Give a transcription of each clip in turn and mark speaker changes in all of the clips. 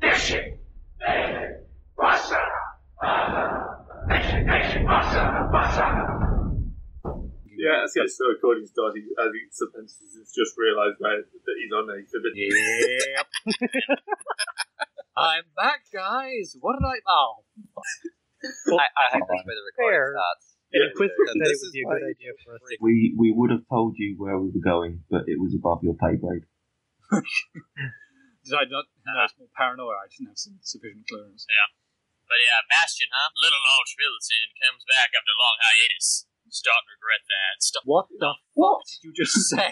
Speaker 1: Nation, Nation, Bassa, Nation, Nation, Bassa, Bassa.
Speaker 2: Yeah, as he has the recording started, as he sometimes he's just realised that that he's on there. He's a bit,
Speaker 3: Yep. I'm back, guys. What did I? Oh,
Speaker 4: I, I hope that's where the recording
Speaker 5: Fair.
Speaker 4: starts.
Speaker 5: In
Speaker 2: Yeah,
Speaker 5: a quiz
Speaker 4: yeah,
Speaker 5: that it
Speaker 4: this is
Speaker 5: would be a
Speaker 4: why
Speaker 5: good
Speaker 4: you
Speaker 5: idea for us.
Speaker 4: freak.
Speaker 6: We we would have told you where we were going, but it was above your pay grade.
Speaker 3: Did I not? No, it's more paranoia. I didn't have some sufficient clearance.
Speaker 7: But yeah, Bastion, huh? Little old Trilliton comes back after a long hiatus. Starting to regret that. Stop.
Speaker 3: What the fuck did you just say?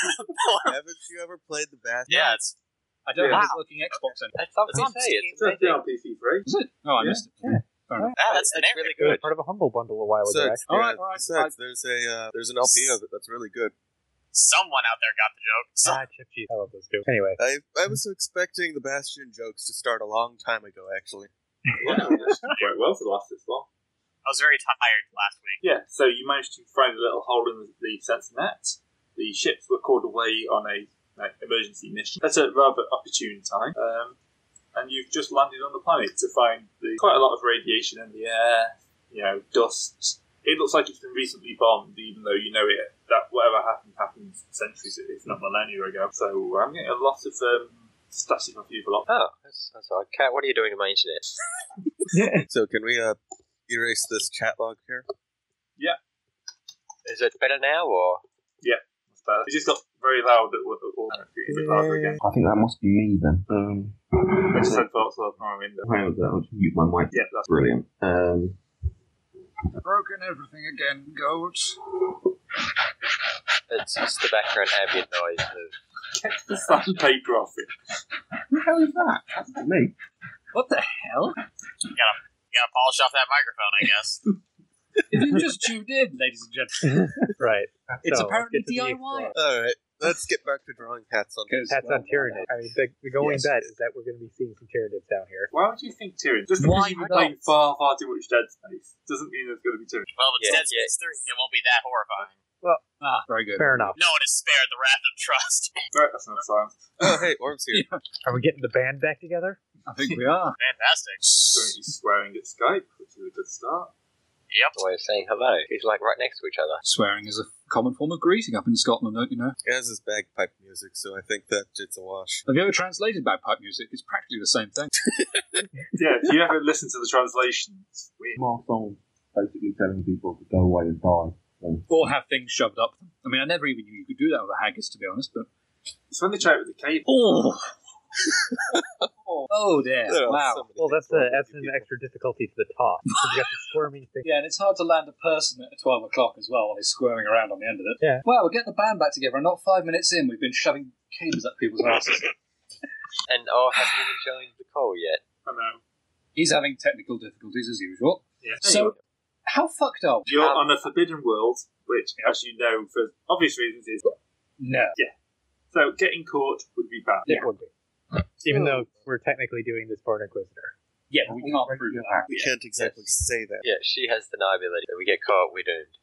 Speaker 8: Haven't you ever played the Bastion?
Speaker 7: Yeah, it's
Speaker 3: I don't
Speaker 2: Yeah.
Speaker 3: have a working Xbox anymore.
Speaker 4: That's something to
Speaker 7: It's
Speaker 4: say. It's
Speaker 2: it's actually on PC three.
Speaker 3: Is it? Oh, I
Speaker 2: Yeah.
Speaker 3: missed it. Fair enough.
Speaker 7: ah, that's the name.
Speaker 5: That's really good. Part of a humble bundle a while ago.
Speaker 8: Sucks,
Speaker 5: actually.
Speaker 3: All right,
Speaker 8: yeah,
Speaker 3: all right,
Speaker 8: sucks. There's a uh, there's an LP of it that's really good.
Speaker 7: Someone out there got the joke. So-
Speaker 5: Ah, chip cheese. I love those two. Anyway,
Speaker 8: I I was expecting the Bastion jokes to start a long time ago. Actually,
Speaker 2: Yeah, that's quite well to last this long.
Speaker 7: I was very tired last week.
Speaker 2: Yeah, so you managed to find a little hole in the, the sensor net. The ships were called away on a like, emergency mission at a rather opportune time, um, and you've just landed on the planet to find the, quite a lot of radiation in the air. You know, dust. It looks like it's been recently bombed, even though you know it that whatever happened happened centuries, if not millennia ago. So I'm getting a lot of um, static off you a lot.
Speaker 4: Oh, that's, that's odd. Cat, what are you doing to my internet?
Speaker 8: so can we uh, erase this chat log here?
Speaker 4: Is it better now or?
Speaker 2: It just got very loud. At, at, at, a bit louder again.
Speaker 6: I think that must be me then. Um,
Speaker 2: I just had thoughts of my window.
Speaker 6: hang on, a sec, I'll just mute my mic.
Speaker 2: Yeah, that's
Speaker 6: Brilliant. Um,
Speaker 3: Broken everything again, goat.
Speaker 4: It's just the background ambient noise. Of...
Speaker 2: the sandpaper off it.
Speaker 6: who the hell is that? That's not me.
Speaker 3: What the hell?
Speaker 7: You gotta polish off that microphone, I guess.
Speaker 3: If you just tuned in, ladies and gentlemen,
Speaker 5: right.
Speaker 3: it's
Speaker 5: So, let's
Speaker 3: apparently
Speaker 5: get to the
Speaker 3: DIY.
Speaker 8: All right, let's get back to drawing hats on.
Speaker 3: Because,
Speaker 5: Hats on
Speaker 3: well,
Speaker 5: Tyranid. I mean, the, the going
Speaker 8: Yes.
Speaker 5: bet is that we're going to be seeing some Tyranids down here.
Speaker 2: Why would you think Tyrion? Just
Speaker 3: Why
Speaker 2: because you've been playing
Speaker 3: not?
Speaker 2: far, far too much Dead Space doesn't mean there's going to be Tyrion.
Speaker 7: Well, if it's
Speaker 4: Yeah,
Speaker 7: Dead Space 3, it won't be that horrifying.
Speaker 3: Ah, very good.
Speaker 5: Fair enough.
Speaker 7: No one is spared the wrath of trust.
Speaker 2: Right, that's enough silence.
Speaker 8: Oh, hey, Orm's here.
Speaker 5: Are we getting the band back together?
Speaker 3: I think we are.
Speaker 7: Fantastic.
Speaker 2: Currently swearing at Skype, which is a good start.
Speaker 7: Yep.
Speaker 4: Way of saying hello. He's like right next to each other.
Speaker 3: Swearing is a common form of greeting up in Scotland, don't you know?
Speaker 8: He has his bagpipe music, so I think that it's a wash.
Speaker 3: Have you ever translated bagpipe music? It's practically the same thing.
Speaker 2: Yeah, if you ever listen to the translation, it's weird.
Speaker 6: My song basically telling people to go away and die.
Speaker 3: Or have things shoved up them. I mean, I never even knew you could do that with a haggis, to be honest, but.
Speaker 2: It's when they try it with the cable.
Speaker 3: Oh! oh, there.
Speaker 8: There are
Speaker 3: wow.
Speaker 8: so many
Speaker 5: Well, that's
Speaker 8: things wrong
Speaker 5: a,
Speaker 8: with
Speaker 5: that's
Speaker 8: you
Speaker 5: an
Speaker 8: people.
Speaker 5: extra difficulty to the top. You've got the squirming thing.
Speaker 3: Yeah, and it's hard to land a person at 12 o'clock as well while he's squirming around on the end of it.
Speaker 5: Yeah.
Speaker 3: Wow, we're getting the band back together, and not five minutes in, we've been shoving cables up people's asses.
Speaker 4: And oh, have you even joined the call yet?
Speaker 2: I know.
Speaker 3: He's having technical difficulties as usual.
Speaker 2: Yeah.
Speaker 3: So, how fucked up?
Speaker 2: You're on a forbidden world, which, as you know, for obvious reasons, is
Speaker 3: No.
Speaker 2: so getting caught would be bad.
Speaker 5: It would be. Even though we're technically doing this for an Inquisitor.
Speaker 3: Yeah, but we can't prove that.
Speaker 8: We can't exactly say that.
Speaker 4: Yeah, she has deniability. If we get caught, we're doomed.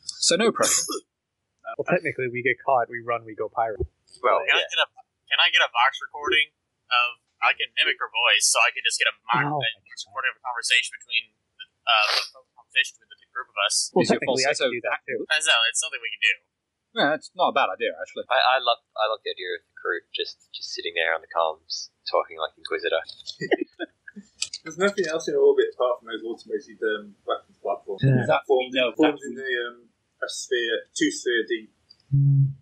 Speaker 3: So, no pressure.
Speaker 5: Well, technically, we get caught, we run, we go pirate.
Speaker 4: Well, Oh,
Speaker 7: Can, I
Speaker 4: yeah.
Speaker 7: get a, can I get a Vox recording of. I can mimic her voice, so I can just get a mock a
Speaker 5: Oh.
Speaker 7: voice recording of a conversation between the, uh, the folks on fish with the group of us.
Speaker 5: Well,
Speaker 3: Is your
Speaker 5: technically, I
Speaker 3: falsetto
Speaker 5: can do that too.
Speaker 7: I know, it's something we can do.
Speaker 3: Yeah, that's not a bad idea, actually.
Speaker 4: I, I love I love the idea of the crew just just sitting there on the comms talking like Inquisitor.
Speaker 2: There's nothing else in orbit apart from those automated um, weapons platforms.
Speaker 6: Yeah.
Speaker 3: That form, no, that
Speaker 2: Forms
Speaker 3: we-
Speaker 2: in the um, a sphere, two sphere deep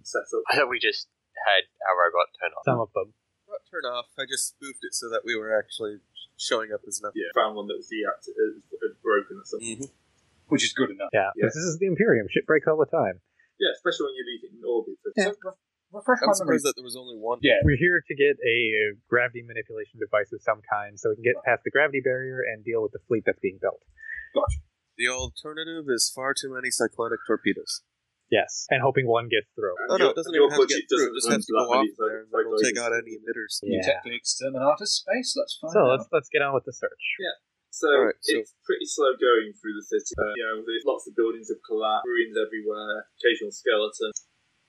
Speaker 2: setup.
Speaker 4: I thought we just had our robot turn
Speaker 5: Some
Speaker 4: on.
Speaker 5: of them.
Speaker 8: Not turn off. I just spoofed it so that we were actually showing up as nothing.
Speaker 2: Yeah, found one that was deactivated, uh, uh, broken or
Speaker 5: Mm-hmm.
Speaker 2: something.
Speaker 8: Mhm.
Speaker 3: which is good enough.
Speaker 5: Yeah.
Speaker 2: Yeah.
Speaker 5: 'cause This is the Imperium. Shit breaks all the time.
Speaker 2: Yeah, especially when you leave it in orbit. But
Speaker 3: So, re- refresh my
Speaker 8: I'm
Speaker 3: memory.
Speaker 8: surprised that there was only one.
Speaker 3: Yeah.
Speaker 5: We're here to get a gravity manipulation device of some kind so we can get past the gravity barrier and deal with the fleet that's being built.
Speaker 8: The alternative is far too many cyclonic torpedoes.
Speaker 5: Yes. And hoping one gets through.
Speaker 8: Oh no, it doesn't
Speaker 2: Your
Speaker 8: even have to
Speaker 2: budget
Speaker 8: get through.
Speaker 2: doesn't
Speaker 8: It just has to
Speaker 2: run
Speaker 8: go
Speaker 2: that
Speaker 8: off
Speaker 2: many
Speaker 8: there and it'll
Speaker 2: cyclones.
Speaker 8: take out any emitters.
Speaker 3: You
Speaker 5: Yeah.
Speaker 3: technically exterminate out of space. Let's find
Speaker 5: So
Speaker 3: out.
Speaker 5: let's let's get on with the search.
Speaker 2: So
Speaker 8: Alright, so-
Speaker 2: it's pretty slow going through the city. Uh, you know, there's lots of buildings have collapsed, ruins everywhere, occasional skeleton.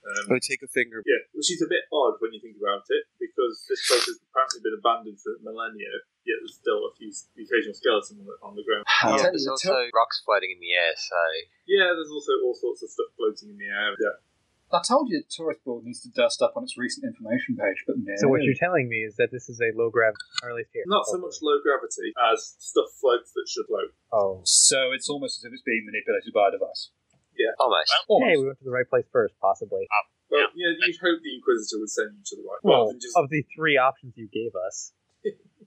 Speaker 2: Um,
Speaker 8: I take a finger.
Speaker 2: yeah, which is a bit odd when you think about it, because this place has apparently been abandoned for millennia, yet there's still a few the occasional skeleton on the, on the ground.
Speaker 4: Yeah,
Speaker 6: How
Speaker 4: there's also rocks floating in the air, so
Speaker 2: Yeah, there's also all sorts of stuff floating in the air. Yeah.
Speaker 3: I told you the tourist board needs to dust up on its recent information page, but no.
Speaker 5: So what you're telling me is that this is a low gravity, or at least here.
Speaker 2: Not so much low gravity as stuff floats that should float.
Speaker 5: Oh.
Speaker 3: So it's almost as if it's being manipulated by a device.
Speaker 4: almost.
Speaker 5: Hey,
Speaker 3: Almost.
Speaker 5: we went to the right place first, possibly.
Speaker 2: But yeah, you'd hope the Inquisitor would send you to the right rather
Speaker 5: Well, um,
Speaker 2: than just
Speaker 5: of the three options you gave us,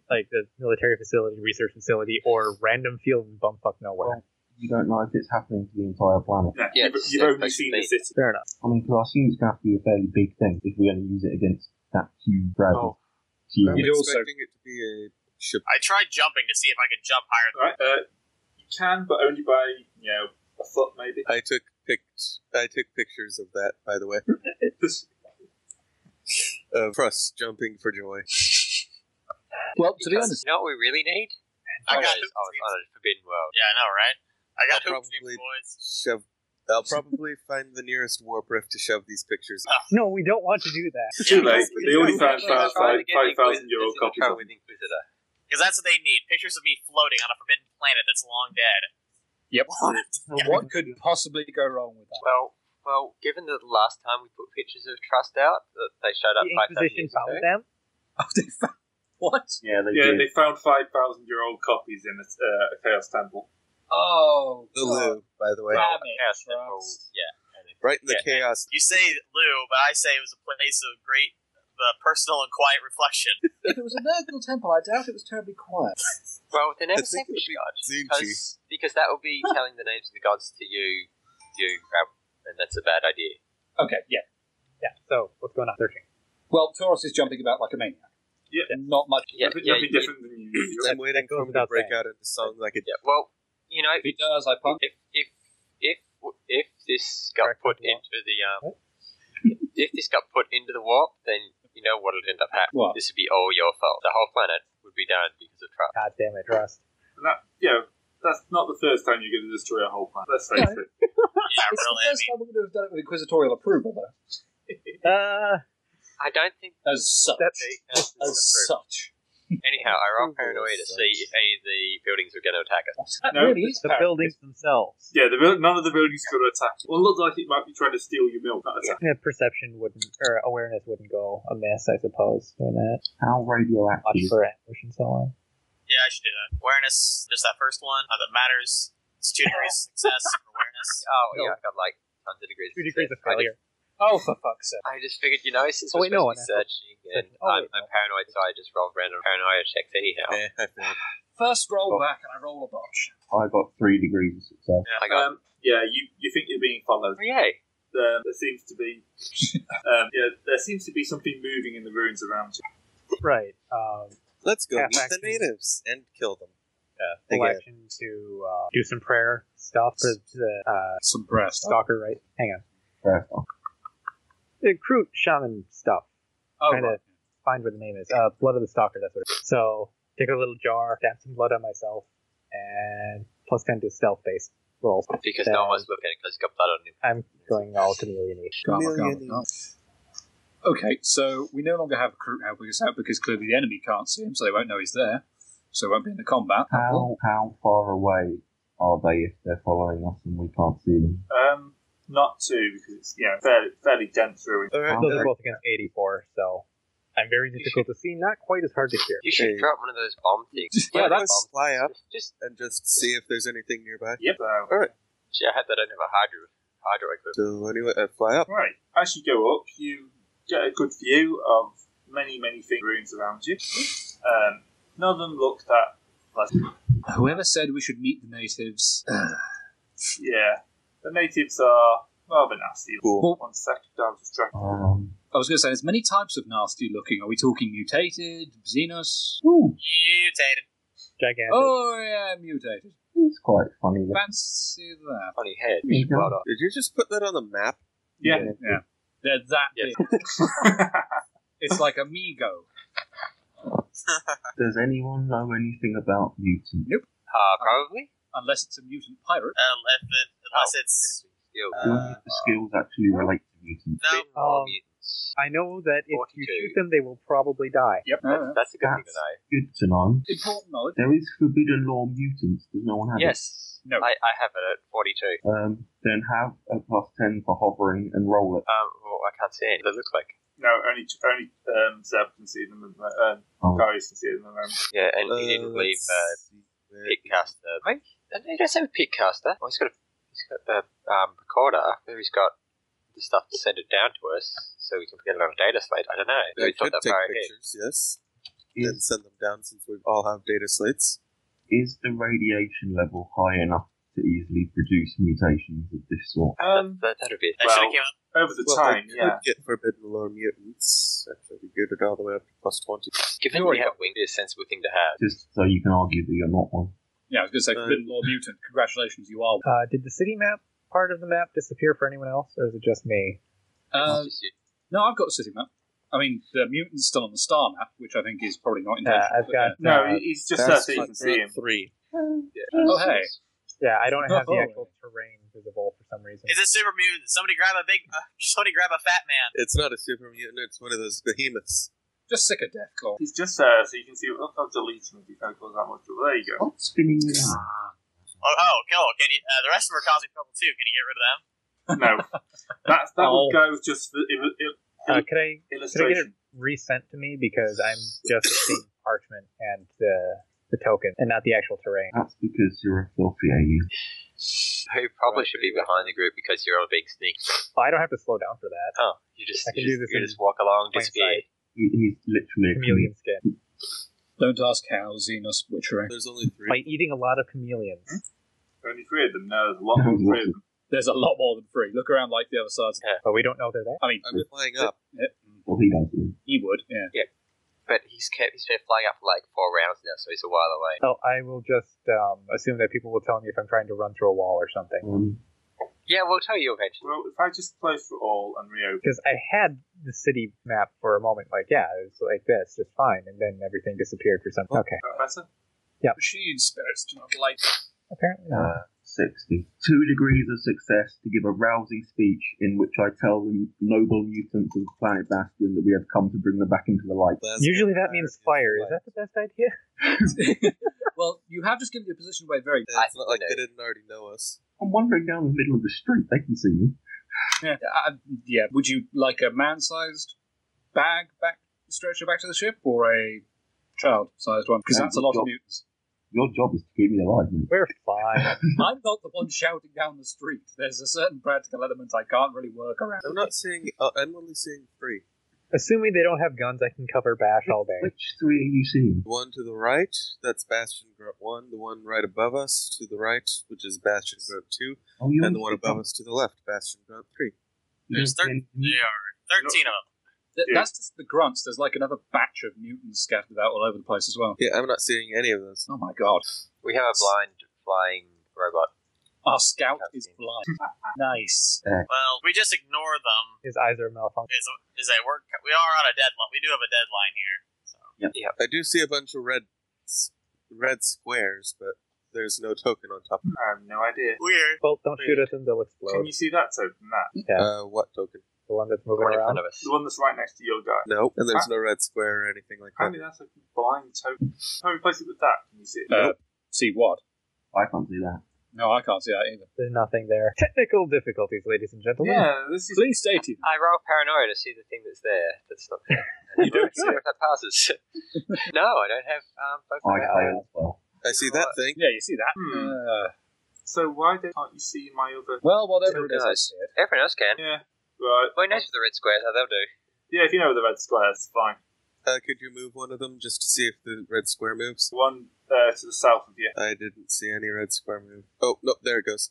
Speaker 5: like the military facility, research facility, or random field in bumfuck nowhere.
Speaker 6: you don't know if it's happening to the entire planet.
Speaker 2: Yeah,
Speaker 4: Yeah,
Speaker 2: you've,
Speaker 4: it's-
Speaker 2: you've
Speaker 4: it's
Speaker 2: only seen the
Speaker 4: basically-
Speaker 2: city.
Speaker 5: Fair enough.
Speaker 6: I mean, because I assume it's going to have to be a fairly big thing if we're going to use it against that huge gravity.
Speaker 8: Oh.
Speaker 6: Huge.
Speaker 8: I'm
Speaker 3: You'd also-
Speaker 8: expecting it to be a ship.
Speaker 7: I tried jumping to see if I could jump higher.
Speaker 2: All right, uh, you can, but only by you know a foot maybe.
Speaker 8: I took picked. I took pictures of that, by the way. Of us jumping for joy.
Speaker 3: Well, to be
Speaker 4: Because
Speaker 3: honest,
Speaker 4: you know what we really need?
Speaker 7: I
Speaker 4: Oh,
Speaker 7: got hoop
Speaker 4: it's on
Speaker 7: dreams.
Speaker 4: a forbidden world.
Speaker 7: Yeah, I know, right? I got
Speaker 8: I'll
Speaker 7: hoop
Speaker 8: probably-
Speaker 7: dreams, boys.
Speaker 8: Shove. I'll probably find the nearest warp rift to shove these pictures.
Speaker 5: No, we don't want to do that.
Speaker 2: Too late. They already
Speaker 4: We're
Speaker 2: found
Speaker 4: actually
Speaker 2: five
Speaker 4: trying to get
Speaker 2: five
Speaker 4: the
Speaker 2: thousand euro
Speaker 4: Inquisitor
Speaker 2: copies.
Speaker 4: to
Speaker 2: Of
Speaker 4: come
Speaker 2: it.
Speaker 4: with Inquisitor.
Speaker 7: Because that's what they need. Pictures of me floating on a forbidden planet that's long dead.
Speaker 3: yep.
Speaker 7: Yeah.
Speaker 3: What could possibly go wrong with that?
Speaker 4: Well, well, given that the last time we put pictures of Trust out, that they showed up
Speaker 5: The
Speaker 4: five thousand
Speaker 5: Inquisition
Speaker 4: years
Speaker 5: found
Speaker 4: ago.
Speaker 5: them.
Speaker 3: Oh, they found... What?
Speaker 6: Yeah, they
Speaker 2: Yeah,
Speaker 6: did.
Speaker 2: they found five thousand year old copies in a, uh, a chaos temple.
Speaker 3: Oh,
Speaker 8: The
Speaker 3: God.
Speaker 8: loo, by the way,
Speaker 2: Ah.
Speaker 3: Damn it,
Speaker 4: Chaos
Speaker 3: Ross.
Speaker 4: Temple, yeah.
Speaker 8: right in the
Speaker 4: Yeah.
Speaker 8: chaos.
Speaker 7: You say Lou, but I say it was a place of great uh, personal and quiet reflection.
Speaker 3: If it was a Nurgle temple, I doubt it was terribly quiet.
Speaker 4: Well, then
Speaker 8: I
Speaker 4: never
Speaker 8: think it
Speaker 4: Sanguish God,
Speaker 8: Zinchi.
Speaker 4: because, because that will be telling the names of the gods to you, you, Rab, and that's a bad idea.
Speaker 3: Okay, yeah.
Speaker 5: Yeah. So what's going on? Searching.
Speaker 3: Well, Taurus is jumping about like a maniac.
Speaker 2: Yeah.
Speaker 3: Not much.
Speaker 4: Yeah,
Speaker 2: nothing,
Speaker 4: yeah,
Speaker 2: nothing
Speaker 4: you-
Speaker 2: different than you.
Speaker 8: I'm waiting for
Speaker 5: goes
Speaker 8: him to
Speaker 5: without
Speaker 8: break
Speaker 5: saying.
Speaker 8: out into song like a
Speaker 4: Yeah. Well, you know,
Speaker 3: If he does, I punch.
Speaker 4: if if if if this got
Speaker 5: Correct,
Speaker 4: put
Speaker 5: yeah.
Speaker 4: into the um, if this got put into the warp, then you know what'll end up happening.
Speaker 3: What?
Speaker 4: This would be all your fault. The whole planet would be done because of trust.
Speaker 5: God damn it, Rust.
Speaker 2: And that, you know, that's not the first time you're going to destroy a whole planet. Let's face
Speaker 3: No.
Speaker 2: it.
Speaker 7: yeah,
Speaker 3: It's
Speaker 7: really.
Speaker 3: the
Speaker 7: I
Speaker 3: first
Speaker 7: mean,
Speaker 3: time we would have done it with inquisitorial approval, though.
Speaker 5: Uh,
Speaker 4: I don't think
Speaker 3: As such.
Speaker 5: that's
Speaker 4: they have this
Speaker 3: As
Speaker 4: approved.
Speaker 3: such.
Speaker 4: Anyhow, I roll
Speaker 8: Approval
Speaker 4: paranoia to
Speaker 8: as
Speaker 4: see if any of the buildings are going to attack us.
Speaker 3: That
Speaker 2: No,
Speaker 3: really is
Speaker 5: the
Speaker 3: paranoid.
Speaker 5: buildings themselves.
Speaker 2: Yeah, the, buil- none of the buildings going to attack. you. Well, it looks like it might be trying to steal your milk. That attack.
Speaker 5: Yeah, perception wouldn't, or awareness wouldn't go amiss, I suppose, doing that.
Speaker 6: How
Speaker 5: Watch
Speaker 6: radioactive?
Speaker 5: for ambush and so on.
Speaker 7: yeah, I should do that. Awareness, just that first one. Not that matters. It's two degrees of success for awareness.
Speaker 4: Oh yeah,
Speaker 5: No.
Speaker 4: I got like tons of degrees.
Speaker 5: Two degrees of
Speaker 4: success. I
Speaker 5: failure.
Speaker 4: just-
Speaker 3: Oh, for fuck's sake.
Speaker 4: I just figured, you know, since
Speaker 5: Oh,
Speaker 4: we're
Speaker 5: wait, no,
Speaker 4: supposed to be searching,
Speaker 5: I know.
Speaker 4: and
Speaker 5: Oh,
Speaker 4: I'm,
Speaker 5: wait,
Speaker 4: I'm paranoid, so I just roll random paranoia checks anyhow.
Speaker 8: Eh, I failed.
Speaker 3: First roll back, and I roll a botch.
Speaker 6: I got three degrees of success.
Speaker 4: I
Speaker 5: Uh,
Speaker 4: got-
Speaker 2: Um, yeah, you, you think you're being followed.
Speaker 4: Oh, yay!
Speaker 2: Um, there seems to be, um, yeah, there seems to be something moving in the ruins around you.
Speaker 5: Right. Um,
Speaker 8: Let's go
Speaker 5: Half
Speaker 8: meet
Speaker 5: action.
Speaker 8: the natives and kill them.
Speaker 5: full
Speaker 8: Again.
Speaker 5: action to uh, do some prayer stuff for the uh,
Speaker 3: Some breast.
Speaker 5: stalker, right? Hang on.
Speaker 6: Fair enough.
Speaker 5: The Recruit shaman stuff.
Speaker 3: Oh,
Speaker 5: trying
Speaker 3: right.
Speaker 5: to find where the name is. Uh, blood of the stalker. That's what. It is. So take a little jar, dab some blood on myself, and plus ten to stealth based rolls.
Speaker 4: Because no one's looking because he's got blood on him.
Speaker 5: I'm going all chameleon-y.
Speaker 3: Come on, come on, come on. Okay, so we no longer have a crew helping us out because clearly the enemy can't see him, so they won't know he's there. So they won't be in the combat.
Speaker 6: How, how far away are they if they're following us and we can't see them?
Speaker 2: Um, not too, because it's yeah, fairly, fairly dense ruins.
Speaker 8: All right.
Speaker 5: Those are both against 84, so I'm very difficult to see. Not quite as hard to hear.
Speaker 4: You should
Speaker 8: Hey.
Speaker 4: drop one of those bomb things.
Speaker 8: Yeah,
Speaker 4: Like
Speaker 8: that's-
Speaker 4: bomb-
Speaker 8: fly up.
Speaker 4: Just, just
Speaker 8: And just see if there's anything nearby.
Speaker 2: Yep. Uh, So,
Speaker 4: yeah, I don't have a hydro hydro equipment.
Speaker 8: So anyway, uh, fly up.
Speaker 2: right. As you go up, you get a good view of many, many things ruins around you. Um, none of them look that
Speaker 3: Whoever said we should meet the natives.
Speaker 2: Yeah, the natives are rather nasty.
Speaker 8: Cool.
Speaker 2: One second, I was distracted.
Speaker 6: Um,
Speaker 3: I was going to say, there's many types of nasty looking. Are we talking mutated, Xenos?
Speaker 6: ooh,
Speaker 7: Mutated.
Speaker 5: Gigantic.
Speaker 3: Oh, yeah, mutated.
Speaker 6: it's quite funny. that-
Speaker 3: Fancy that.
Speaker 4: Funny head. We should
Speaker 6: Mhm.
Speaker 4: blow it off.
Speaker 8: Did you just put that on the map?
Speaker 2: Yeah.
Speaker 3: Yeah. They're that
Speaker 4: Yeah.
Speaker 3: big. It's like Amigo.
Speaker 6: Does anyone know anything about mutants?
Speaker 4: Uh, probably.
Speaker 3: Unless it's a mutant pirate.
Speaker 7: Um, if it, unless it's
Speaker 4: Still.
Speaker 6: Do any of the skills actually relate to mutants?
Speaker 7: no.
Speaker 4: All
Speaker 5: Um,
Speaker 7: oh.
Speaker 4: mutants.
Speaker 5: I know that if you
Speaker 4: 42.
Speaker 5: shoot them, they will probably die.
Speaker 3: Yep.
Speaker 4: That's, that's a good thing to
Speaker 6: That's
Speaker 4: know.
Speaker 6: good to know.
Speaker 3: Important knowledge.
Speaker 6: There is forbidden law mutants. Does no one have it?
Speaker 4: Yes.
Speaker 3: No.
Speaker 4: I, I have it at 42.
Speaker 6: Um, then have a plus 10 for hovering and roll it.
Speaker 4: Um, well, I can't see any. They look like.
Speaker 2: No, only only um, Zeb can see them. and, uh, Um,
Speaker 6: Oh.
Speaker 2: Karius can see them. Um,
Speaker 4: Yeah, and he
Speaker 8: Uh,
Speaker 4: didn't leave
Speaker 8: let's
Speaker 4: uh,
Speaker 8: see where-
Speaker 4: Pitcaster. Maybe, he doesn't have a Pitcaster. Oh, he's got a, he's got a um, recorder. Maybe he's got the stuff to send it down to us so we can get it on a data slate. I don't know. Maybe
Speaker 8: They
Speaker 4: it's not
Speaker 8: could
Speaker 4: that
Speaker 8: take
Speaker 4: far ahead.
Speaker 8: pictures, yes.
Speaker 6: Yeah.
Speaker 8: Then send them down since we all have data slates.
Speaker 6: Is the radiation level high enough to easily produce mutations of this sort?
Speaker 2: um,
Speaker 4: That, that, would be it.
Speaker 7: That
Speaker 2: Well-
Speaker 7: should have came up.
Speaker 2: Um, over the
Speaker 8: Well,
Speaker 2: time,
Speaker 8: they could
Speaker 2: yeah.
Speaker 8: get forbidden lore mutants. Actually, we geared it all the way up to plus 20.
Speaker 4: Given
Speaker 3: You
Speaker 4: we
Speaker 3: already
Speaker 4: have wings, it's a sensible thing to have.
Speaker 6: Just so you can argue that you're not one.
Speaker 3: Yeah, I was going to say
Speaker 8: Uh,
Speaker 3: forbidden law mutant. Congratulations, you are.
Speaker 5: Uh, did the city map part of the map disappear for anyone else, or is it just me?
Speaker 3: Uh,
Speaker 4: It's just you-
Speaker 3: no, I've got a city map. I mean, the mutant's still on the star map, which I think is probably not
Speaker 5: Yeah,
Speaker 3: intentional.
Speaker 5: I've got.
Speaker 3: but,
Speaker 2: No,
Speaker 5: uh,
Speaker 2: he- he's just there
Speaker 8: That's
Speaker 2: so you
Speaker 8: like
Speaker 2: can see him.
Speaker 8: round Three.
Speaker 3: Oh, hey.
Speaker 5: yeah, I don't have the
Speaker 3: Oh.
Speaker 5: actual terrain visible for some reason.
Speaker 7: Is it super mutant? Somebody grab a big. Uh, somebody grab a fat man.
Speaker 8: It's not a super mutant, it's one of those behemoths.
Speaker 3: Just sick of death claw.
Speaker 2: He's just there so you can see. Oh, I'll delete him if you can't cause that much trouble. There you go.
Speaker 6: Stop spinning it out.
Speaker 7: Oh, oh cool. Can you? Uh, the rest of them are causing trouble too. Can you get rid of them?
Speaker 2: No, that's that will
Speaker 3: Oh.
Speaker 2: go just for il- il-
Speaker 5: Uh, could I could I get it
Speaker 2: illustration.
Speaker 5: resent to me because I'm just seeing parchment and the the token and not the actual terrain?
Speaker 6: That's because you're a filthy alien.
Speaker 4: Who
Speaker 2: Right,
Speaker 4: probably should be
Speaker 2: there you go.
Speaker 4: behind the group because you're all being sneaky.
Speaker 5: Oh, I don't have to slow down for that.
Speaker 4: Oh, you just
Speaker 5: I can
Speaker 4: you,
Speaker 5: do
Speaker 4: just,
Speaker 5: this
Speaker 4: you
Speaker 5: in
Speaker 4: just walk along,
Speaker 5: plain
Speaker 4: disappear.
Speaker 6: He, he's literally a
Speaker 5: Chameleon skin
Speaker 3: Don't ask how, Xenos witchery.
Speaker 8: There's only three.
Speaker 5: by eating a lot of
Speaker 7: Hmm?
Speaker 5: chameleons.
Speaker 2: Only three of them. No, there's a lot more than three of them.
Speaker 3: There's a lot more than three. Look around like the other sides.
Speaker 5: But we don't know they're
Speaker 7: Oh.
Speaker 5: there.
Speaker 3: I mean,
Speaker 8: I'm flying up.
Speaker 3: eh,
Speaker 6: Well, he does. yeah.
Speaker 3: he would, yeah.
Speaker 4: But he's kept he's been flying up for like four rounds now, so he's a while away.
Speaker 5: Oh, I will just um, assume that people will tell me if I'm trying to run through a wall or something.
Speaker 6: Um,
Speaker 4: Yeah, we'll tell you eventually.
Speaker 2: Well, if I just close for all and reopen,
Speaker 5: Because I had the city map for a moment, like, yeah, it was like this, just fine, and then everything disappeared for something. Okay,
Speaker 2: is that better?
Speaker 3: Machine spirits do not like.
Speaker 5: apparently not.
Speaker 6: uh, 60. Two degrees of success to give a rousing speech in which I tell the noble mutants of Planet Bastion that we have come to bring them back into the light.
Speaker 8: Glasgow
Speaker 5: Usually that
Speaker 8: fire
Speaker 5: means
Speaker 8: is
Speaker 5: fire. Is
Speaker 8: light.
Speaker 5: that the best idea?
Speaker 3: well, you have just given your position away very.
Speaker 8: And It's
Speaker 4: I-
Speaker 8: not like
Speaker 4: I know.
Speaker 8: they didn't already know us.
Speaker 6: I'm wandering down the middle of the street. They can see me.
Speaker 3: Yeah. Uh, yeah. Would you like a man sized bag back stretcher back to the ship or a child sized one? Because
Speaker 6: Um,
Speaker 3: that's a lot of
Speaker 6: well-
Speaker 3: mutants.
Speaker 6: Your job is to keep me alive, mate.
Speaker 5: We're fine.
Speaker 3: I'm not the one shouting down the street. There's a certain practical element I can't really work around.
Speaker 8: I'm not seeing. Uh, I'm only seeing three.
Speaker 5: Assuming they don't have guns, I can cover Bash all day.
Speaker 6: Which three are you seeing?
Speaker 8: The one to the right, that's Bastion Grunt 1. The one right above us to the right, which is Bastion Grunt 2.
Speaker 6: Oh, you
Speaker 8: And the one above us to the left, Bastion Grunt 3.
Speaker 7: There's thir- there are 13 of them.
Speaker 3: Th-
Speaker 2: Yeah.
Speaker 3: That's just the grunts. There's like another batch of mutants scattered about all over the place as well.
Speaker 8: Yeah, I'm not seeing any of those.
Speaker 3: Oh my god.
Speaker 4: We have a blind flying robot.
Speaker 3: Our scout is blind. nice.
Speaker 7: Well, we just ignore them.
Speaker 5: His eyes are malfunctioning.
Speaker 7: Is is a work? We are on a deadline. We do have a deadline here. So
Speaker 8: I do see a bunch of red, s- red squares, but there's no token on top.
Speaker 2: I have no idea.
Speaker 7: weird.
Speaker 5: Well, don't shoot at them; they'll
Speaker 2: Can
Speaker 5: explode.
Speaker 2: you see that? So that
Speaker 8: Uh, what token?
Speaker 5: The one that's
Speaker 4: The
Speaker 5: moving
Speaker 4: one in front
Speaker 5: around.
Speaker 4: of us.
Speaker 2: the one that's right next to your guy.
Speaker 8: No, and there's no red square or anything like that.
Speaker 2: Apparently, that's a blind token. Can I replace it with that? Can you see it?
Speaker 3: Uh, see what?
Speaker 6: I can't do that.
Speaker 3: No, I can't see that either.
Speaker 5: There's nothing there. Technical difficulties, ladies and gentlemen.
Speaker 2: yeah, this is.
Speaker 3: Please stay tuned.
Speaker 4: I roll paranoia to see the thing that's there. That's not there. you don't see if that passes. no, I don't have um, both
Speaker 5: Oh,
Speaker 6: I
Speaker 4: eyes.
Speaker 6: fail as well.
Speaker 8: I see that thing.
Speaker 3: Yeah, you see that?
Speaker 2: Hmm.
Speaker 3: Uh,
Speaker 2: So why don't, can't you see my other?
Speaker 3: well, whatever it is, I
Speaker 4: Nice.
Speaker 3: see it.
Speaker 4: Everyone else can.
Speaker 2: Yeah, right.
Speaker 4: Well, he knows the red squares. Oh, they'll do.
Speaker 2: Yeah, if you know the red square, it's fine.
Speaker 8: Uh, could you move one of them just to see if the red square moves?
Speaker 2: The one uh, to the south of you.
Speaker 8: I didn't see any red square move. Oh, no, there it goes.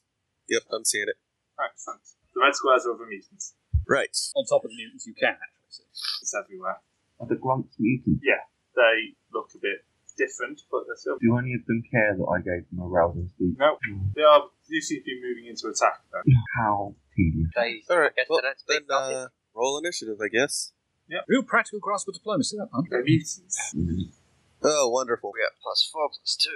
Speaker 8: Yep, I'm seeing it.
Speaker 2: Excellent. The red squares are other mutants.
Speaker 8: Right.
Speaker 3: On top of the mutants, you can actually see.
Speaker 2: It's everywhere.
Speaker 6: Are the grunts mutant?
Speaker 2: They look a bit different, but they're still.
Speaker 6: Do any of them care that I gave them a rousing speech?
Speaker 2: No, they are. You seem to be moving into attack though.
Speaker 6: How tedious.
Speaker 4: They,
Speaker 8: All right.
Speaker 4: I guess
Speaker 8: Well,
Speaker 4: they don't
Speaker 8: then
Speaker 4: speak Gothic.
Speaker 8: uh, roll initiative, I guess.
Speaker 3: Real practical grasp of diplomacy, that one.
Speaker 2: They're mutants.
Speaker 6: Mm.
Speaker 8: Oh, wonderful.
Speaker 4: We got plus four, plus two.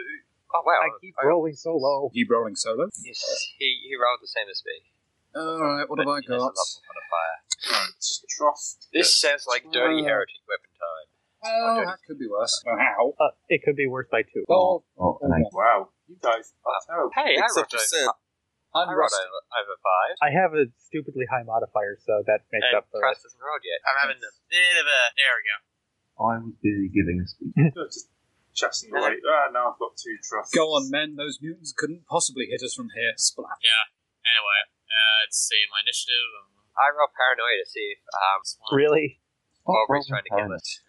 Speaker 4: Oh wow!
Speaker 5: I keep rolling so low.
Speaker 3: Keep rolling solo.
Speaker 4: Yes, he, he rolled the same as me.
Speaker 3: All right, what
Speaker 4: but
Speaker 3: have I
Speaker 4: he knows a lot
Speaker 3: got?
Speaker 4: more on a fire.
Speaker 2: It's trough.
Speaker 4: This sounds like dirty
Speaker 3: Uh.
Speaker 4: heretic weapon time.
Speaker 3: Oh, that could be worse. How?
Speaker 5: Uh, it could be worse by two.
Speaker 3: Oh,
Speaker 6: Oh,
Speaker 3: Oh,
Speaker 6: and
Speaker 2: Wow, you guys are terrible.
Speaker 4: Hey, I rolled
Speaker 8: Except you
Speaker 4: over,
Speaker 8: said
Speaker 3: I'm
Speaker 4: I rolled
Speaker 3: rusty.
Speaker 4: over, over five,
Speaker 5: I have a stupidly high modifier, so that makes
Speaker 4: and
Speaker 5: up for it.
Speaker 4: Christ hasn't rolled yet.
Speaker 7: I'm having a bit of a. There we go.
Speaker 6: I was busy giving a speech.
Speaker 2: No, just chasing away. Ah, now I've got two troughs.
Speaker 3: Go on, men. Those mutants couldn't possibly hit us from here. Splat.
Speaker 7: Anyway, uh, let's see. My initiative. um,
Speaker 4: I roll paranoia to see if um,
Speaker 7: it's one.
Speaker 5: Really?
Speaker 4: Aubrey's trying to kill us.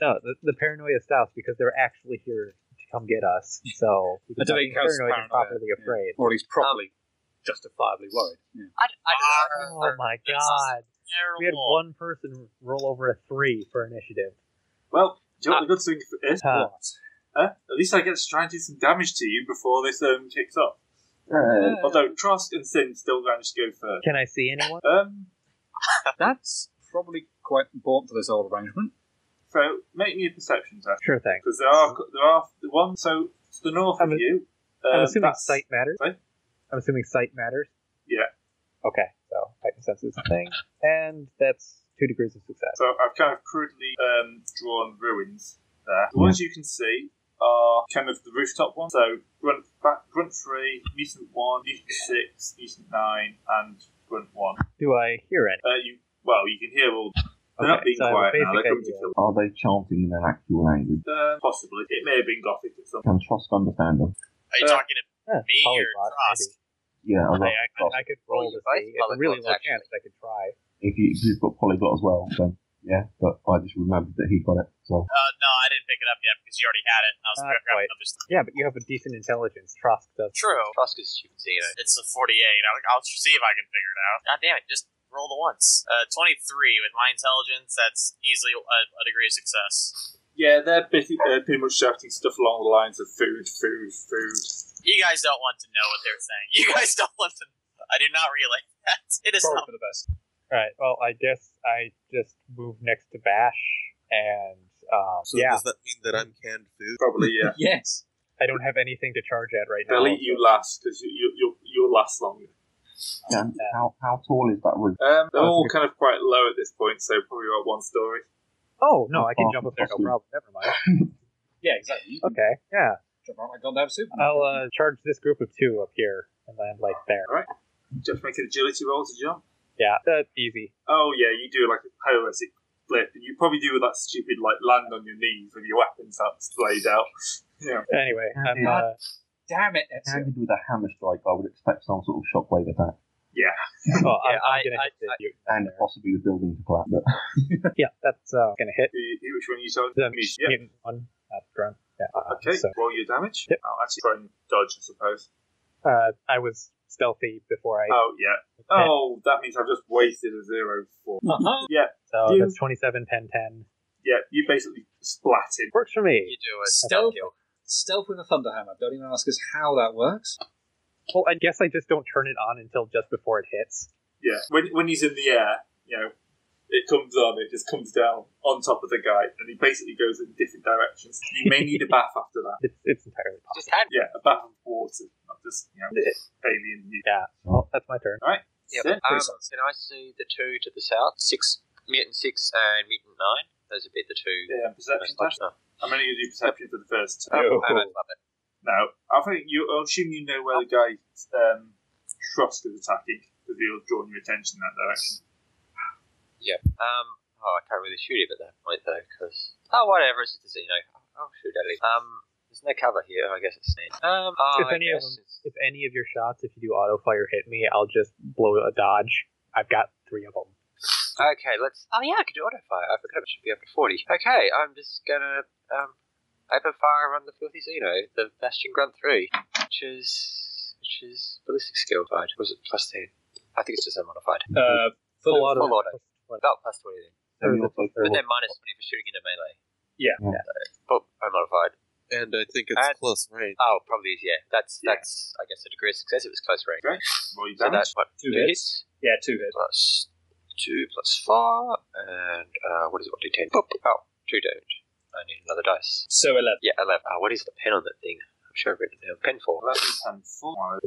Speaker 5: No, the, the paranoia stops because they're actually here to come get us. So we
Speaker 3: I
Speaker 5: can
Speaker 3: don't
Speaker 5: stop
Speaker 3: think
Speaker 5: being
Speaker 3: House
Speaker 5: paranoid
Speaker 3: paranoid.
Speaker 5: and properly afraid.
Speaker 3: Or at least properly, justifiably worried. Yeah.
Speaker 4: I, I
Speaker 7: Uh,
Speaker 4: don't know.
Speaker 5: Oh my god. We had one person roll over a three for initiative.
Speaker 2: Well, do you
Speaker 5: Ah.
Speaker 2: know what the good thing for is?
Speaker 5: Huh.
Speaker 2: Huh? At least I get to try and do some damage to you before this um kicks off.
Speaker 6: Uh,
Speaker 2: Although Trust and Sin still managed to go first.
Speaker 5: Can I see anyone?
Speaker 2: Um,
Speaker 3: That's probably quite important for this whole arrangement.
Speaker 2: so make me a perception test
Speaker 5: Sure thing.
Speaker 2: because there are there are the one so to the north
Speaker 5: I'm-
Speaker 2: of you. um,
Speaker 5: I'm assuming
Speaker 2: that's-
Speaker 5: sight matters.
Speaker 2: Sorry?
Speaker 5: I'm assuming sight matters.
Speaker 2: Yeah.
Speaker 5: Okay, so Titan sense is a thing, and that's two degrees of success.
Speaker 2: So I've kind of crudely um, drawn ruins there. The ones you can see are kind of the rooftop ones. So grunt, back, grunt three, mutant one, mutant six, mutant nine, and grunt one.
Speaker 5: Do I hear any?
Speaker 2: Uh, you well, you can hear all. They're not
Speaker 5: Okay,
Speaker 2: being
Speaker 5: so I have a
Speaker 2: quiet now.
Speaker 5: basic
Speaker 2: They're coming to
Speaker 5: idea.
Speaker 2: kill.
Speaker 6: are they chanting in an actual language?
Speaker 2: Uh, possibly, it may have been Gothic at some.
Speaker 6: Can Trosk understand them?
Speaker 7: Are you
Speaker 2: Uh,
Speaker 7: talking to
Speaker 5: Huh,
Speaker 7: me or
Speaker 5: polyglot,
Speaker 7: Trost?
Speaker 6: Yeah, I
Speaker 5: maybe.
Speaker 6: love
Speaker 5: I, I, could- I could
Speaker 4: Roll
Speaker 5: roll
Speaker 4: your
Speaker 5: to
Speaker 4: dice,
Speaker 5: see. It's a
Speaker 4: polyglots,
Speaker 5: really low
Speaker 4: actually.
Speaker 5: chance I could try.
Speaker 6: If, you, if you've got polyglot as well, then yeah. But I just remembered that he got it. So
Speaker 7: Uh, no, I didn't pick it up yet because you already had it. I was
Speaker 5: Not
Speaker 7: grabbing
Speaker 5: quite.
Speaker 7: other stuff.
Speaker 5: Yeah, but you have a decent intelligence. Trosk does.
Speaker 7: True.
Speaker 4: Tusk is stupid, so you know.
Speaker 7: It's a 48. I'll, I'll see if I can figure it out. God damn it, just roll the once. Uh, 23 with my intelligence, that's easily a, a degree of success.
Speaker 2: Yeah, they're pretty, uh, pretty much shouting stuff along the lines of food, food, food.
Speaker 7: You guys don't want to know what they're saying. You guys don't want to. I do not relay that. It is
Speaker 3: Probably
Speaker 7: not.
Speaker 3: for the best.
Speaker 5: All right. Well, I guess I just move next to Bash, and um,
Speaker 8: So
Speaker 5: yeah,
Speaker 8: does that mean that I'm canned food?
Speaker 2: Probably, yeah.
Speaker 3: Yes.
Speaker 5: I don't have anything to charge at right
Speaker 2: They'll
Speaker 5: now.
Speaker 2: eat you last because you, you, you'll, you'll last longer.
Speaker 6: yeah, how how tall is that roof?
Speaker 2: Um, they're all
Speaker 5: Oh, okay.
Speaker 2: kind of quite low at this point, so probably about one story.
Speaker 5: Oh no, I can jump up there. No
Speaker 6: Awesome.
Speaker 5: problem. Never mind.
Speaker 3: Yeah, exactly. You can
Speaker 5: Okay. Yeah.
Speaker 3: jump around like goddamn soup.
Speaker 5: I'll uh, charge this group of two up here and land like there.
Speaker 2: Just make an agility roll to jump.
Speaker 5: Yeah, that's easy.
Speaker 2: Oh yeah, you do like a poetic flip, and you probably do that stupid like land on your knees with your weapons out splayed out. Yeah,
Speaker 5: Anyway, I'm
Speaker 6: Yeah.
Speaker 5: uh,
Speaker 3: Damn it. That's it.
Speaker 6: Handed with a hammer strike, I would expect some sort of shockwave attack,
Speaker 5: well, I'm,
Speaker 4: Yeah,
Speaker 5: I'm
Speaker 4: I-
Speaker 5: gonna
Speaker 4: I-
Speaker 5: hit the
Speaker 4: I-
Speaker 5: mutant
Speaker 6: and
Speaker 5: there.
Speaker 6: possibly the building to collapse. But
Speaker 5: yeah, that's uh, gonna hit
Speaker 2: Who- who- which one you told?
Speaker 5: the
Speaker 2: me? Yep.
Speaker 5: mutant one. That's grunt. Yeah. uh,
Speaker 2: Okay,
Speaker 5: So,
Speaker 2: roll your damage.
Speaker 5: Yep.
Speaker 2: I'll actually try and dodge, I suppose.
Speaker 5: uh, I was stealthy before I.
Speaker 2: Oh yeah. Oh, that means I've just wasted a zero for.
Speaker 3: Mm-hmm. Uh-huh.
Speaker 2: Yeah,
Speaker 5: so
Speaker 4: oh.
Speaker 2: you-
Speaker 5: that's 27, 10, 10.
Speaker 2: yeah. You basically splat him.
Speaker 5: Works for
Speaker 4: You
Speaker 5: me.
Speaker 4: do a
Speaker 3: Stealth.
Speaker 4: stealth kill.
Speaker 3: Stealth with a thunderhammer. Don't even ask us how that works.
Speaker 5: Well, I guess I just don't turn it on until just before it hits.
Speaker 2: Yeah, when when he's in the air, you know, it comes on, it just comes down on top of the guy, and he basically goes in different directions. You may need a bath after that.
Speaker 5: It's it's entirely possible.
Speaker 4: Just had.
Speaker 2: Yeah, a bath of water, not just you know alien. You.
Speaker 5: Yeah. Well, that's my turn.
Speaker 4: Yep.
Speaker 2: Sit.
Speaker 4: Um, can I see the two to the south? Six mutant six and mutant nine. Those would be the two.
Speaker 2: Yeah, perception test.
Speaker 4: most optional.
Speaker 2: I'm only going to do perception for the first.
Speaker 4: Oh,
Speaker 2: Time.
Speaker 3: Yo.
Speaker 4: I love it.
Speaker 2: Now, I think you I assume you know where the guy um, Trust is attacking because he'll draw your attention in that direction.
Speaker 4: Um, oh, I can't really shoot him at that point though, because oh, whatever. It's just a Xeno. I'll shoot at him. Um, there's no cover here. I guess it's neat. Um, oh,
Speaker 5: If
Speaker 4: I
Speaker 5: any of
Speaker 4: guess
Speaker 5: them-
Speaker 4: it's-
Speaker 5: If any of your shots, if you do auto fire hit me, I'll just blow a dodge. I've got three of them.
Speaker 4: Okay, let's. Oh yeah, I could do auto fire. I forgot it should be up to forty. Okay, I'm just gonna um, open fire on the filthy Xeno, the Bastion Grunt three, which is which is ballistic skill modified. Was it plus ten? I think it's just unmodified.
Speaker 3: Uh, full
Speaker 4: auto. Full auto.
Speaker 5: What-
Speaker 4: About plus twenty then.
Speaker 6: then you're also-
Speaker 4: But then minus twenty for shooting into melee.
Speaker 3: Yeah.
Speaker 6: Yeah.
Speaker 4: But unmodified.
Speaker 8: And I think it's
Speaker 4: Add-
Speaker 8: close range.
Speaker 4: Oh, probably is, yeah. That's
Speaker 2: Yeah.
Speaker 4: that's I guess a degree of success. It was close range.
Speaker 2: Okay, roll your
Speaker 4: So
Speaker 2: damage.
Speaker 4: that's what
Speaker 3: Two
Speaker 4: two
Speaker 3: hits. Yeah, two hits.
Speaker 4: plus two plus four, and uh, what is it? What d10? Boop. Oh, two damage. I need another dice.
Speaker 3: So 11.
Speaker 4: Yeah, eleven. Oh, what is the pen on that thing? I'm sure I've written it down. Pen for.
Speaker 2: Eleven, ten, four.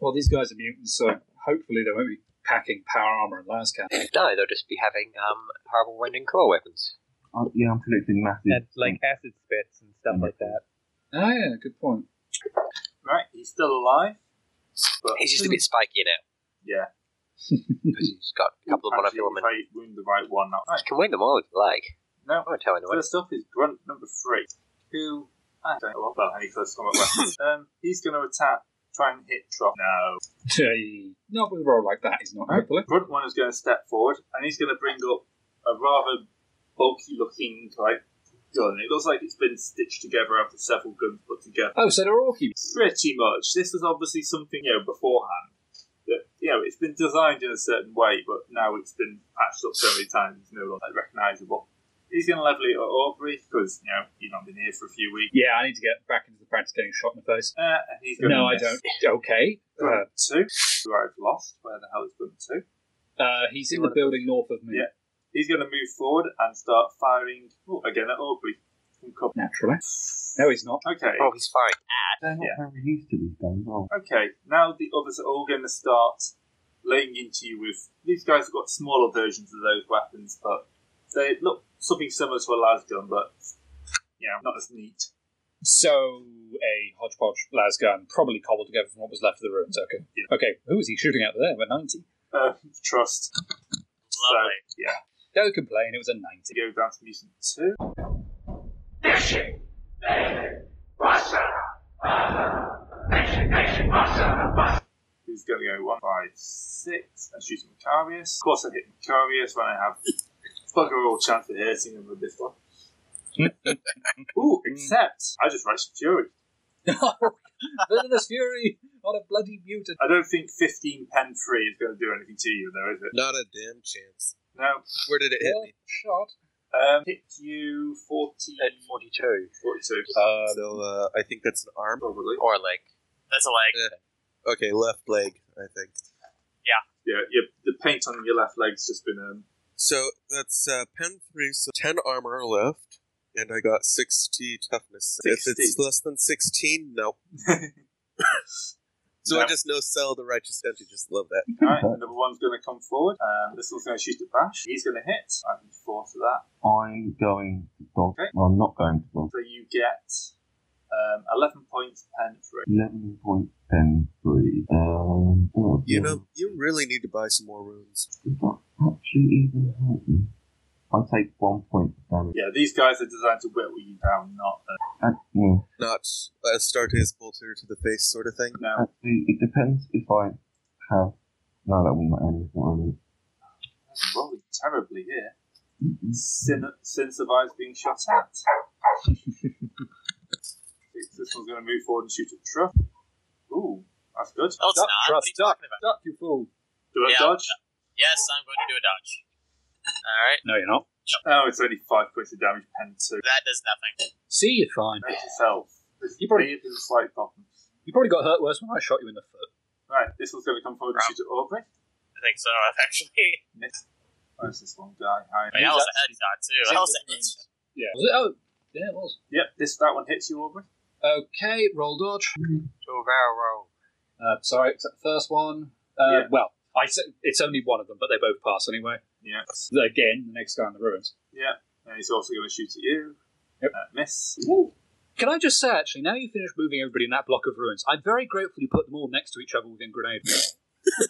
Speaker 3: Well, these guys are mutants, so hopefully they won't be packing power armor and lance cannon.
Speaker 4: No, they'll just be having um, horrible rending claw weapons.
Speaker 6: Uh, yeah, I'm predicting massive.
Speaker 5: and like acid spits and stuff like that.
Speaker 3: Oh yeah, good point.
Speaker 2: Right, he's still alive. But
Speaker 4: He's just a bit spikier now
Speaker 2: Yeah.
Speaker 4: because he's got a couple of
Speaker 2: Actually, If
Speaker 4: monofilament.
Speaker 2: I wound the right one, not right.
Speaker 4: You can win them all if you like.
Speaker 2: No,
Speaker 4: I won't Oh, tell anyone.
Speaker 2: First up is Grunt number three, who I don't know about any close combat weapons. um, he's going to attack, try and hit Trot. No.
Speaker 3: Hey, not with a roll like that. He's not hopefully.
Speaker 2: Grunt one is going to step forward, and he's going to bring up a rather bulky-looking like gun. It looks like it's been stitched together after several guns put together.
Speaker 3: Oh, so they're orky.
Speaker 2: Pretty much. This was obviously something you know beforehand. That, you know, it's been designed in a certain way, but now it's been patched up so many times it's no longer recognisable. He's going to level it at Aubrey because you know you've not been here for a few weeks.
Speaker 3: Yeah, I need to get back into the practice getting shot in the face.
Speaker 2: Uh, and he's going
Speaker 3: No,
Speaker 2: to
Speaker 3: I don't. Okay.
Speaker 2: Grunt two, who I've lost. Where the hell is Grunt two?
Speaker 3: Uh, he's in the building north of me.
Speaker 2: Yeah. He's going to move forward and start firing oh, again at Aubrey. From cover.
Speaker 3: Naturally. No, he's not.
Speaker 2: Okay,
Speaker 4: Oh, he's fine.
Speaker 6: They're not
Speaker 2: yeah.
Speaker 6: very used to these guns, are they?
Speaker 2: okay. Now the others are all going to start laying into you with. These guys have got smaller versions of those weapons, but they look something similar to a las gun, but yeah, not as neat.
Speaker 3: So a hodgepodge las gun, probably cobbled together from what was left of the ruins. Okay.
Speaker 2: Yeah.
Speaker 3: Okay. Who was he shooting out there? A ninety.
Speaker 2: Uh, trust.
Speaker 7: Lovely.
Speaker 2: So, yeah,
Speaker 3: Don't complain. It was a ninety.
Speaker 2: to go down to mutant two.
Speaker 1: Dishing, Daily, Buster, Nation, Nation, Buster, Buster.
Speaker 2: who's going to go one, five, six, and shoot Macarius. Of course, I hit Macarius when I have bugger all chance of hitting him with this one. Ooh, except I just raged fury.
Speaker 3: Villainous fury on a bloody mutant.
Speaker 2: I don't think fifteen pen three is going to do anything to you, though, is it?
Speaker 8: Not a damn chance.
Speaker 2: No.
Speaker 8: Where did it hit me?
Speaker 3: Shot.
Speaker 2: Um, hit you 40,
Speaker 4: At 42.
Speaker 2: 42,
Speaker 3: Um,
Speaker 8: so uh, I think that's an arm.
Speaker 2: probably.
Speaker 4: Or like,
Speaker 7: That's a leg.
Speaker 8: Okay, left leg. I think.
Speaker 2: Yeah, yeah. The paint on your left leg's just been um,
Speaker 8: So that's uh, pen three, so ten armor left, and I got sixty toughness. If
Speaker 2: 60.
Speaker 8: it's less than sixteen, no. so I
Speaker 2: No.
Speaker 8: just know sell the righteous entity. Just love that.
Speaker 2: Alright, number one's going to come forward. Um, this one's going to shoot at Bash. He's going to hit. I can four for that.
Speaker 6: I'm going to dodge.
Speaker 2: Okay.
Speaker 6: Well, I'm not going to dodge.
Speaker 2: So you get um, 11 points pen three.
Speaker 6: 11.103. Um,
Speaker 8: You
Speaker 6: oh, yeah.
Speaker 8: know, you really need to buy some more runes.
Speaker 6: Does that actually even help me? I take one point of damage.
Speaker 2: Yeah, these guys are designed to whittle you down, not uh,
Speaker 6: And, yeah.
Speaker 8: Not a Astartes bolter to the face sort of thing.
Speaker 2: no.
Speaker 6: Actually, it depends if I have. No, that won't matter. It's not really.
Speaker 2: I'm rolling terribly here. Sin, Sin survives being shot at. this one's going to move forward and shoot at Truff. Ooh, that's good.
Speaker 7: No,
Speaker 2: Duck,
Speaker 7: it's not.
Speaker 2: Truff.
Speaker 7: What are you talking about?
Speaker 3: Duck, you fool.
Speaker 2: Do I
Speaker 7: Oh, Yeah.
Speaker 2: dodge?
Speaker 7: Yes, I'm going to do a dodge. All right.
Speaker 3: No, you're not.
Speaker 2: Oh, it's only five points of damage, pen two.
Speaker 7: That does nothing.
Speaker 3: See, you're fine.
Speaker 2: Note yourself. This
Speaker 3: You probably-
Speaker 2: may have been a slight problem.
Speaker 3: You probably got hurt worse when I shot you in the foot.
Speaker 2: Right, this one's going to come forward and shoot at Aubrey.
Speaker 7: I think so, actually.
Speaker 2: Miss. Where's this one guy? Hi.
Speaker 7: But that was a headshot, too. That was a headshot.
Speaker 3: Yeah. Was it? Oh, yeah, it was.
Speaker 2: Yep, this that one hits you, Aubrey.
Speaker 3: Okay, roll dodge.
Speaker 4: oh, row, row.
Speaker 3: Uh, sorry, except the first one. Uh,
Speaker 2: Yeah.
Speaker 3: Well, I s- it's only one of them, but they both pass anyway.
Speaker 2: Yeah.
Speaker 3: Again, the next guy in the ruins.
Speaker 2: Yeah, and Uh, he's also going to shoot at you.
Speaker 3: Yep.
Speaker 2: Uh, miss.
Speaker 3: Can I just say, actually, now you finished moving everybody in that block of ruins, I'm very grateful you put them all next to each other within grenade.
Speaker 4: Uh,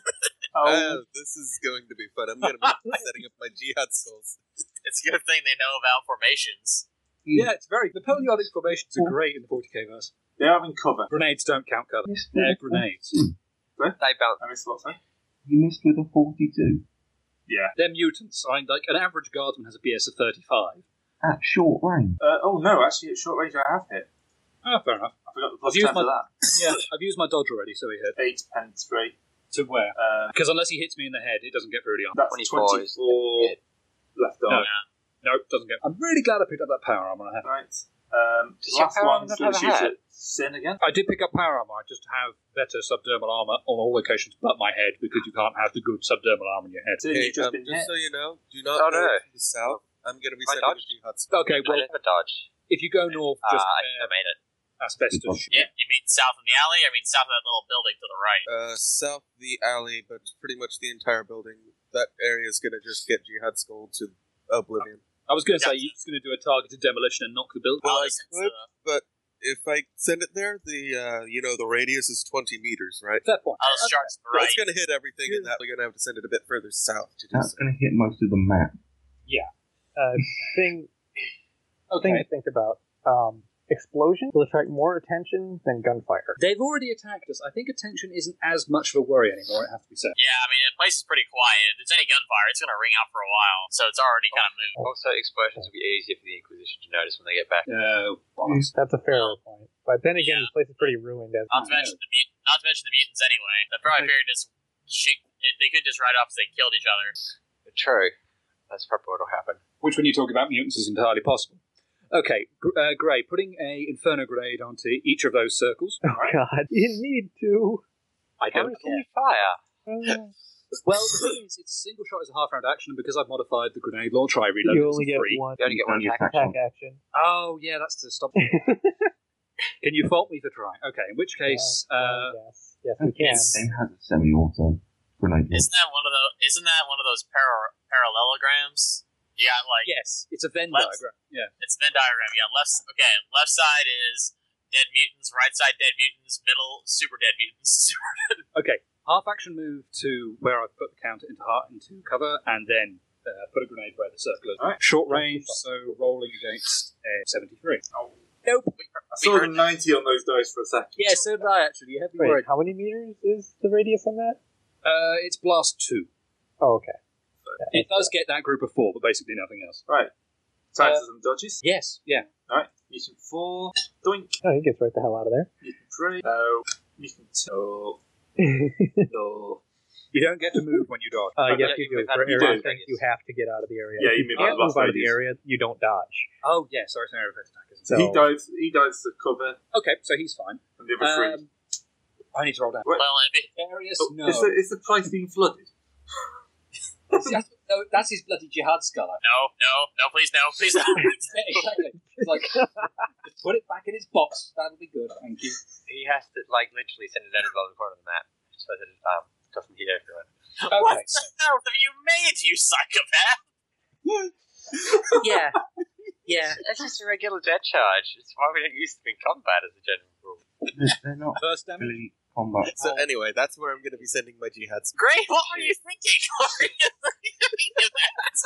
Speaker 8: Oh, this is going to be fun. I'm going to be setting up my jihad skulls.
Speaker 7: It's a good thing they know about formations.
Speaker 3: yeah, it's very. The Napoleonic formations are great in the 40k verse.
Speaker 2: They're having cover.
Speaker 3: Grenades don't count cover. They're grenades.
Speaker 4: They bounce.
Speaker 2: I missed what's that?
Speaker 6: You missed with a 42
Speaker 2: Yeah.
Speaker 3: They're mutants. I mean, like an average guardsman has a BS of 35.
Speaker 6: at short range.
Speaker 2: Uh, oh no, actually, at short range I have hit.
Speaker 3: Ah, fair enough.
Speaker 2: I forgot the plus
Speaker 3: I've used
Speaker 2: 10 for
Speaker 3: my-
Speaker 2: that.
Speaker 3: Yeah, I've used my dodge already, so he hit.
Speaker 2: 8 and 3.
Speaker 3: To where?
Speaker 2: Uh,
Speaker 3: Because unless he hits me in the head, it doesn't get through the arm.
Speaker 2: that's 24,
Speaker 4: 24 is-
Speaker 2: left
Speaker 3: No.
Speaker 2: arm.
Speaker 3: Nope, doesn't get. I'm really glad I picked up that power armor I had.
Speaker 2: Right. Um,
Speaker 4: Does your
Speaker 2: last
Speaker 4: power
Speaker 2: one's
Speaker 4: not
Speaker 2: going to
Speaker 4: have a
Speaker 2: shoot
Speaker 4: hat?
Speaker 2: at Sin again.
Speaker 3: I did pick up power armor. I just have better subdermal armor on all locations but my head because you can't have the good subdermal armor in your head.
Speaker 2: Sin,
Speaker 8: Hey,
Speaker 2: you've just
Speaker 8: um,
Speaker 2: been
Speaker 8: just
Speaker 2: hit.
Speaker 8: so you know, do not
Speaker 4: Oh,
Speaker 8: go
Speaker 4: no.
Speaker 8: to the south. I'm going to be
Speaker 4: I
Speaker 8: setting up
Speaker 4: dodged.
Speaker 8: jihad skulls.
Speaker 3: Okay,
Speaker 4: I
Speaker 3: well,
Speaker 4: never dodge.
Speaker 3: if you go north,
Speaker 4: Ah,
Speaker 3: just
Speaker 4: I think I
Speaker 3: uh,
Speaker 4: made it. Oh.
Speaker 3: asbestos.
Speaker 7: Yeah, you mean south in the alley? I mean south of that little building to the right.
Speaker 8: Uh, south of the alley, but pretty much the entire building. That area is going to just get jihad skull to oblivion.
Speaker 3: I was going to
Speaker 7: Yeah.
Speaker 3: say you're just going to do a targeted demolition and knock the building.
Speaker 8: Well,
Speaker 7: Alley
Speaker 8: I
Speaker 7: since,
Speaker 8: could,
Speaker 7: uh,
Speaker 8: but if I send it there, the uh, you know the radius is twenty meters, right?
Speaker 3: Fair point.
Speaker 7: Alley starts to the right.
Speaker 8: It's going to hit everything in that. We're going to have to send it a bit further south to do
Speaker 6: That's
Speaker 8: so.
Speaker 6: going to hit most of the map.
Speaker 5: Uh, thing thing
Speaker 3: Okay.
Speaker 5: to think about. Um, explosion will attract more attention than gunfire.
Speaker 3: They've already attacked us. I think attention isn't as much of a worry anymore. It has to be said.
Speaker 7: Yeah, I mean the place is pretty quiet. If there's any gunfire, it's gonna ring out for a while, so it's already kind of
Speaker 4: Oh,
Speaker 7: moved.
Speaker 4: Also, explosions will be easier for the Inquisition to notice when they get back.
Speaker 3: No, bollocks.
Speaker 5: That's a fair point. But then
Speaker 7: Yeah.
Speaker 5: again, the place is pretty ruined.
Speaker 4: oh,
Speaker 5: As
Speaker 7: Not to
Speaker 3: I
Speaker 7: mention the mut- not to mention the mutants anyway. They probably figured this. She, it, they could just ride off 'cause they killed each other.
Speaker 4: True. That's probably what'll happen.
Speaker 3: which, when you talk about mutants, is entirely possible. Okay, gr- uh, Gray, putting a inferno grenade onto each of those circles.
Speaker 5: oh god, you need to.
Speaker 3: I
Speaker 4: How
Speaker 3: don't
Speaker 4: many can you fire?
Speaker 5: Uh,
Speaker 3: Well, the thing is, it's single shot is a half round action, and because I've modified the grenade launcher, I reload
Speaker 5: you
Speaker 3: it
Speaker 5: only
Speaker 3: to
Speaker 5: get
Speaker 3: three.
Speaker 5: one
Speaker 4: You only get one
Speaker 6: Only
Speaker 4: attack.
Speaker 6: attack.
Speaker 5: attack action.
Speaker 3: Oh, yeah, that's to stop. Can you fault me for trying? Okay, in which case,
Speaker 5: Uh,
Speaker 3: uh,
Speaker 5: yes, yes, we can.
Speaker 6: It has a semi-auto grenade.
Speaker 7: Isn't that one of the? Isn't that one of those para- parallelograms? You got like
Speaker 3: yes, it's a Venn
Speaker 7: Let's-
Speaker 3: diagram. Yeah.
Speaker 7: it's Venn diagram. Yeah, left. Okay, left side is dead mutants. Right side dead mutants. Middle super dead mutants.
Speaker 3: Okay, half action move to where I've put the counter into heart into cover, and then uh, put a grenade where the circle is. Short range, so rolling against uh, 73. Nope.
Speaker 2: I saw the 90 on those dice for a second.
Speaker 3: Yeah, so did I actually. You had me
Speaker 5: Wait,
Speaker 3: worried.
Speaker 5: how many meters is the radius on that?
Speaker 3: Uh, it's blast two.
Speaker 5: Oh, okay.
Speaker 3: It does get that group of four, but basically nothing else.
Speaker 2: Right. Chances and dodges.
Speaker 3: Yes, uh, yeah.
Speaker 2: Alright. Mission 4. Doink.
Speaker 5: Oh, he gets right the hell out of there.
Speaker 2: Mission 3. No. Mission 2. No.
Speaker 3: You don't get to move when you dodge.
Speaker 5: Uh,
Speaker 2: Okay,
Speaker 5: yes,
Speaker 4: yeah,
Speaker 5: you
Speaker 4: you
Speaker 5: do.
Speaker 4: move out
Speaker 5: For
Speaker 4: of the
Speaker 5: area
Speaker 4: blast
Speaker 5: effect,
Speaker 4: radius.
Speaker 5: you have to get out of the area.
Speaker 2: Yeah,
Speaker 5: If
Speaker 2: you move out of
Speaker 5: can't
Speaker 2: the blast
Speaker 5: move out of the
Speaker 2: radius.
Speaker 5: area. You don't dodge.
Speaker 3: Oh, yeah, sorry, it's an area of attack, isn't it?
Speaker 5: So
Speaker 2: He dives. He dives to cover,
Speaker 3: Okay, so he's fine.
Speaker 2: and the other three.
Speaker 3: Um, I need to roll down.
Speaker 7: well, if it,
Speaker 3: Various,
Speaker 2: Oh,
Speaker 3: no.
Speaker 2: Is, the, is the place being flooded?
Speaker 3: That's- no, that's his bloody jihad skull.
Speaker 7: no, no, no, please, no, please, no.
Speaker 3: Yeah, exactly. It's like, just put it back in its box. That'll be good. Thank you.
Speaker 4: He has to, like, literally send it down to the bottom corner of the map so that it um, doesn't hit everyone.
Speaker 3: Okay.
Speaker 7: What the hell have you made, you psychopath?
Speaker 4: Yeah. Yeah. It's just a regular dead charge. It's why we don't use them in combat as a general rule.
Speaker 6: They're not
Speaker 3: First damage.
Speaker 6: really combat.
Speaker 8: So anyway, that's where I'm going to be sending my jihad skull.
Speaker 7: Great, what were you thinking? What were you thinking of that?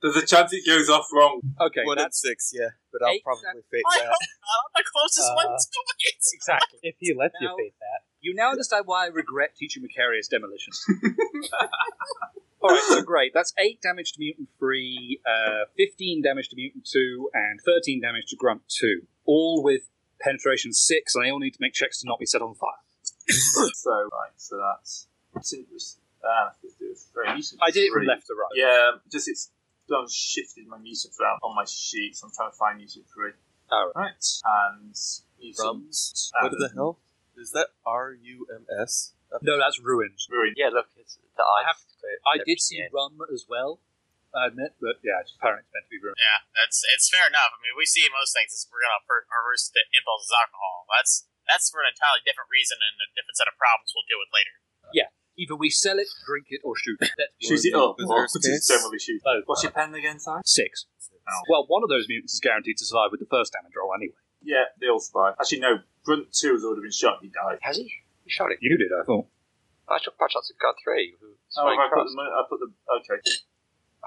Speaker 2: There's a chance it goes off wrong.
Speaker 3: Okay.
Speaker 8: One
Speaker 3: That's
Speaker 8: and six, yeah, but I'll
Speaker 3: Eight,
Speaker 8: probably fake
Speaker 7: I
Speaker 8: that.
Speaker 7: hope not. I'm the closest
Speaker 5: Uh,
Speaker 7: one to it.
Speaker 3: exactly.
Speaker 5: If he lets you
Speaker 3: Now-
Speaker 5: face that,
Speaker 3: You now understand why I regret teaching Macarius demolition. All right, so great. That's eight damage to mutant three, uh, fifteen damage to mutant two, and thirteen damage to grunt two. All with penetration six, and they all need to make checks to not be set on fire.
Speaker 2: so right. So that's Cindrus. Ah, let's do it. Very mutant
Speaker 3: I did it from
Speaker 2: three.
Speaker 3: left to right.
Speaker 2: Yeah, just it's done shifted my mutant around on my sheet, so I'm trying to find mutant three.
Speaker 3: All
Speaker 2: right. And mutant.
Speaker 8: Rums?
Speaker 2: and
Speaker 8: What the hell? Is that R U M S? Uh,
Speaker 3: No, that's ruined.
Speaker 2: Ruin.
Speaker 4: Yeah, look, it's the eye.
Speaker 3: have- I
Speaker 4: everything
Speaker 3: did see
Speaker 4: in.
Speaker 3: rum as well. I admit, but yeah, it's apparently it's meant to be ruined.
Speaker 7: Yeah, that's it's fair enough. I mean, we see most things is we're gonna per- our first impulse is alcohol. That's that's for an entirely different reason and a different set of problems we'll deal with later.
Speaker 3: Either we sell it, drink it, or shoot it. Let's
Speaker 2: Shoot it up. Or put
Speaker 8: Berserk
Speaker 2: it
Speaker 8: case.
Speaker 2: generally shoot.
Speaker 3: Oh,
Speaker 2: What's your pen again, Si?
Speaker 3: Six.
Speaker 2: Oh.
Speaker 3: Well, one of those mutants is guaranteed to survive with the first damage roll anyway.
Speaker 2: Yeah, they all survive. Actually, no. Grunt two has already been shot. He died.
Speaker 4: Has he? He shot it.
Speaker 3: You did, I thought.
Speaker 4: I took five shots at gun three. Who
Speaker 2: Oh,
Speaker 4: sprang
Speaker 2: I put
Speaker 4: across.
Speaker 2: the I put the okay.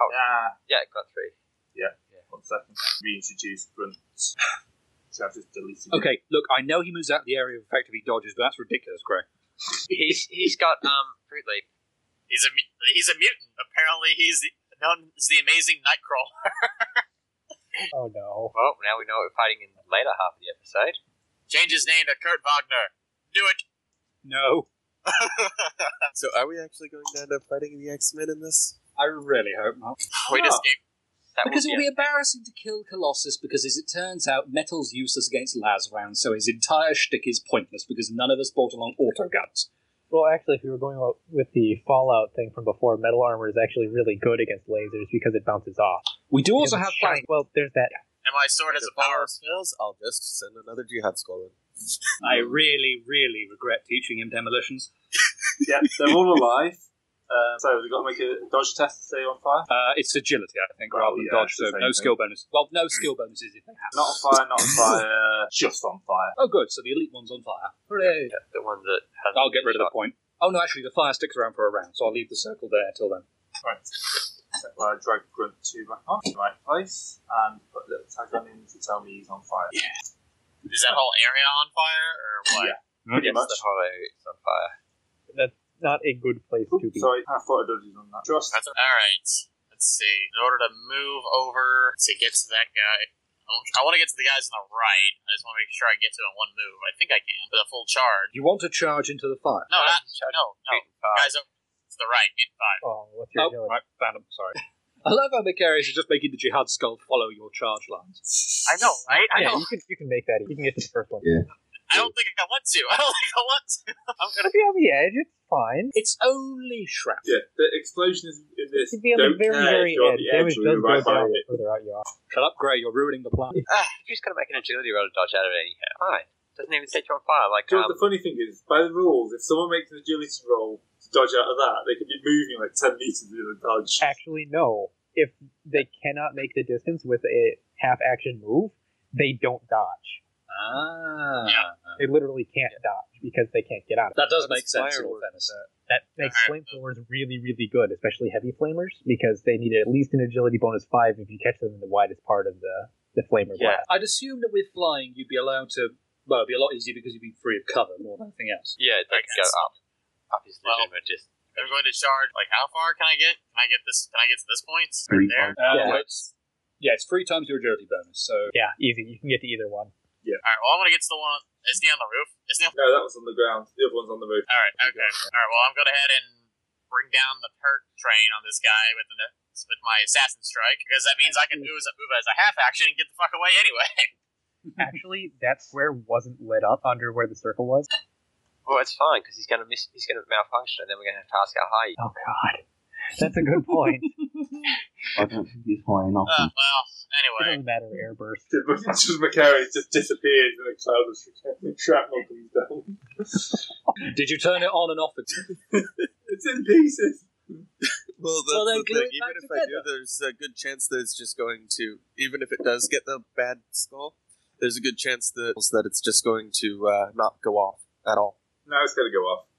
Speaker 4: Oh.
Speaker 2: Ah,
Speaker 4: Yeah, gun three.
Speaker 2: one second. Reintroduce grunt. So I've just deleted it.
Speaker 3: Okay, look, I know he moves out of the area of effective he dodges, but that's ridiculous, Greg.
Speaker 4: He's he's got um fruit leap.
Speaker 7: He's a mu- he's a mutant. Apparently, he's the, known as the amazing Nightcrawler.
Speaker 5: oh no.
Speaker 4: Well, now we know what we're fighting in the later half of the episode.
Speaker 7: Change his name to Kurt Wagner. Do it.
Speaker 3: No,
Speaker 8: So are we actually going to end up fighting the X Men in this?
Speaker 3: I really hope not.
Speaker 7: We just gave
Speaker 4: That
Speaker 3: Because it
Speaker 4: will
Speaker 3: will be embarrassing to kill Colossus, because as it turns out, metal's useless against las rounds, so his entire shtick is pointless, because none of us brought along auto guns.
Speaker 5: Well, actually, if we were going out with the Fallout thing from before, metal armor is actually really good against lasers because it bounces off.
Speaker 3: We do also
Speaker 5: Because
Speaker 3: have
Speaker 5: it's shiny.
Speaker 3: planning.
Speaker 5: Well, there's that.
Speaker 7: and and my sword has
Speaker 8: If
Speaker 7: a
Speaker 8: the power
Speaker 7: power.
Speaker 8: fails, I'll just send another jihad skull in.
Speaker 3: I really, really regret teaching him demolitions.
Speaker 2: yeah, they're all alive. Um, so they've got to make a dodge test to stay on fire.
Speaker 3: Uh, it's agility, I think,
Speaker 2: Well,
Speaker 3: rather than
Speaker 2: yeah,
Speaker 3: dodge,
Speaker 2: it's the
Speaker 3: so
Speaker 2: same
Speaker 3: no
Speaker 2: thing.
Speaker 3: skill bonus. Well, no skill bonuses if they have.
Speaker 2: Not on fire, not on fire, just on fire.
Speaker 3: Oh, good, so the elite one's on fire. Hooray!
Speaker 4: Yeah, the one that has.
Speaker 3: I'll get rid of
Speaker 4: shot.
Speaker 3: the point. Oh, no, actually, the fire sticks around for a round, so I'll leave the circle there till then.
Speaker 2: Right. So I drag Grunt 2 back on in the right place and put a little tag on him to tell me he's on fire.
Speaker 7: Is that whole area on fire or what?
Speaker 2: Yeah. Pretty
Speaker 4: Yes,
Speaker 2: much.
Speaker 4: the whole area is on fire.
Speaker 5: Not a good place to
Speaker 2: Oop,
Speaker 5: be.
Speaker 2: sorry, I thought I dodged on that. Trust.
Speaker 7: That's all right. Let's see. In order to move over to get to that guy, I want- I want to get to the guys on the right. I just want to make sure I get to it in one move. I think I can with a full charge.
Speaker 3: You want to charge into the fire?
Speaker 7: No, not,
Speaker 4: Just charge
Speaker 7: no, no.
Speaker 4: straight and fire.
Speaker 7: Guys over to the right. Get five.
Speaker 5: Oh, what's your
Speaker 3: Oh,
Speaker 5: agility?
Speaker 3: right, found him, sorry. I love how Macarius is just making the jihad skull follow your charge lines.
Speaker 7: I know, right? I
Speaker 5: Yeah,
Speaker 7: know.
Speaker 5: you can you can make that. You can get to the first one.
Speaker 8: Yeah.
Speaker 7: I don't think I want to. I don't think I want to. I'm gonna.
Speaker 5: If you have the edge, it's fine.
Speaker 3: It's only shrapnel.
Speaker 2: Yeah, the explosion is in
Speaker 5: It
Speaker 2: this.
Speaker 5: could be on the
Speaker 2: Don't
Speaker 5: very,
Speaker 2: care
Speaker 5: very
Speaker 2: if you're on
Speaker 5: edge.
Speaker 2: the edge
Speaker 5: Damage
Speaker 2: or
Speaker 5: does
Speaker 2: you're right
Speaker 5: go
Speaker 2: behind
Speaker 5: down the
Speaker 2: it.
Speaker 5: further out you are.
Speaker 3: Shut up, Grey, you're ruining the plan.
Speaker 4: Ah, you just gotta make an agility roll to dodge out of it anyhow. Fine. Doesn't even set you on fire. Like,
Speaker 2: Do you
Speaker 4: um,
Speaker 2: know what the funny thing is, by the rules, if someone makes an agility roll to dodge out of that, they could be moving like 10 metres in a dodge.
Speaker 5: Actually, no. If they cannot make the distance with a half action move, they don't dodge.
Speaker 3: Ah.
Speaker 5: They literally can't dodge because they can't get out of it.
Speaker 3: That does
Speaker 4: That's
Speaker 3: make sense in all
Speaker 4: fireworks.
Speaker 3: fairness.
Speaker 5: That makes
Speaker 7: Alright.
Speaker 5: flamethrowers really, really good, especially heavy flamers, because they need at least an agility bonus five if you catch them in the widest part of the, the flamer
Speaker 4: Yeah.
Speaker 5: blast.
Speaker 3: I'd assume that with flying, you'd be allowed to. Well, it'd be a lot easier because you'd be free of cover more than anything else.
Speaker 4: yeah, it
Speaker 7: I
Speaker 4: does go
Speaker 7: guess.
Speaker 4: up. Up is
Speaker 7: Well,
Speaker 4: legitimate. just
Speaker 7: I'm going to charge. Like, how far can I get? Can I get this? Can I get to this point?
Speaker 6: Three
Speaker 7: Right there.
Speaker 3: Uh,
Speaker 5: Yeah.
Speaker 3: It's, yeah, it's three times your agility bonus. So
Speaker 5: Yeah, easy. You can get to either one.
Speaker 7: All right. Well, I'm gonna get to the one. Isn't he on the roof? Isn't he? On...
Speaker 2: No, that was on the ground. The other one's on the roof.
Speaker 7: All right. Okay. All right. Well, I'm gonna head and bring down the perk train on this guy with the with my assassin strike because that means I can move as a, move as a half action and get the fuck away anyway.
Speaker 5: Actually, that square wasn't lit up under where the circle was.
Speaker 4: Well, it's fine because he's gonna miss. He's gonna malfunction, and then we're gonna have to ask how high. he-
Speaker 5: Oh god, that's a good point.
Speaker 6: I don't think he's high enough.
Speaker 7: Uh,
Speaker 3: Ah.
Speaker 7: well,
Speaker 5: it
Speaker 7: anyway.
Speaker 5: doesn't matter air burst.
Speaker 2: Just just Macari just disappears in a cloud of shrapnel- shrapnel comes down.
Speaker 3: did you turn it on and off?
Speaker 2: It's in pieces.
Speaker 8: Well, that's
Speaker 3: Well, then
Speaker 8: the
Speaker 3: glue
Speaker 8: thing.
Speaker 3: it
Speaker 8: Even
Speaker 3: back
Speaker 8: if I do,
Speaker 3: together.
Speaker 8: there's a good chance that it's just going to. Even if it does get the bad skull, there's a good chance that that it's just going to uh, not go off at all.
Speaker 2: No, it's going to go off.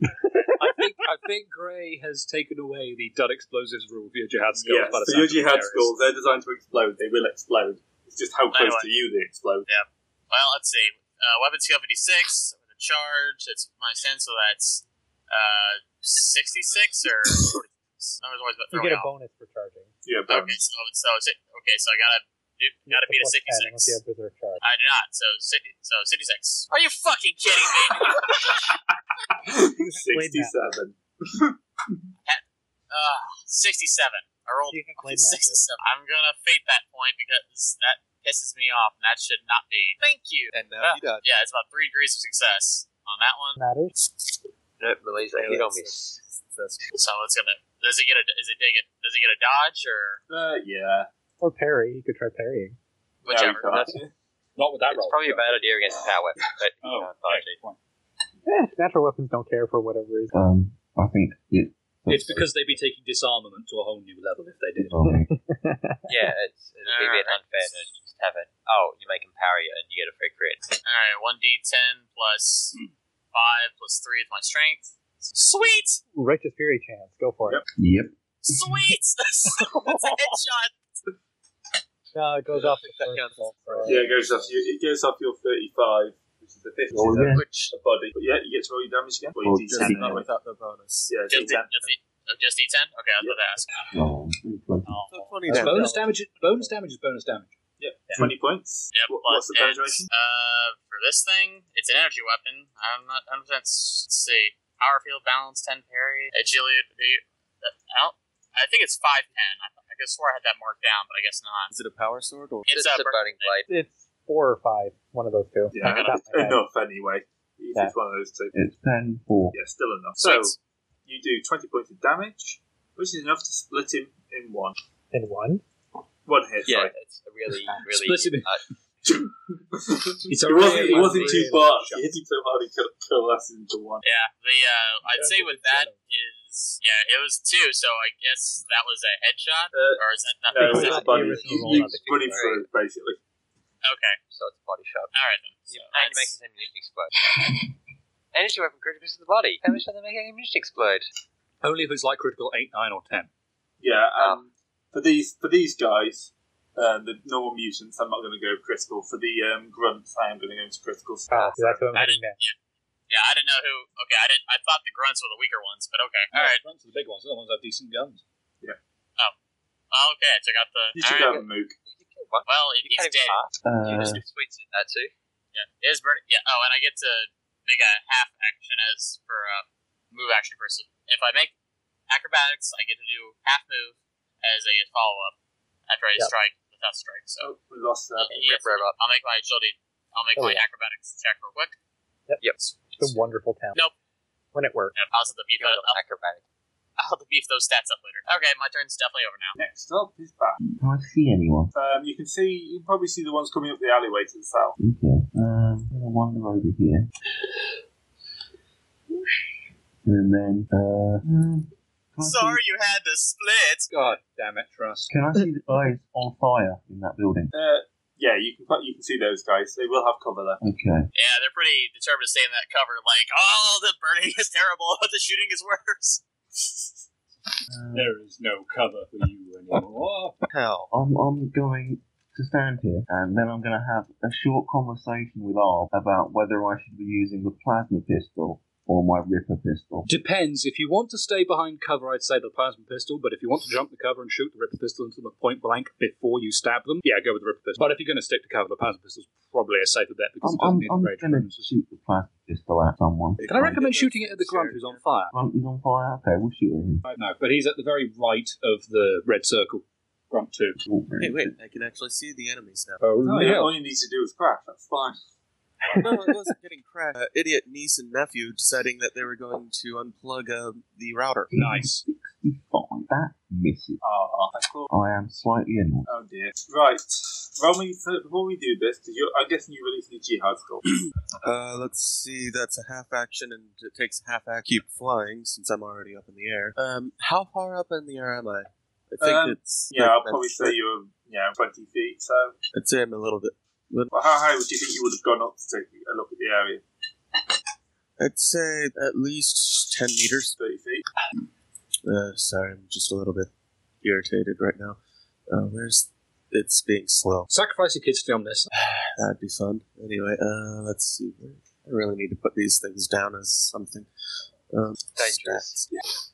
Speaker 3: I think I think Gray has taken away the dud explosives rule for your jihad skills.
Speaker 2: Yes,
Speaker 3: by the
Speaker 2: so your
Speaker 3: sounds of
Speaker 2: jihad
Speaker 3: Macarius.
Speaker 2: schools, they're designed to explode. They will explode. It's just how close
Speaker 7: Anyway.
Speaker 2: to you they explode.
Speaker 7: Well, let's see. Uh, weapon skill 56 with a charge. It's my sense, so that's uh, 66 or. Numbers always
Speaker 5: You
Speaker 7: throw
Speaker 5: get
Speaker 7: me
Speaker 5: a
Speaker 7: off.
Speaker 5: bonus for charging.
Speaker 2: Yeah, but
Speaker 7: Okay, so so si- okay, so I gotta do,
Speaker 5: You
Speaker 7: gotta
Speaker 5: get
Speaker 7: beat a
Speaker 5: plus 10 unless
Speaker 7: sixty-six.
Speaker 5: you have berserk charge.
Speaker 7: I do not. So si- so sixty-six. Are you fucking kidding me?
Speaker 2: 67.
Speaker 7: Uh, sixty-seven. I rolled
Speaker 5: You can claim that. Chris.
Speaker 7: sixty-seven. I'm gonna fate that point because that pisses me off, and that should not be. Thank you.
Speaker 8: And now
Speaker 7: Ah,
Speaker 8: he dies.
Speaker 7: yeah, it's about three degrees of success on that one.
Speaker 5: Matters.
Speaker 4: Nope, Malise,
Speaker 8: Yeah,
Speaker 4: he don't
Speaker 8: that's
Speaker 4: miss.
Speaker 7: So it's gonna. Does it get a? Is it take it? Does it get a dodge or
Speaker 2: Uh, yeah.
Speaker 5: Or parry. You could try parrying.
Speaker 2: No,
Speaker 7: whichever?
Speaker 2: we can't.
Speaker 3: Not with that
Speaker 4: It's
Speaker 3: roll.
Speaker 4: probably a bad idea against a power weapon, but you
Speaker 3: Oh,
Speaker 4: know,
Speaker 3: yeah,
Speaker 4: dodge
Speaker 3: good point.
Speaker 5: Eh, natural weapons don't care for whatever reason.
Speaker 6: Um, I think it,
Speaker 3: It's because they'd be taking disarmament to a whole new level if they did.
Speaker 6: um,
Speaker 4: it. Yeah, it's it'd be a bit
Speaker 7: Alright.
Speaker 4: unfair to just have it. Oh, you make him parry it and you get a free crit.
Speaker 7: All right, one d10 plus five plus three is my strength. Sweet,
Speaker 5: Ooh, Righteous Fury chance. Go for it.
Speaker 6: yep.
Speaker 7: sweet. That's a headshot.
Speaker 5: No, it goes off. the
Speaker 4: That
Speaker 5: first
Speaker 4: counts.
Speaker 5: roll, so-
Speaker 2: Yeah, it goes off. Your, it goes off your thirty-five, which is the fifty. so
Speaker 6: Oh, yeah.
Speaker 2: Which a body. But yeah, you get to roll your damage again. Or
Speaker 6: Oh,
Speaker 2: your D10.
Speaker 6: just
Speaker 2: that way.
Speaker 8: without the bonus.
Speaker 2: Yeah, D10.
Speaker 7: Just, D- just, D- oh, just d10. Okay, I was about to ask.
Speaker 6: Oh,
Speaker 8: So
Speaker 3: Oh.
Speaker 8: 20
Speaker 3: That's
Speaker 8: damage.
Speaker 3: bonus damage. Bonus damage is bonus damage.
Speaker 2: Twenty points.
Speaker 7: Yeah,
Speaker 2: What- What's
Speaker 7: plus
Speaker 2: the
Speaker 7: it's,
Speaker 2: penetration?
Speaker 7: Uh, for this thing, it's an energy weapon. I'm not. I'm just let's see. Power field balance ten parry agility. uh, I don't. I think it's five ten. I, I could swear I had that marked down, but I guess not.
Speaker 8: Is it a power sword or?
Speaker 4: It's,
Speaker 7: It's, a,
Speaker 4: a burning blade.
Speaker 5: It's four or five. One of those two.
Speaker 2: Yeah,
Speaker 5: Off the top of my head.
Speaker 2: enough anyway. If
Speaker 5: Yeah.
Speaker 2: It's one of those two.
Speaker 6: it's 10 4.
Speaker 2: Yeah, still enough. So
Speaker 7: Sweet.
Speaker 2: you do twenty points of damage, which is enough to split him in one.
Speaker 5: And one.
Speaker 2: One hit.
Speaker 4: Yeah,
Speaker 2: right.
Speaker 4: it's a really, really.
Speaker 3: Specific-
Speaker 4: uh,
Speaker 3: It's
Speaker 2: It wasn't, it
Speaker 3: really-
Speaker 2: wasn't too
Speaker 3: really
Speaker 2: far.
Speaker 3: shot.
Speaker 2: You hit him so hard he could coalesce into one.
Speaker 7: Yeah, the uh, I'd
Speaker 3: That's
Speaker 7: say
Speaker 3: a
Speaker 7: with
Speaker 3: good
Speaker 7: that is yeah, it was a two, so I guess that was a headshot,
Speaker 2: Uh,
Speaker 7: or is that not?
Speaker 2: No,
Speaker 7: is
Speaker 2: it's a
Speaker 4: not
Speaker 7: that-
Speaker 2: body. You,
Speaker 4: the original roll,
Speaker 2: you
Speaker 4: not the
Speaker 2: run him
Speaker 4: fifty,
Speaker 2: through, basically.
Speaker 7: okay,
Speaker 4: so it's a body shot.
Speaker 7: all right then. So
Speaker 4: You plan to make
Speaker 7: that's-
Speaker 4: his ammunition explode. Energy weapon critical to the body. How much does that make an ammunition explode?
Speaker 3: Only if it's like critical 8, 9, or 10.
Speaker 2: Yeah,
Speaker 4: Ah.
Speaker 2: um, for these for these guys, uh, the normal mutants, I'm not going to go critical. For the um, grunts, I am going to go into critical.
Speaker 5: Ah, so that's what I'm
Speaker 7: I
Speaker 5: hitting next.
Speaker 7: yeah, I didn't know who. Okay, I did. I thought the grunts were the weaker ones, but okay, all right.
Speaker 3: The grunts are the big ones. The other ones have decent guns.
Speaker 7: Well, okay, I took out the.
Speaker 2: You
Speaker 7: all
Speaker 2: should
Speaker 7: right.
Speaker 2: have a mook.
Speaker 4: You kill one.
Speaker 7: Well, it,
Speaker 4: You can't
Speaker 7: it's
Speaker 4: even
Speaker 7: dead.
Speaker 4: pass. You
Speaker 6: Uh,
Speaker 4: just sweet did that too.
Speaker 7: Yeah, it is burning. Yeah. Oh, and I get to make a half action as for a move action person. If I make acrobatics, I get to do half move as a follow up after I
Speaker 5: Yep.
Speaker 7: strike with that strike.
Speaker 2: Oh,
Speaker 7: So
Speaker 2: we lost that.
Speaker 7: yes,
Speaker 4: Robot.
Speaker 7: I'll make my agility. I'll make my
Speaker 5: Oh, yeah.
Speaker 7: acrobatics check real quick.
Speaker 4: Yep.
Speaker 5: It's a wonderful town.
Speaker 7: Nope.
Speaker 5: When it works.
Speaker 7: Yep, I'll have to beef.
Speaker 4: You're
Speaker 7: That,
Speaker 4: an
Speaker 7: I'll,
Speaker 4: acrobatic.
Speaker 7: I'll have to beef those stats up later. Okay, my turn's definitely over now.
Speaker 2: Next up is Bat.
Speaker 6: do I see anyone?
Speaker 2: Um, you can see, you can probably see the ones coming up the alleyway to the south.
Speaker 6: Okay. Um, I'm gonna wander over here. And then, uh, um, can I see-
Speaker 7: Sorry, you had to split.
Speaker 3: God damn it, Trust.
Speaker 6: Can I see the guys on fire in that building?
Speaker 2: Uh, yeah, you can you can see those guys. They will have cover there.
Speaker 6: Okay.
Speaker 7: Yeah, they're pretty determined to stay in that cover. Like, oh, the burning is terrible, but the shooting is worse.
Speaker 6: Uh,
Speaker 3: There is no cover for you anymore.
Speaker 8: Hell.
Speaker 6: I'm, I'm going to stand here, and then I'm going to have a short conversation with Arv about whether I should be using the plasma pistol or my Ripper pistol.
Speaker 3: Depends. If you want to stay behind cover, I'd say the plasma pistol, but if you want to jump the cover and shoot the ripper pistol into them at point blank before you stab them, yeah, go with the ripper pistol. But if you're going to stick to cover, the plasma pistol's probably a safer bet because
Speaker 6: I'm, I'm,
Speaker 3: it doesn't need
Speaker 6: I'm going
Speaker 3: range
Speaker 6: to
Speaker 3: differences.
Speaker 6: shoot the plasma pistol at someone.
Speaker 3: Can I recommend shooting it at the grunt who's on fire?
Speaker 6: Grunt is on fire? Okay, we'll shoot at him.
Speaker 3: No, but he's at the very right of the red circle. Grunt 2.
Speaker 6: Oh, very
Speaker 8: Hey, wait!
Speaker 6: good.
Speaker 8: I can actually see the enemies now.
Speaker 3: Oh,
Speaker 2: No, All you need to do is crash. That's fine.
Speaker 8: no, it wasn't getting crashed. Uh, idiot niece and nephew deciding that they were going to unplug uh, the router.
Speaker 3: Nice.
Speaker 6: 65. That misses.
Speaker 2: Ah, I thought-
Speaker 6: I am slightly annoyed.
Speaker 2: Oh dear. Right. Roll me for, before we do this, because I'm guessing you released the jihad score.
Speaker 8: Uh, let's see. That's a half action, and it takes half action. Keep flying since I'm already up in the air. Um, how far up in the air am I? I think
Speaker 2: Um,
Speaker 8: it's.
Speaker 2: yeah,
Speaker 8: like,
Speaker 2: I'll probably
Speaker 8: that's-
Speaker 2: say you're yeah twenty feet. So,
Speaker 8: I'd say I'm a little bit.
Speaker 2: well, how high would you think you would have gone up to take a look at the area?
Speaker 8: I'd say at least ten meters.
Speaker 2: Thirty feet.
Speaker 8: Uh, sorry, I'm just a little bit irritated right now. Uh, where's it's being slow.
Speaker 3: Sacrifice your kids to film this.
Speaker 8: That'd be fun. Anyway, uh, let's see. I really need to put these things down as something. Um,
Speaker 4: Dangerous.
Speaker 8: stats.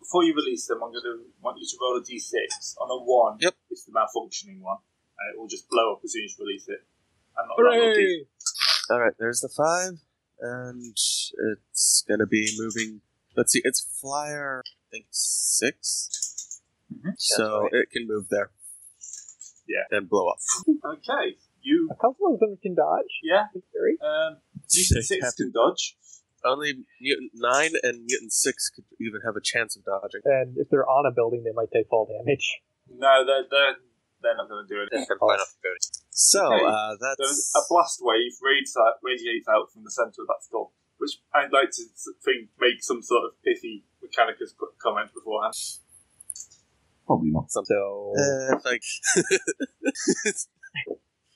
Speaker 2: Before you release them, I'm going to want you to roll a d6. On a one,
Speaker 8: Yep.
Speaker 2: it's the malfunctioning one, and it will just blow up as soon as you release it. I'm not rolling a d6.
Speaker 3: Hooray!
Speaker 8: All right, there's the five, and it's gonna be moving. Let's see, it's flyer. I think 6 so
Speaker 4: Sounds
Speaker 8: it can move there.
Speaker 2: Yeah.
Speaker 8: and blow up.
Speaker 2: Okay, you
Speaker 5: A couple of them can dodge,
Speaker 2: yeah.
Speaker 5: in theory.
Speaker 2: Um, mutant
Speaker 8: Six
Speaker 2: six can dodge.
Speaker 8: Only mutant nine and mutant six could even have a chance of dodging.
Speaker 5: And if they're on a building, they might take fall damage.
Speaker 2: No, they're they're, they're not going to do it.
Speaker 4: Just gonna fly off the building.
Speaker 8: So
Speaker 2: Okay.
Speaker 8: uh,
Speaker 2: There's
Speaker 8: that's
Speaker 2: a blast wave radiates out, radiates out from the centre of that storm, which I'd like to s- think make some sort of pithy Mechanicus co- comment beforehand.
Speaker 6: Probably not.
Speaker 5: So,
Speaker 8: Uh, if I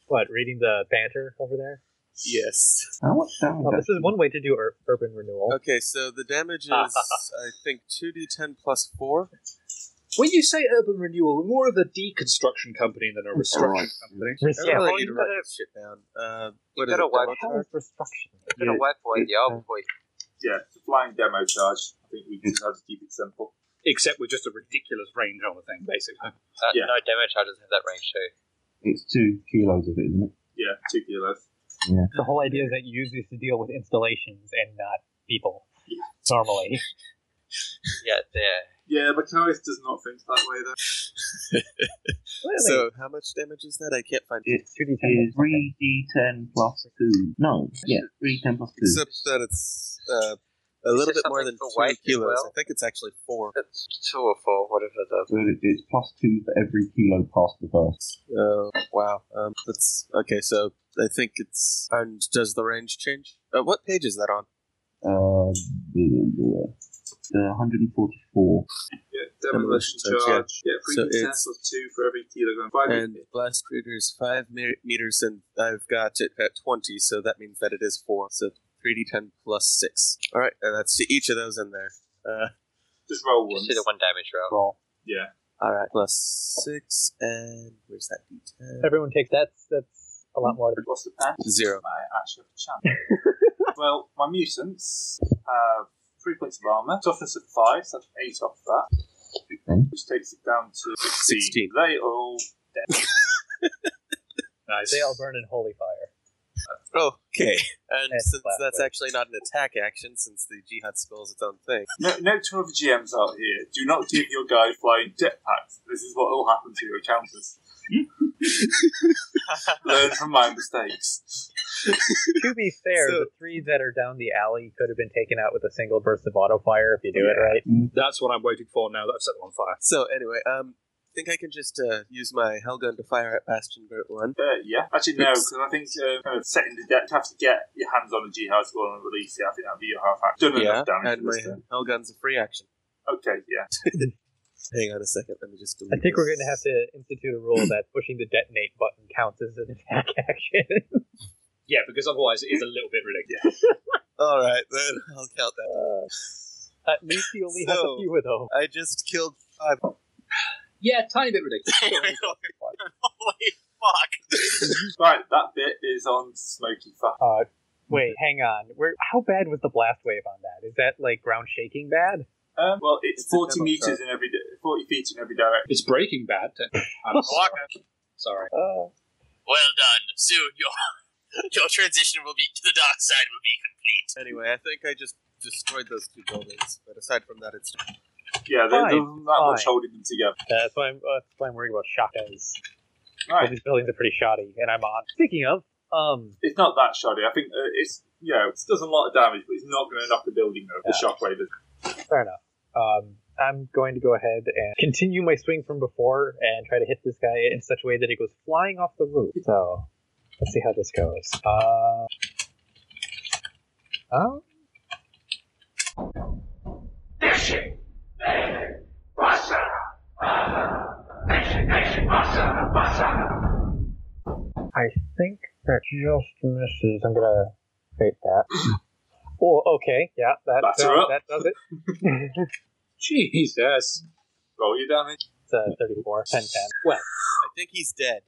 Speaker 5: what, reading the banter over there?
Speaker 8: yes.
Speaker 6: How much damage?
Speaker 5: Well, Oh, this is one way to do ur- urban renewal.
Speaker 8: Okay, so the damage
Speaker 2: Ah.
Speaker 8: is I think two d10 plus four.
Speaker 3: When you say urban renewal, we're more of a deconstruction company than a restructuring
Speaker 6: Alright.
Speaker 3: company.
Speaker 8: I
Speaker 5: Restructure.
Speaker 8: really
Speaker 4: well,
Speaker 8: need
Speaker 4: you
Speaker 8: to write
Speaker 4: gotta-
Speaker 8: this shit down. Uh, what is
Speaker 4: gotta
Speaker 8: it,
Speaker 4: wipe
Speaker 8: demo
Speaker 5: How
Speaker 8: charge?
Speaker 5: is restructure?
Speaker 4: Gonna
Speaker 6: Yeah.
Speaker 4: wipe away the
Speaker 6: uh,
Speaker 4: old boy.
Speaker 2: Yeah, it's a flying demo charge. I think we just have to keep it simple.
Speaker 3: Except with just a ridiculous range on the thing, basically.
Speaker 4: Uh,
Speaker 2: Yeah.
Speaker 4: No damage I doesn't have that range too.
Speaker 6: It's two kilos of it, isn't it?
Speaker 2: Yeah, two kilos.
Speaker 5: The whole idea is that you use these to deal with installations and not people.
Speaker 2: Yeah.
Speaker 5: Normally,
Speaker 4: Yeah, there.
Speaker 2: Yeah, Mechanicus does not think that way though.
Speaker 8: So how much damage is that? I can't find.
Speaker 6: It is 3d10 plus 2. No, yeah, 3d10 plus 2.
Speaker 8: Except that it's uh, A little
Speaker 4: there
Speaker 8: bit more
Speaker 4: something
Speaker 8: than
Speaker 4: for
Speaker 8: two
Speaker 4: weight as
Speaker 8: kilos.
Speaker 4: well?
Speaker 8: I think it's actually four.
Speaker 4: It's two or four, whatever the
Speaker 6: So it, it's plus two for every kilo past the first.
Speaker 8: Oh wow. Um, that's okay. So I think it's. And does the range change? Uh, what page is that on?
Speaker 6: Uh, the, the 144.
Speaker 2: Yeah,
Speaker 8: Demolition
Speaker 2: demolition
Speaker 8: charge,
Speaker 2: charge. Yeah,
Speaker 8: So
Speaker 2: frequency
Speaker 8: it's-
Speaker 2: so two for every kilogram. Five
Speaker 8: And blast reader is five me- meters, and I've got it at twenty, so that means that it is four. So three d ten plus six. All right, and that's to each of those in there. Uh,
Speaker 2: just roll one.
Speaker 4: just do the one damage roll.
Speaker 5: roll.
Speaker 2: Yeah,
Speaker 8: all right, plus six, and where's that d ten?
Speaker 5: Everyone takes that's that's a lot more. Than,
Speaker 2: what's the patch?
Speaker 8: Zero.
Speaker 2: I actually have a chance. well, my mutants have three points of armor, toughness of five, so that's eight off that, which takes it down to 16.
Speaker 8: 16.
Speaker 2: They are all
Speaker 3: Nice.
Speaker 5: they all burn in holy fire.
Speaker 8: Okay, and
Speaker 5: That's
Speaker 8: since
Speaker 5: last
Speaker 8: that's
Speaker 5: one.
Speaker 8: actually not an attack action, since the jihad skull is its own thing.
Speaker 2: No, note to other GMs out here: do not give your guy flying jetpacks. This is what will happen to your counters. Learn from my mistakes.
Speaker 5: To be fair,
Speaker 8: So-
Speaker 5: the three that are down the alley could have been taken out with a single burst of auto fire if you do it right.
Speaker 3: That's what I'm waiting for now that I've set them on fire.
Speaker 8: So anyway, um, I think I can just uh, use my hellgun to fire at Bastion Gert one.
Speaker 2: Uh, yeah, actually no,
Speaker 8: Oops.
Speaker 2: because I think uh, kind of setting the deck, you have to get your hands on a jihad squad and release it. I think that'd be your half action. Done enough
Speaker 8: Yeah,
Speaker 2: damage
Speaker 8: and
Speaker 2: for
Speaker 8: my
Speaker 2: this turn.
Speaker 8: hellgun's a free action.
Speaker 2: Okay, yeah.
Speaker 8: Hang on a second, let me just. Delete
Speaker 5: I think we're
Speaker 8: this.
Speaker 5: going to have to institute a rule that pushing the detonate button counts as an attack action.
Speaker 3: Yeah, because otherwise it is a little bit ridiculous.
Speaker 8: All right, then I'll count that.
Speaker 5: Uh, At least you only have a
Speaker 8: So-
Speaker 5: few of those.
Speaker 8: I just killed five.
Speaker 3: Yeah, tiny bit ridiculous.
Speaker 7: Holy fuck!
Speaker 2: Right, that bit is on Smoky Fat.
Speaker 5: Uh, wait, hang on. Where? How bad was the blast wave on that? Is that like ground shaking bad?
Speaker 2: Um, well, it's,
Speaker 8: It's a
Speaker 2: forty
Speaker 8: demo
Speaker 2: meters
Speaker 8: chart.
Speaker 2: in every di- forty feet in every direction.
Speaker 3: it's breaking bad. I'm sorry. sorry.
Speaker 5: Uh,
Speaker 7: Oh. Well done, soon your your transition will be to the dark side will be complete.
Speaker 8: Anyway, I think I just destroyed those two buildings. But aside from that, it's
Speaker 2: Yeah, there, there
Speaker 5: Fine,
Speaker 2: wasn't that much
Speaker 5: fine.
Speaker 2: holding them together.
Speaker 5: that's why I'm. Uh, that's why I'm worried about shotguns.
Speaker 2: Right,
Speaker 5: These buildings are pretty shoddy, and I'm on. Speaking of, um,
Speaker 2: it's not that shoddy. I think uh, it's you know it does a lot of damage, but it's not going to knock a building over. The shockwave is
Speaker 5: fair enough. Um, I'm going to go ahead and continue my swing from before and try to hit this guy in such a way that it goes flying off the roof. So let's see how this goes. Uh, oh,
Speaker 1: Dishing. Baby. Basa. Dishing, dishing, basa, basa.
Speaker 5: I think that just misses. I'm gonna fate that. Oh, okay, yeah, that
Speaker 2: Batter
Speaker 5: uh,
Speaker 2: up.
Speaker 5: that does it.
Speaker 3: Jesus.
Speaker 2: roll your damage.
Speaker 5: It's a 34, 10, 10. Well,
Speaker 8: I think he's dead.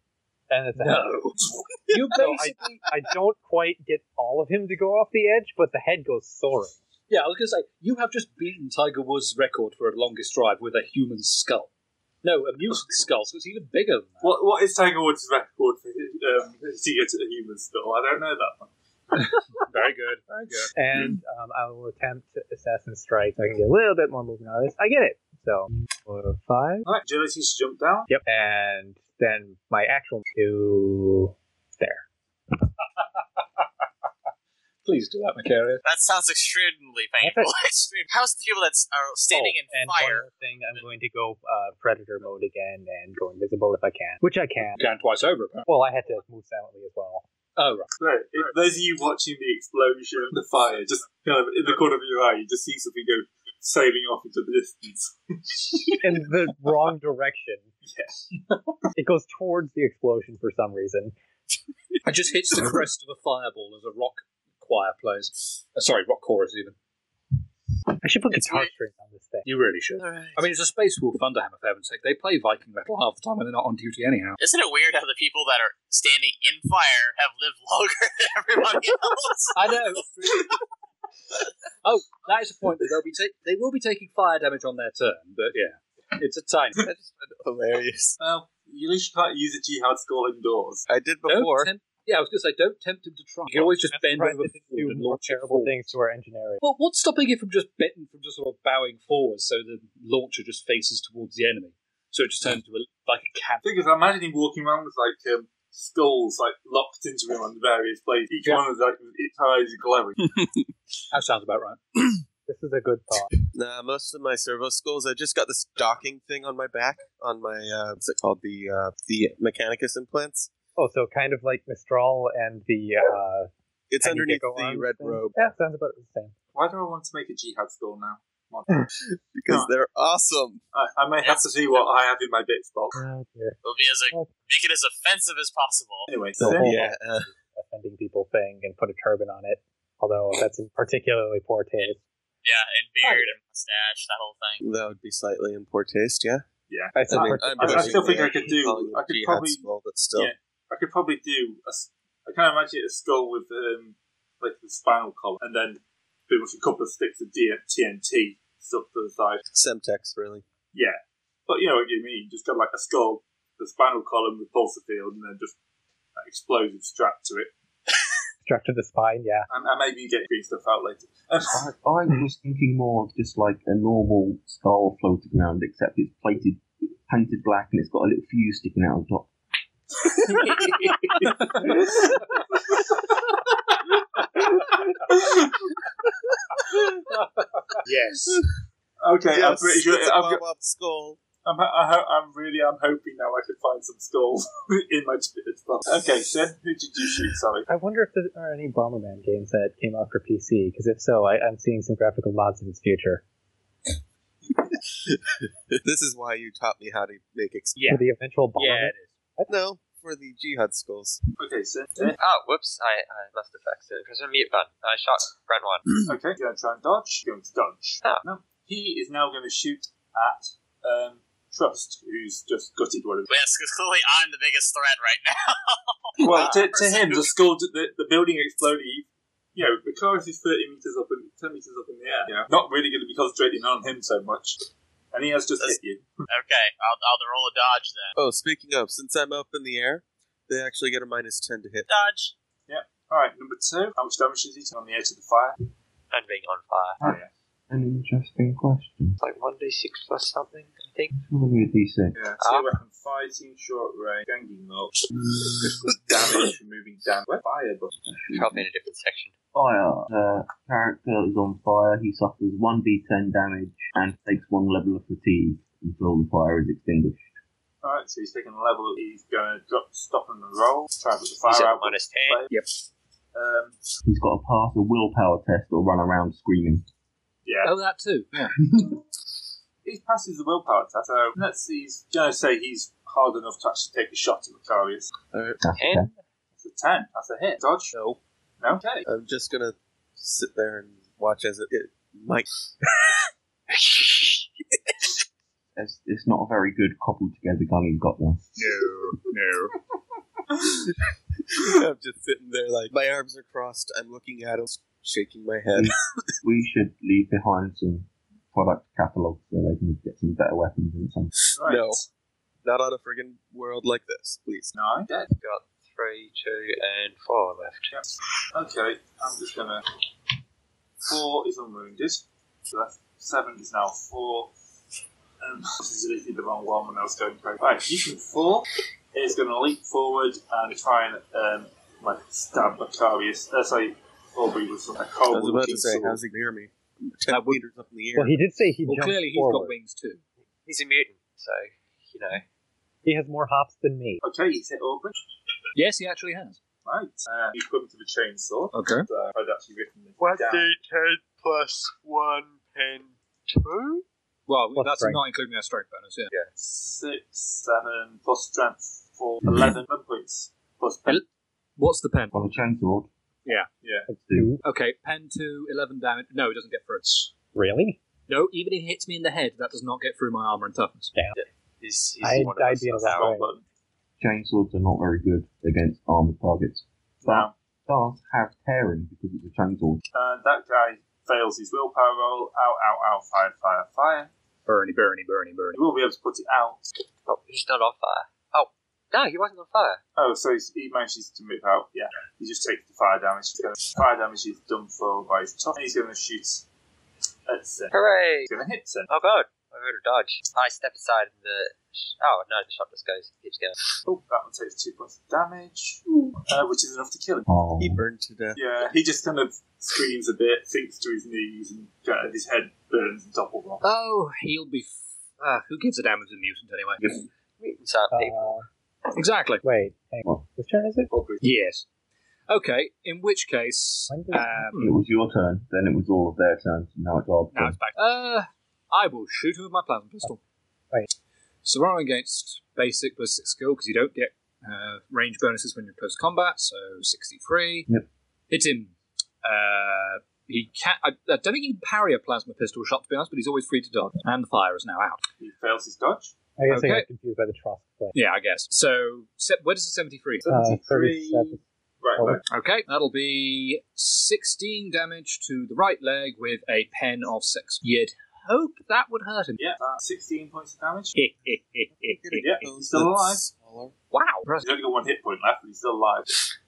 Speaker 5: and it's a head.
Speaker 3: No. You
Speaker 5: So
Speaker 3: basically.
Speaker 5: I, I don't quite get all of him to go off the edge, but the head goes soaring.
Speaker 3: Yeah, I was going to say, you have just beaten Tiger Woods' record for a longest drive with a human skull. No, a mutant skull, so it's even bigger than that.
Speaker 2: What what is Tiger Woods' record for um, to get to the human skull? I don't know that one.
Speaker 3: Very good. Very good.
Speaker 5: And um, I will attempt Assassin Strike. I can get a little bit more movement out of this. I get it. So, four, five.
Speaker 2: All right, agility to jump down.
Speaker 5: Yep. And then my actual two. There.
Speaker 3: Please do that, Macaria.
Speaker 7: That sounds extremely painful. Extreme. How's the people that are standing
Speaker 5: Oh,
Speaker 7: in
Speaker 5: and
Speaker 7: fire?
Speaker 5: One other thing, I'm going to go uh, Predator mode again and go invisible if I can, which I can.
Speaker 3: Can twice over, apparently.
Speaker 5: Well, I had to move silently as well.
Speaker 3: Oh, right.
Speaker 2: Right, if those of you watching the explosion, the fire, just kind of in the corner of your eye, you just see something go sailing off into the distance.
Speaker 5: in the wrong direction. it goes towards the explosion for some reason.
Speaker 3: It just hits the crest of a fireball as a rock choir plays. Uh, sorry, rock chorus, even.
Speaker 5: I should put
Speaker 7: It's
Speaker 5: guitar
Speaker 7: weird.
Speaker 5: strings on this thing.
Speaker 3: You really should. I mean, it's a Space Wolf Thunderhammer, for heaven's sake. They play Viking metal half the time when they're not on duty, anyhow.
Speaker 7: Isn't it weird how the people that are standing in fire have lived longer than everybody else?
Speaker 3: I know. oh, that is a point. that They'll be ta- they will be taking fire damage on their turn, but yeah, it's a tiny.
Speaker 8: Hilarious.
Speaker 2: Well, you at least can't use a jihad skull indoors.
Speaker 8: I did
Speaker 3: Don't
Speaker 8: before.
Speaker 3: tempt- yeah, I was going to say, don't tempt him to try. You can always just bend
Speaker 5: Right,
Speaker 3: over
Speaker 5: this do
Speaker 3: forward and
Speaker 5: more
Speaker 3: launch it
Speaker 5: terrible
Speaker 3: forward.
Speaker 5: things to our engineering.
Speaker 3: Well, what's stopping it from just bending from just sort of bowing forward so the launcher just faces towards the enemy, so it just turns into a, like a cat.
Speaker 2: Because I'm imagining walking around with like um, skulls like locked into him on various places. Each
Speaker 3: Yeah.
Speaker 2: one is like its eyes glowing.
Speaker 3: That sounds about right.
Speaker 5: This is a good thought.
Speaker 8: Nah, uh, most of my servo skulls. I just got this docking thing on my back on my uh, what's it called? The uh, the mechanicus implants.
Speaker 5: Oh, so kind of like Mistral and the uh,
Speaker 8: It's
Speaker 5: tiny
Speaker 8: underneath
Speaker 5: gecko
Speaker 8: the
Speaker 5: arms
Speaker 8: red
Speaker 5: thing.
Speaker 8: robe
Speaker 5: Yeah, sounds about the same.
Speaker 2: Why do I want to make a jihad score now? Come
Speaker 3: Hmm.
Speaker 2: on. No.
Speaker 8: because they're awesome.
Speaker 2: I, I may have to see what I have in my bits box.
Speaker 5: Oh dear,
Speaker 7: It'll be as a, make it as offensive as possible.
Speaker 2: Anyway,
Speaker 5: So-
Speaker 2: Sim,
Speaker 8: Yeah, uh,
Speaker 5: offending people thing and put a turban on it. Although that's in particularly poor taste.
Speaker 7: Yeah, and beard and mustache, that whole thing.
Speaker 8: that would be slightly in poor taste. Yeah,
Speaker 5: I said
Speaker 2: I mean,
Speaker 5: partic-
Speaker 2: I- I
Speaker 8: pushing
Speaker 2: still
Speaker 8: the
Speaker 2: think I could do-
Speaker 8: calling it
Speaker 2: I could
Speaker 8: jihad
Speaker 2: probably-
Speaker 8: skull, but still,
Speaker 2: Yeah. I could probably do. A, s- I can't imagine a skull with um, like the spinal column, and then pretty much a couple of sticks of D- TNT stuck to the side.
Speaker 8: Semtex really.
Speaker 2: Yeah, but you know what you mean. Just got like a skull, the spinal column, the pulsar field, and then just an explosive strapped to it.
Speaker 5: strapped to the spine. Yeah,
Speaker 2: And, and maybe you get green stuff out later. Um,
Speaker 6: I, I was thinking more of just like a normal skull floating around, except it's plated, painted black, and it's got a little fuse sticking out on top.
Speaker 2: yes. Okay, I'm
Speaker 8: Yes,
Speaker 2: pretty sure.
Speaker 8: it's a
Speaker 2: I'm,
Speaker 8: bob-op skull.
Speaker 2: I'm, I ho- I'm really, I'm hoping now I can find some skulls in my spirits. box. Okay, so who did you shoot? Sorry.
Speaker 5: I wonder if there are any Bomberman games that came out for PC. Because if so, I, I'm seeing some graphical mods in its future.
Speaker 8: This is why you taught me how to make. Ex-
Speaker 3: Yeah.
Speaker 5: For the eventual Bomberman.
Speaker 3: Yeah, it is.
Speaker 8: no, for the jihad skulls.
Speaker 2: Okay, so
Speaker 4: Oh, whoops! I, I must have flexed it. It was a mute button. I shot round one.
Speaker 2: Okay, you're going to try and dodge. You're going to dodge.
Speaker 4: Ah.
Speaker 2: No. He is now going to shoot at um, Trust, who's just gutted one of them.
Speaker 7: Yes, because clearly I'm the biggest threat right now.
Speaker 2: Well, to, to him, the skull, the, the building exploded. he- You know, because he's 30 metres up and 10 metres up in the air, you know, not really going to be concentrating on him so much. And he has just hit you.
Speaker 7: Okay, I'll, I'll roll a dodge then.
Speaker 8: Oh, speaking of, since I'm up in the air, they actually get a minus ten to hit.
Speaker 7: Dodge.
Speaker 2: Alright, number two. How much damage is he to on the edge of the fire?
Speaker 4: And being on fire.
Speaker 2: Oh, yeah.
Speaker 6: An interesting question.
Speaker 4: It's like one d six plus something. I think.
Speaker 6: It's probably a D6.
Speaker 2: Yeah,
Speaker 4: Ah.
Speaker 2: two weapon fighting, short range, ganging up, physical damage, removing damage. Where fire button?
Speaker 4: Probably in a different section.
Speaker 6: Fire. The character is on fire. He suffers 1d10 damage and takes one level of fatigue until the fire is extinguished.
Speaker 2: Alright, so he's taking a level. He's going to drop, stop and roll. Try and put the
Speaker 4: He's
Speaker 2: fire out.
Speaker 4: at minus ten.
Speaker 2: Yep. Um,
Speaker 6: He's got to pass a willpower test or run around screaming.
Speaker 2: yeah.
Speaker 3: Oh, that too. Yeah.
Speaker 2: He passes the willpower test, so let's see. He's going to say he's hard enough to actually take a shot at Macarius.
Speaker 6: That's
Speaker 4: Ten.
Speaker 6: okay.
Speaker 2: It's a 10. That's a hit. Dodge?
Speaker 8: No,
Speaker 2: No. Okay.
Speaker 8: I'm just gonna sit there and watch as it, it might.
Speaker 6: It's, it's not a very good coupled together gun he's got there.
Speaker 8: I'm just sitting there like my arms are crossed. I'm looking at him, shaking my head.
Speaker 6: We should leave behind some product catalogs so they can get some better weapons and some.
Speaker 2: Right.
Speaker 8: No. Not on a friggin' world like this, please.
Speaker 2: Nine. Dead.
Speaker 4: Got three, two, and four left.
Speaker 2: Okay, I'm just gonna. Four is unwounded. So that's seven is now four. Um, this is literally the wrong one when I was going crazy. Right, you can four is gonna leap forward and try and um, like stab Macarius. Uh, sorry, Aubrey with some- a
Speaker 8: I
Speaker 2: cold
Speaker 8: was about to
Speaker 2: looking
Speaker 8: say,
Speaker 2: sword.
Speaker 8: how's he near me? Ten
Speaker 3: That would-
Speaker 8: meters up in the air.
Speaker 5: Well, he did say he
Speaker 3: Well,
Speaker 5: jumped
Speaker 3: clearly he's
Speaker 5: forward.
Speaker 3: got wings too.
Speaker 4: He's a mutant, so you know.
Speaker 5: He has more hops than me.
Speaker 2: Okay, he's hit Aubrey.
Speaker 3: Yes, he actually has.
Speaker 2: Right, uh, he's coming to the chainsaw.
Speaker 3: Okay.
Speaker 2: So I'd actually written this
Speaker 4: One
Speaker 2: down.
Speaker 4: d ten plus one pen two.
Speaker 3: Well,
Speaker 5: Plus
Speaker 3: that's
Speaker 5: strength.
Speaker 3: not including their strength bonus. Yeah.
Speaker 2: Six, seven plus strength for eleven points plus pen.
Speaker 3: El- What's the pen?
Speaker 6: On a chainsword.
Speaker 2: Yeah.
Speaker 5: Like, Two.
Speaker 3: Okay, pen to eleven damage. No, it doesn't get through.
Speaker 5: Really?
Speaker 3: No, even if it hits me in the head, that does not get through my armor and toughness.
Speaker 4: He's, he's
Speaker 5: I,
Speaker 4: one of
Speaker 5: I'd
Speaker 4: us
Speaker 5: be in
Speaker 4: that's
Speaker 5: that
Speaker 4: out.
Speaker 5: way.
Speaker 2: Wrong button.
Speaker 6: Chainswords are not very good against armored targets.
Speaker 2: Now,
Speaker 6: Does have tearing because it's a chainsword.
Speaker 2: Uh, that guy fails his willpower roll. Ow, ow, ow, fire, fire, fire.
Speaker 3: Bernie, Bernie, Bernie, Bernie.
Speaker 2: He will be able to put it out.
Speaker 4: Oh, he's not on fire. Oh, no, he wasn't on fire.
Speaker 2: Oh, so he's, he manages to move out. Yeah, he just takes the fire damage. So Fire damage is done for by his top. He's going to shoot at Sin.
Speaker 4: Hooray!
Speaker 2: He's going to hit Sin.
Speaker 4: Oh god, I heard a dodge. I step aside and the. Oh no, the shot just goes keeps going.
Speaker 2: Oh, that one takes two points of damage. uh, which is enough to kill him.
Speaker 6: Oh.
Speaker 8: He burned to death.
Speaker 2: Yeah, he just kind of screams a bit, sinks to his knees, and kind of his head burns and topples off.
Speaker 3: Oh, he'll be. F- uh, who gives a damn if he's a mutant anyway?
Speaker 4: Mutants aren't people.
Speaker 5: Uh,
Speaker 3: Exactly.
Speaker 5: wait, hang on. Whose turn is it?
Speaker 2: Probably.
Speaker 3: Yes. Okay. In which case,
Speaker 5: When did-
Speaker 3: uh,
Speaker 6: It was your turn, then it was all of their turns, and now it's our
Speaker 3: now
Speaker 6: turn.
Speaker 3: it's back. Uh, I will shoot him with my plasma pistol.
Speaker 5: Right.
Speaker 3: So roll against basic plus six skill because you don't get uh, range bonuses when you're in close combat. So sixty-three.
Speaker 6: Yep.
Speaker 3: Hit him. Uh, he can. I, I don't think he can parry a plasma pistol shot to be honest, but he's always free to dodge. And the fire is now out.
Speaker 2: He fails his dodge.
Speaker 5: I guess I
Speaker 3: Okay.
Speaker 5: got confused by the Trosk play.
Speaker 3: Yeah, I guess. So se- where does the seventy-three?
Speaker 5: Uh,
Speaker 2: 73.
Speaker 5: 37.
Speaker 2: Right,
Speaker 5: Oh.
Speaker 2: right.
Speaker 3: Okay, that'll be 16 damage to the right leg with a pen of six. You'd hope that would hurt him.
Speaker 2: Yeah, uh, 16 points of damage.
Speaker 8: Get a
Speaker 2: Yeah, he's
Speaker 8: pose
Speaker 2: still
Speaker 8: that's smaller.
Speaker 3: wow.
Speaker 2: He's only got one hit point left, but he's still alive.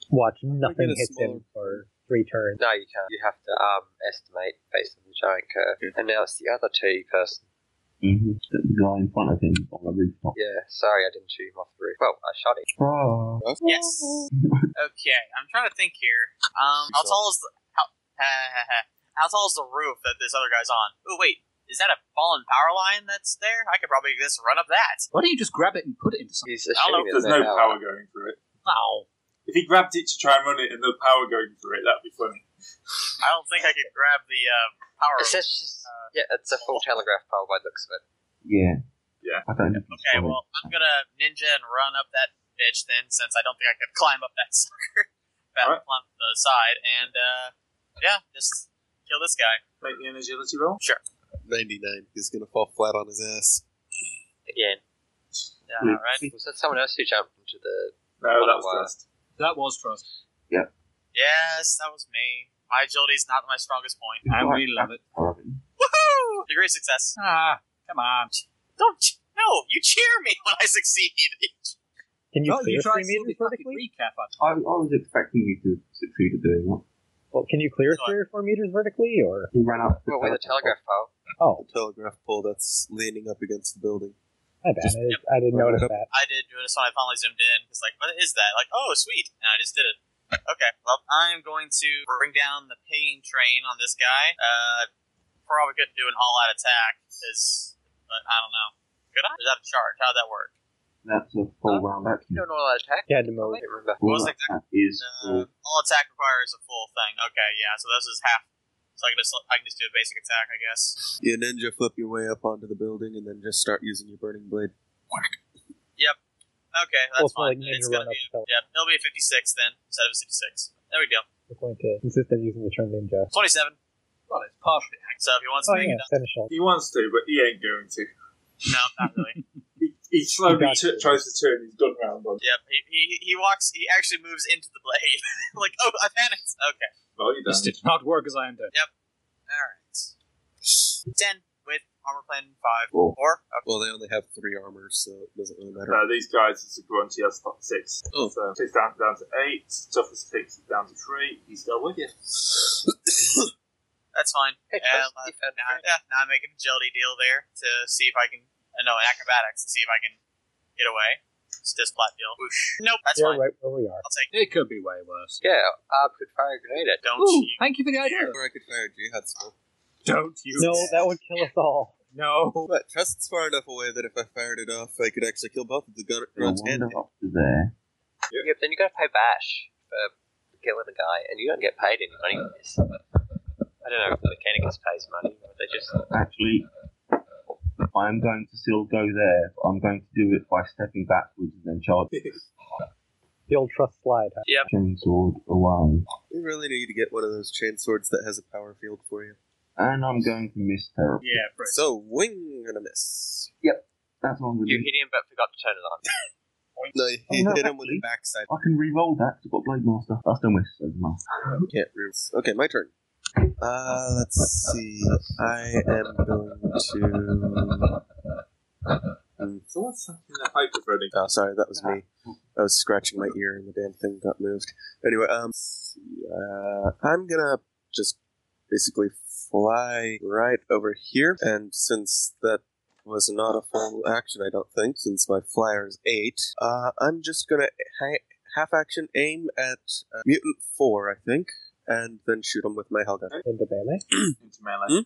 Speaker 5: Watch,
Speaker 8: get
Speaker 5: nothing
Speaker 8: a
Speaker 5: hits
Speaker 8: smaller-
Speaker 5: him for three turns.
Speaker 4: No, you can't. You have to um, estimate based on the giant curve. And now it's the other two person.
Speaker 6: Mm-hmm. The guy in front of him on the rooftop.
Speaker 4: Yeah, sorry, I didn't shoot him off the roof. Well, I shot him.
Speaker 6: Oh.
Speaker 7: Yes. Okay, I'm trying to think here. Um, how tall is the how, how tall is the roof that this other guy's on? Oh wait, is that a fallen power line that's there? I could probably just run up that.
Speaker 3: Why don't you just grab it and put it into something?
Speaker 4: He's
Speaker 2: I don't know
Speaker 4: assuming
Speaker 2: if there's no power going through it.
Speaker 3: Wow.
Speaker 2: If he grabbed it to try and run it and the power going through it, that'd be funny.
Speaker 7: I don't think I could grab the uh, power.
Speaker 4: It's just,
Speaker 2: Uh,
Speaker 4: yeah, it's a full telegraph pole by the looks of it.
Speaker 6: Yeah.
Speaker 2: Yeah.
Speaker 6: I don't think it's
Speaker 7: Okay,
Speaker 6: solid.
Speaker 7: well, I'm gonna ninja and run up that bitch then, since I don't think I could climb up that sucker. Back
Speaker 2: Alright.
Speaker 7: on the side, and uh, yeah, just kill this guy.
Speaker 2: Make me an agility roll.
Speaker 8: 99. He's going to fall flat on his ass.
Speaker 4: Again.
Speaker 7: Yeah,
Speaker 6: Hmm.
Speaker 7: alright.
Speaker 4: Was that someone else who jumped into the.
Speaker 2: No,
Speaker 4: Well,
Speaker 2: that was
Speaker 4: well.
Speaker 2: last.
Speaker 3: That was trust.
Speaker 7: Yes, that was me. My agility's not my strongest point.
Speaker 3: And we love it.
Speaker 6: All right.
Speaker 7: Woohoo! Degree of success.
Speaker 3: Ah, come on.
Speaker 7: Don't ch- no, you cheer me when I succeed.
Speaker 5: Can you
Speaker 3: oh,
Speaker 5: clear
Speaker 3: you
Speaker 5: three
Speaker 3: tried
Speaker 5: meters
Speaker 3: to fucking
Speaker 5: vertically?
Speaker 3: recap
Speaker 6: I,
Speaker 3: on
Speaker 6: I was expecting you to succeed at doing that.
Speaker 5: Well, can you clear
Speaker 7: Sure.
Speaker 5: three or four meters vertically, or
Speaker 6: He ran up.
Speaker 4: Well, with a telegraph pole.
Speaker 5: oh,
Speaker 8: Telegraph pole that's leaning up against the building.
Speaker 5: my bad, I, I didn't
Speaker 8: Right
Speaker 5: notice
Speaker 8: up.
Speaker 5: that.
Speaker 7: I did notice when I finally zoomed in. It's like, what is that? Like, oh, sweet. And I just did it. Okay, well, I'm going to bring down the pain train on this guy. Uh, probably could do an all-out attack, is, but I don't know. Could I? Or Is that a charge? How'd that work?
Speaker 6: That's a full round action.
Speaker 4: You don't know all that attack?
Speaker 5: You had
Speaker 4: I
Speaker 5: to move.
Speaker 4: don't remember.
Speaker 6: All
Speaker 7: was
Speaker 6: that
Speaker 7: exact-
Speaker 6: attack is
Speaker 7: Uh, all attack requires a full thing. Okay, yeah. So this is half. So I can just I can just do a basic attack, I guess.
Speaker 8: You ninja flip your way up onto the building and then just start using your burning blade.
Speaker 7: Okay,
Speaker 5: Well,
Speaker 7: that's
Speaker 5: it's not like
Speaker 7: fine.
Speaker 5: you
Speaker 7: It's gonna
Speaker 5: run
Speaker 7: be
Speaker 5: up the hill.
Speaker 7: yeah. It'll be a fifty-six then instead of a sixty-six. There we go.
Speaker 5: We're going to insist on using the term ninja.
Speaker 7: Twenty-seven.
Speaker 3: Well, it's partially.
Speaker 7: So if he wants
Speaker 5: Oh
Speaker 7: to make
Speaker 5: yeah,
Speaker 7: it, up-
Speaker 5: Seneschal.
Speaker 2: He wants to, but he ain't going to.
Speaker 7: no, not really.
Speaker 2: He, he slowly t-
Speaker 5: Gotcha.
Speaker 2: tries to turn his gun round on.
Speaker 7: yep. He, he he walks. He actually moves into the blade. like oh, I panicked. Okay.
Speaker 2: Well, you
Speaker 3: This
Speaker 2: don't.
Speaker 3: did not work as I intended.
Speaker 7: All right. Ten with armor plan five
Speaker 6: Cool.
Speaker 7: or okay.
Speaker 8: Well, they only have three armors, so it doesn't really matter.
Speaker 2: No, these guys, it's a grunge, he has top six.
Speaker 8: Oh.
Speaker 2: So takes down, down to eight. Toughest takes it down to three. He's still with you.
Speaker 7: that's fine.
Speaker 4: Hey,
Speaker 7: Yeah, uh,
Speaker 4: Trace, you found
Speaker 7: Now,
Speaker 4: it.
Speaker 7: yeah, now I make an agility deal there to see if I can. Uh, no, an acrobatics to see if I can get away. It's this flat deal. Whoosh. Nope, that's
Speaker 5: You're
Speaker 7: fine.
Speaker 5: right where we are.
Speaker 7: I'll take.
Speaker 3: It could be way worse.
Speaker 4: Yeah, I could fire a grenade at
Speaker 7: it. Don't
Speaker 3: Ooh,
Speaker 7: you?
Speaker 3: thank you for the idea.
Speaker 8: Or I could fire a jihad smoke.
Speaker 3: Don't you?
Speaker 5: No, that would kill us all.
Speaker 3: No.
Speaker 8: But Trust's far enough away that if I fired it off, I could actually kill both of the gun-
Speaker 6: They'll
Speaker 8: grunts and
Speaker 6: wander up to there.
Speaker 4: Yeah, but then you got to pay bash for killing a guy, and you don't get paid any money for this. I don't know if the mechanicus pays money, or they just.
Speaker 6: Actually, I'm going to still go there, but I'm going to do it by stepping backwards and then charging
Speaker 5: The old trust slide. Huh?
Speaker 6: sword away.
Speaker 8: We really need to get one of those chain swords that has a power field for you.
Speaker 6: And I'm going to miss therapy.
Speaker 3: Yeah, bro.
Speaker 8: So, wing and a miss.
Speaker 6: That's what I'm going to
Speaker 4: You
Speaker 6: do.
Speaker 4: hit him but forgot to turn it on.
Speaker 8: No, he
Speaker 6: Oh, no,
Speaker 8: hit him with the
Speaker 6: actually.
Speaker 8: backside.
Speaker 6: I can re-roll that 'cause I've got Blade Master. That's done with. So no.
Speaker 8: Can't roof. Okay, my turn. Uh, let's see. I am going to.
Speaker 2: So what's happening there? Hyperthreading.
Speaker 8: Oh, sorry, that was me. I was scratching my ear and the damn thing got moved. Anyway, um, let's see, uh, I'm gonna just basically fly right over here, and since that was not a full action, I don't think, since my flyer is eight, uh, I'm just gonna ha- half action aim at uh, mutant four, I think, and then shoot him with my Helga.
Speaker 5: into melee.
Speaker 2: into melee.
Speaker 8: Hmm?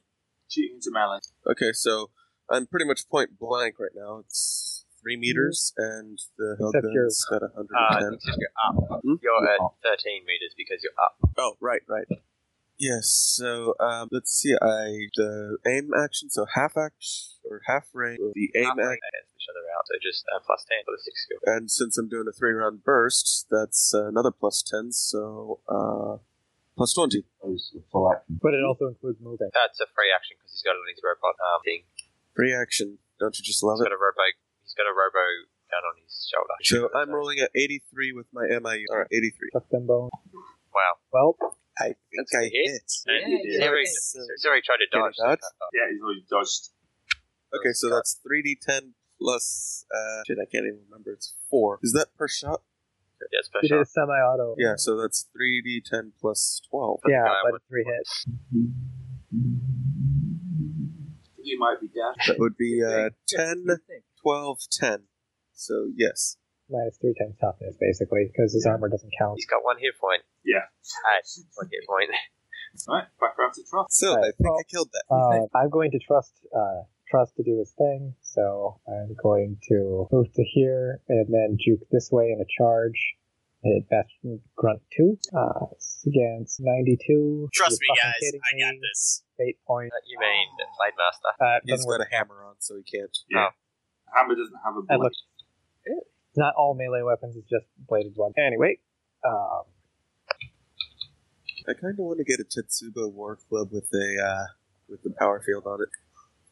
Speaker 2: Shooting into melee.
Speaker 8: Okay, so I'm pretty much point blank right now. It's three meters, and the
Speaker 5: Except you're-
Speaker 8: Helga's at
Speaker 4: Uh,
Speaker 8: 110.
Speaker 4: since you're up,
Speaker 8: Hmm?
Speaker 4: you're at 13 meters because you're up.
Speaker 8: Oh, right, right. Yes. So um, let's see. I the aim action. So half action or half range. of The aim
Speaker 4: Halfway
Speaker 8: action.
Speaker 4: against each other out, so just uh, plus 10 for the 6 skill.
Speaker 8: And since I'm doing a three round burst, that's uh, another plus ten. So uh, plus twenty.
Speaker 6: Those are full action.
Speaker 5: But it also includes moving.
Speaker 4: That's a free action because he's got it on his robot um, thing.
Speaker 8: Free action. Don't you just love
Speaker 4: He's
Speaker 8: it?
Speaker 4: got a robo. He's got a robo gun on his shoulder.
Speaker 8: So I'm rolling at 83 with my MIU. All right, 83.
Speaker 5: Chuck them bone.
Speaker 4: Wow.
Speaker 5: Well,
Speaker 8: I think
Speaker 4: That's
Speaker 8: I
Speaker 4: a hit.
Speaker 8: hit.
Speaker 4: Yeah,
Speaker 2: you
Speaker 4: he's,
Speaker 2: did.
Speaker 4: already,
Speaker 8: Yes.
Speaker 4: he's already tried to
Speaker 8: Can
Speaker 4: dodge.
Speaker 8: he dodge?
Speaker 2: Yeah, he's already dodged.
Speaker 8: Okay, so that's 3d10 plus. Uh, shit, I can't even remember. It's four. Is that per shot?
Speaker 4: Yeah, it's per
Speaker 5: it
Speaker 4: uh, shot.
Speaker 5: is semi-auto.
Speaker 8: Yeah. So that's 3d10 plus 12.
Speaker 5: Yeah,
Speaker 4: Guy
Speaker 5: but
Speaker 4: with-
Speaker 5: three hits.
Speaker 2: You might be dead.
Speaker 8: That would be uh, 10,
Speaker 3: You think.
Speaker 8: 12, 10. So yes.
Speaker 5: Minus three times toughness, basically, because his armor doesn't count.
Speaker 4: He's got one hit point.
Speaker 2: Yeah.
Speaker 4: Hey, one hit point.
Speaker 2: Right, back around to trough.
Speaker 8: So
Speaker 5: Right,
Speaker 8: I think
Speaker 5: well-
Speaker 8: I killed that.
Speaker 5: Uh, I'm going to trust uh, trust to do his thing, so I'm going to move to here and then juke this way in a charge. Hit Bastion Grunt 2. Uh, against 92.
Speaker 7: Trust me,
Speaker 5: You're fucking
Speaker 7: guys.
Speaker 5: kidding
Speaker 7: I got
Speaker 5: me.
Speaker 7: this.
Speaker 5: Eight points.
Speaker 4: Uh, You mean
Speaker 7: Oh,
Speaker 4: Blade Master?
Speaker 5: Uh,
Speaker 8: He's
Speaker 5: doesn't work.
Speaker 8: got a hammer on, so he can't.
Speaker 2: Hammer doesn't have a
Speaker 5: I
Speaker 2: bullet.
Speaker 5: looked. Not all melee weapons, it's just bladed one. Anyway, um,
Speaker 8: I kind of want to get a Tetsubo War Club with a uh, with the power field on it.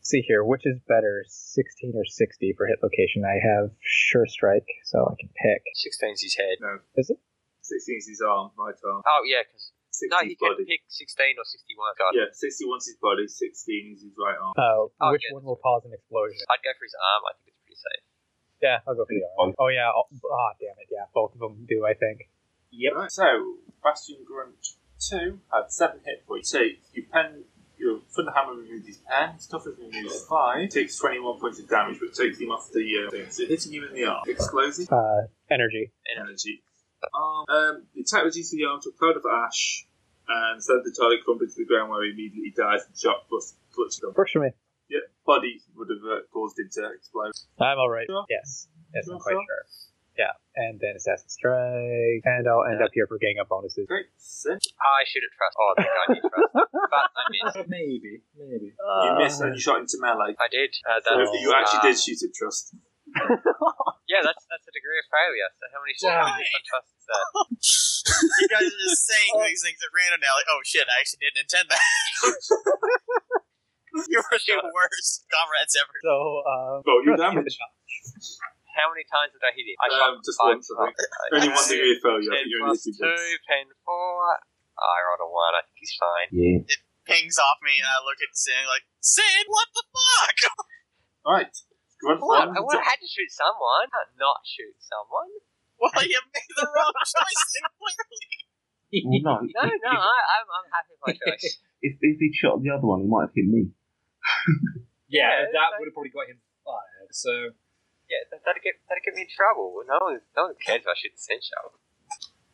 Speaker 5: see here, which is better, 16 or 60 for hit location? I have Sure Strike, so I can pick.
Speaker 4: 16's his head.
Speaker 2: No.
Speaker 5: Is it?
Speaker 2: 16 is his arm, right arm.
Speaker 4: Oh, yeah, because.
Speaker 2: 16
Speaker 4: No,
Speaker 2: is
Speaker 4: he
Speaker 2: his
Speaker 4: can
Speaker 2: body.
Speaker 4: pick 16 or 61. God.
Speaker 2: Yeah, 61's his body, 16 is his right arm.
Speaker 5: Uh,
Speaker 4: Oh,
Speaker 5: which
Speaker 4: yeah, that's
Speaker 5: one will
Speaker 4: right.
Speaker 5: cause an explosion?
Speaker 4: I'd go for his arm. I think it's pretty safe.
Speaker 5: Yeah, I'll go for the arm. Oh, yeah. Oh, ah, damn it. Yeah, both of them do, I think.
Speaker 2: Yep. So, Bastion Grunt 2 had 7 hit points. So, you pen, your Thunderhammer removes his pen, Stuffers removes 5, takes 21 points of damage, but takes him off the uh, thing. So, hitting him in the arm. Explosive
Speaker 5: Uh, energy.
Speaker 2: energy. Um, um, the attack reduces the arm to a cloud of ash, and sends the target crumpling to the ground where he immediately dies and shot plus clutched him.
Speaker 5: Works for me.
Speaker 2: Yep, body would have uh, caused him to explode.
Speaker 5: I'm all right.
Speaker 2: Sure.
Speaker 5: Yes. Yes, I'm
Speaker 2: Sure,
Speaker 5: quite
Speaker 2: sure.
Speaker 5: sure. Yeah, and then Assassin Strike. And I'll end
Speaker 4: Yeah.
Speaker 5: up here for getting up bonuses.
Speaker 2: Great, sick.
Speaker 4: I should have trust. Oh, the guy did trust. But I missed.
Speaker 3: Maybe, maybe.
Speaker 2: You missed and you shot into melee.
Speaker 4: I did. Uh,
Speaker 2: So
Speaker 4: that's,
Speaker 2: you actually
Speaker 4: uh,
Speaker 2: did shoot at trust.
Speaker 4: Yeah, that's that's a degree of failure. So how many
Speaker 7: Damn.
Speaker 4: shots on trust is that?
Speaker 7: You guys are just saying these things at random now. Like, oh shit, I actually didn't intend that. you were the worst comrades ever.
Speaker 5: So, uh,
Speaker 2: Well, you
Speaker 5: trust you
Speaker 2: damage.
Speaker 4: How many times did I hit him? I
Speaker 2: Um, just once, I think. Only one
Speaker 4: two,
Speaker 2: degree of failure.
Speaker 4: Ten
Speaker 2: You're
Speaker 4: plus
Speaker 2: only
Speaker 4: two, pen four. Oh, I rolled a one. I think he's fine.
Speaker 6: Yeah.
Speaker 7: Pings off me, and I look at Sin like, Sin, what the fuck?
Speaker 2: Alright. Grunt
Speaker 4: What?
Speaker 2: one.
Speaker 4: I, I had to shoot someone. I can't not shoot someone.
Speaker 7: Well, you made the wrong choice. Sin, clearly.
Speaker 6: Well,
Speaker 4: No,
Speaker 6: no,
Speaker 4: no, I, I'm, I'm happy with my choice.
Speaker 6: if, if he'd shot the other one, he might have hit me.
Speaker 3: Yeah,
Speaker 4: Yeah,
Speaker 3: that
Speaker 4: so-
Speaker 3: would have probably got him fired. So
Speaker 4: yeah, that, that'd get that'd get me in trouble. No one, no one cares if I shoot the cinch out.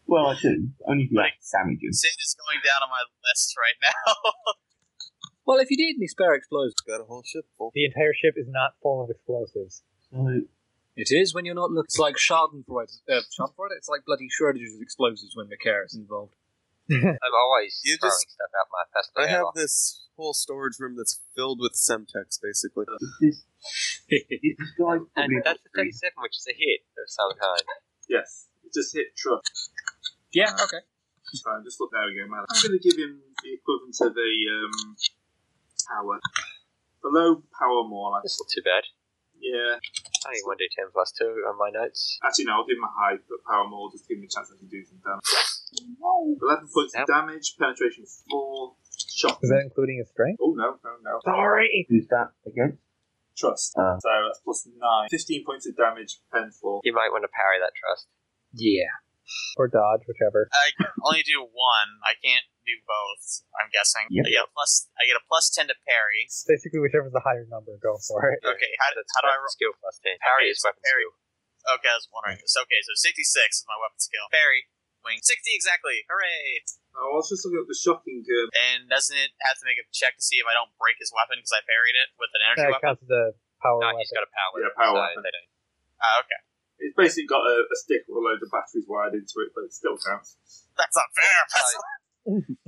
Speaker 6: Well, I do. Only if you have
Speaker 7: Like-
Speaker 6: damages.
Speaker 7: Sin is going down on my list right now.
Speaker 3: Well, if you need any spare explosives,
Speaker 8: Got a whole ship full.
Speaker 5: The entire ship is not full of explosives.
Speaker 6: So,
Speaker 3: it is when you're not looking. It's like Schadenfreude. Uh, Schadenfreude. It's like bloody Schrodinger's explosives when Macarius is involved.
Speaker 4: I'm always
Speaker 8: You
Speaker 4: throwing
Speaker 8: just-
Speaker 4: stuff out my personal
Speaker 8: I have
Speaker 4: airlock.
Speaker 8: this whole storage room that's filled with Semtex, basically.
Speaker 6: is this, is this guy
Speaker 4: and
Speaker 6: probably
Speaker 4: that's a 37, which is a hit of some kind.
Speaker 2: Yes. It just hit trust.
Speaker 3: yeah. Okay.
Speaker 2: So I'm just look there we go, man. I'm gonna give him the equivalent of a um power. Below power more like
Speaker 4: That's not too bad.
Speaker 2: yeah.
Speaker 4: Only 1d10 plus 2 on my notes.
Speaker 2: Actually no, I'll give him a high, but power more just give him a chance to actually do some damage. Eleven points of
Speaker 4: Yep.
Speaker 2: damage, penetration four, shot.
Speaker 5: Is that including his strength?
Speaker 2: Oh no, no, no.
Speaker 5: Sorry!
Speaker 6: Who's that against?
Speaker 2: Trust.
Speaker 6: Uh.
Speaker 2: So that's plus nine. Fifteen points of damage, pen four.
Speaker 4: You might want to parry that trust.
Speaker 3: Yeah.
Speaker 5: Or dodge, whichever.
Speaker 7: I can only do one. I can't do both. I'm guessing.
Speaker 6: Yep.
Speaker 7: I get a plus. I get a plus ten to parry.
Speaker 5: Basically, whichever's the higher number, go for it.
Speaker 7: Okay, how,
Speaker 4: That's
Speaker 7: how do I
Speaker 4: weapon
Speaker 7: roll?
Speaker 4: skill plus 10. Parry
Speaker 7: Okay,
Speaker 4: is
Speaker 7: it's
Speaker 4: weapon
Speaker 7: parry.
Speaker 4: skill.
Speaker 7: Okay, I was wondering. It's okay, so 66 is my weapon skill. Parry. Wing. 60 exactly. Hooray!
Speaker 2: Oh, I was just looking at the shocking. Um,
Speaker 7: And doesn't it have to make a check to see if I don't break his weapon because I parried it with an energy
Speaker 5: That
Speaker 7: weapon?
Speaker 5: counts as a power
Speaker 4: No,
Speaker 5: weapon.
Speaker 4: he's got a power.
Speaker 2: Yeah, power
Speaker 4: so
Speaker 2: weapon.
Speaker 4: they don't-
Speaker 7: Ah, okay.
Speaker 2: it's basically got a, a stick with a load of batteries wired into it, but it still counts.
Speaker 7: That's not fair. That's
Speaker 4: Sorry.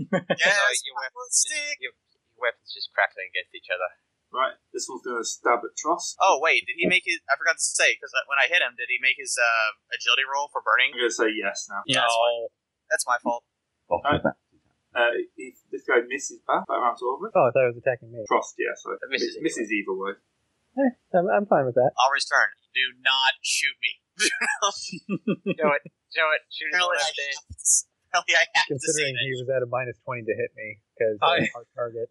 Speaker 7: not yes,
Speaker 4: Sorry, your weapon-
Speaker 7: power stick.
Speaker 4: Your, your weapons just crackling against each other.
Speaker 2: Right, this one's going to stab at Tross.
Speaker 7: Oh wait, did he make his? I forgot to say because when I hit him, did he make his uh, agility roll
Speaker 2: I'm
Speaker 7: for burning?
Speaker 2: going to say yes now.
Speaker 7: Yeah, that's,
Speaker 3: Oh,
Speaker 7: fine. that's my fault.
Speaker 6: Off
Speaker 2: Alright.
Speaker 6: the bat.
Speaker 2: Uh, he, this guy misses back, back round to Orvin.
Speaker 5: Oh, I thought it was attacking me.
Speaker 2: Tross, yeah, so
Speaker 4: That misses
Speaker 2: miss- misses either way.
Speaker 5: Eh, I'm, I'm fine with that.
Speaker 7: I'll return. Do not shoot me.
Speaker 4: Do it. Do it. Shoot his
Speaker 7: Apparently, I
Speaker 4: left hand.
Speaker 7: have to, s- apparently I have to see
Speaker 5: Considering
Speaker 7: that.
Speaker 5: he was at a minus 20 to hit me because
Speaker 3: Hi.
Speaker 5: I'm a hard target.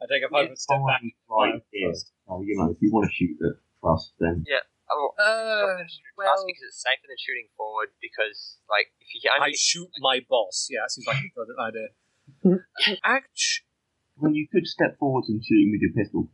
Speaker 3: I take a five foot step back.
Speaker 6: Fine, right here. So, you know, if you want to shoot at trust, then
Speaker 4: Oh,
Speaker 3: Uh,
Speaker 4: that's because it's safer than shooting forward because, like, if you
Speaker 3: I
Speaker 4: only
Speaker 3: shoot my boss. Yeah, that seems like a good
Speaker 8: Hmm.
Speaker 3: idea. Act.
Speaker 6: well, you could step forwards and shoot him with your pistol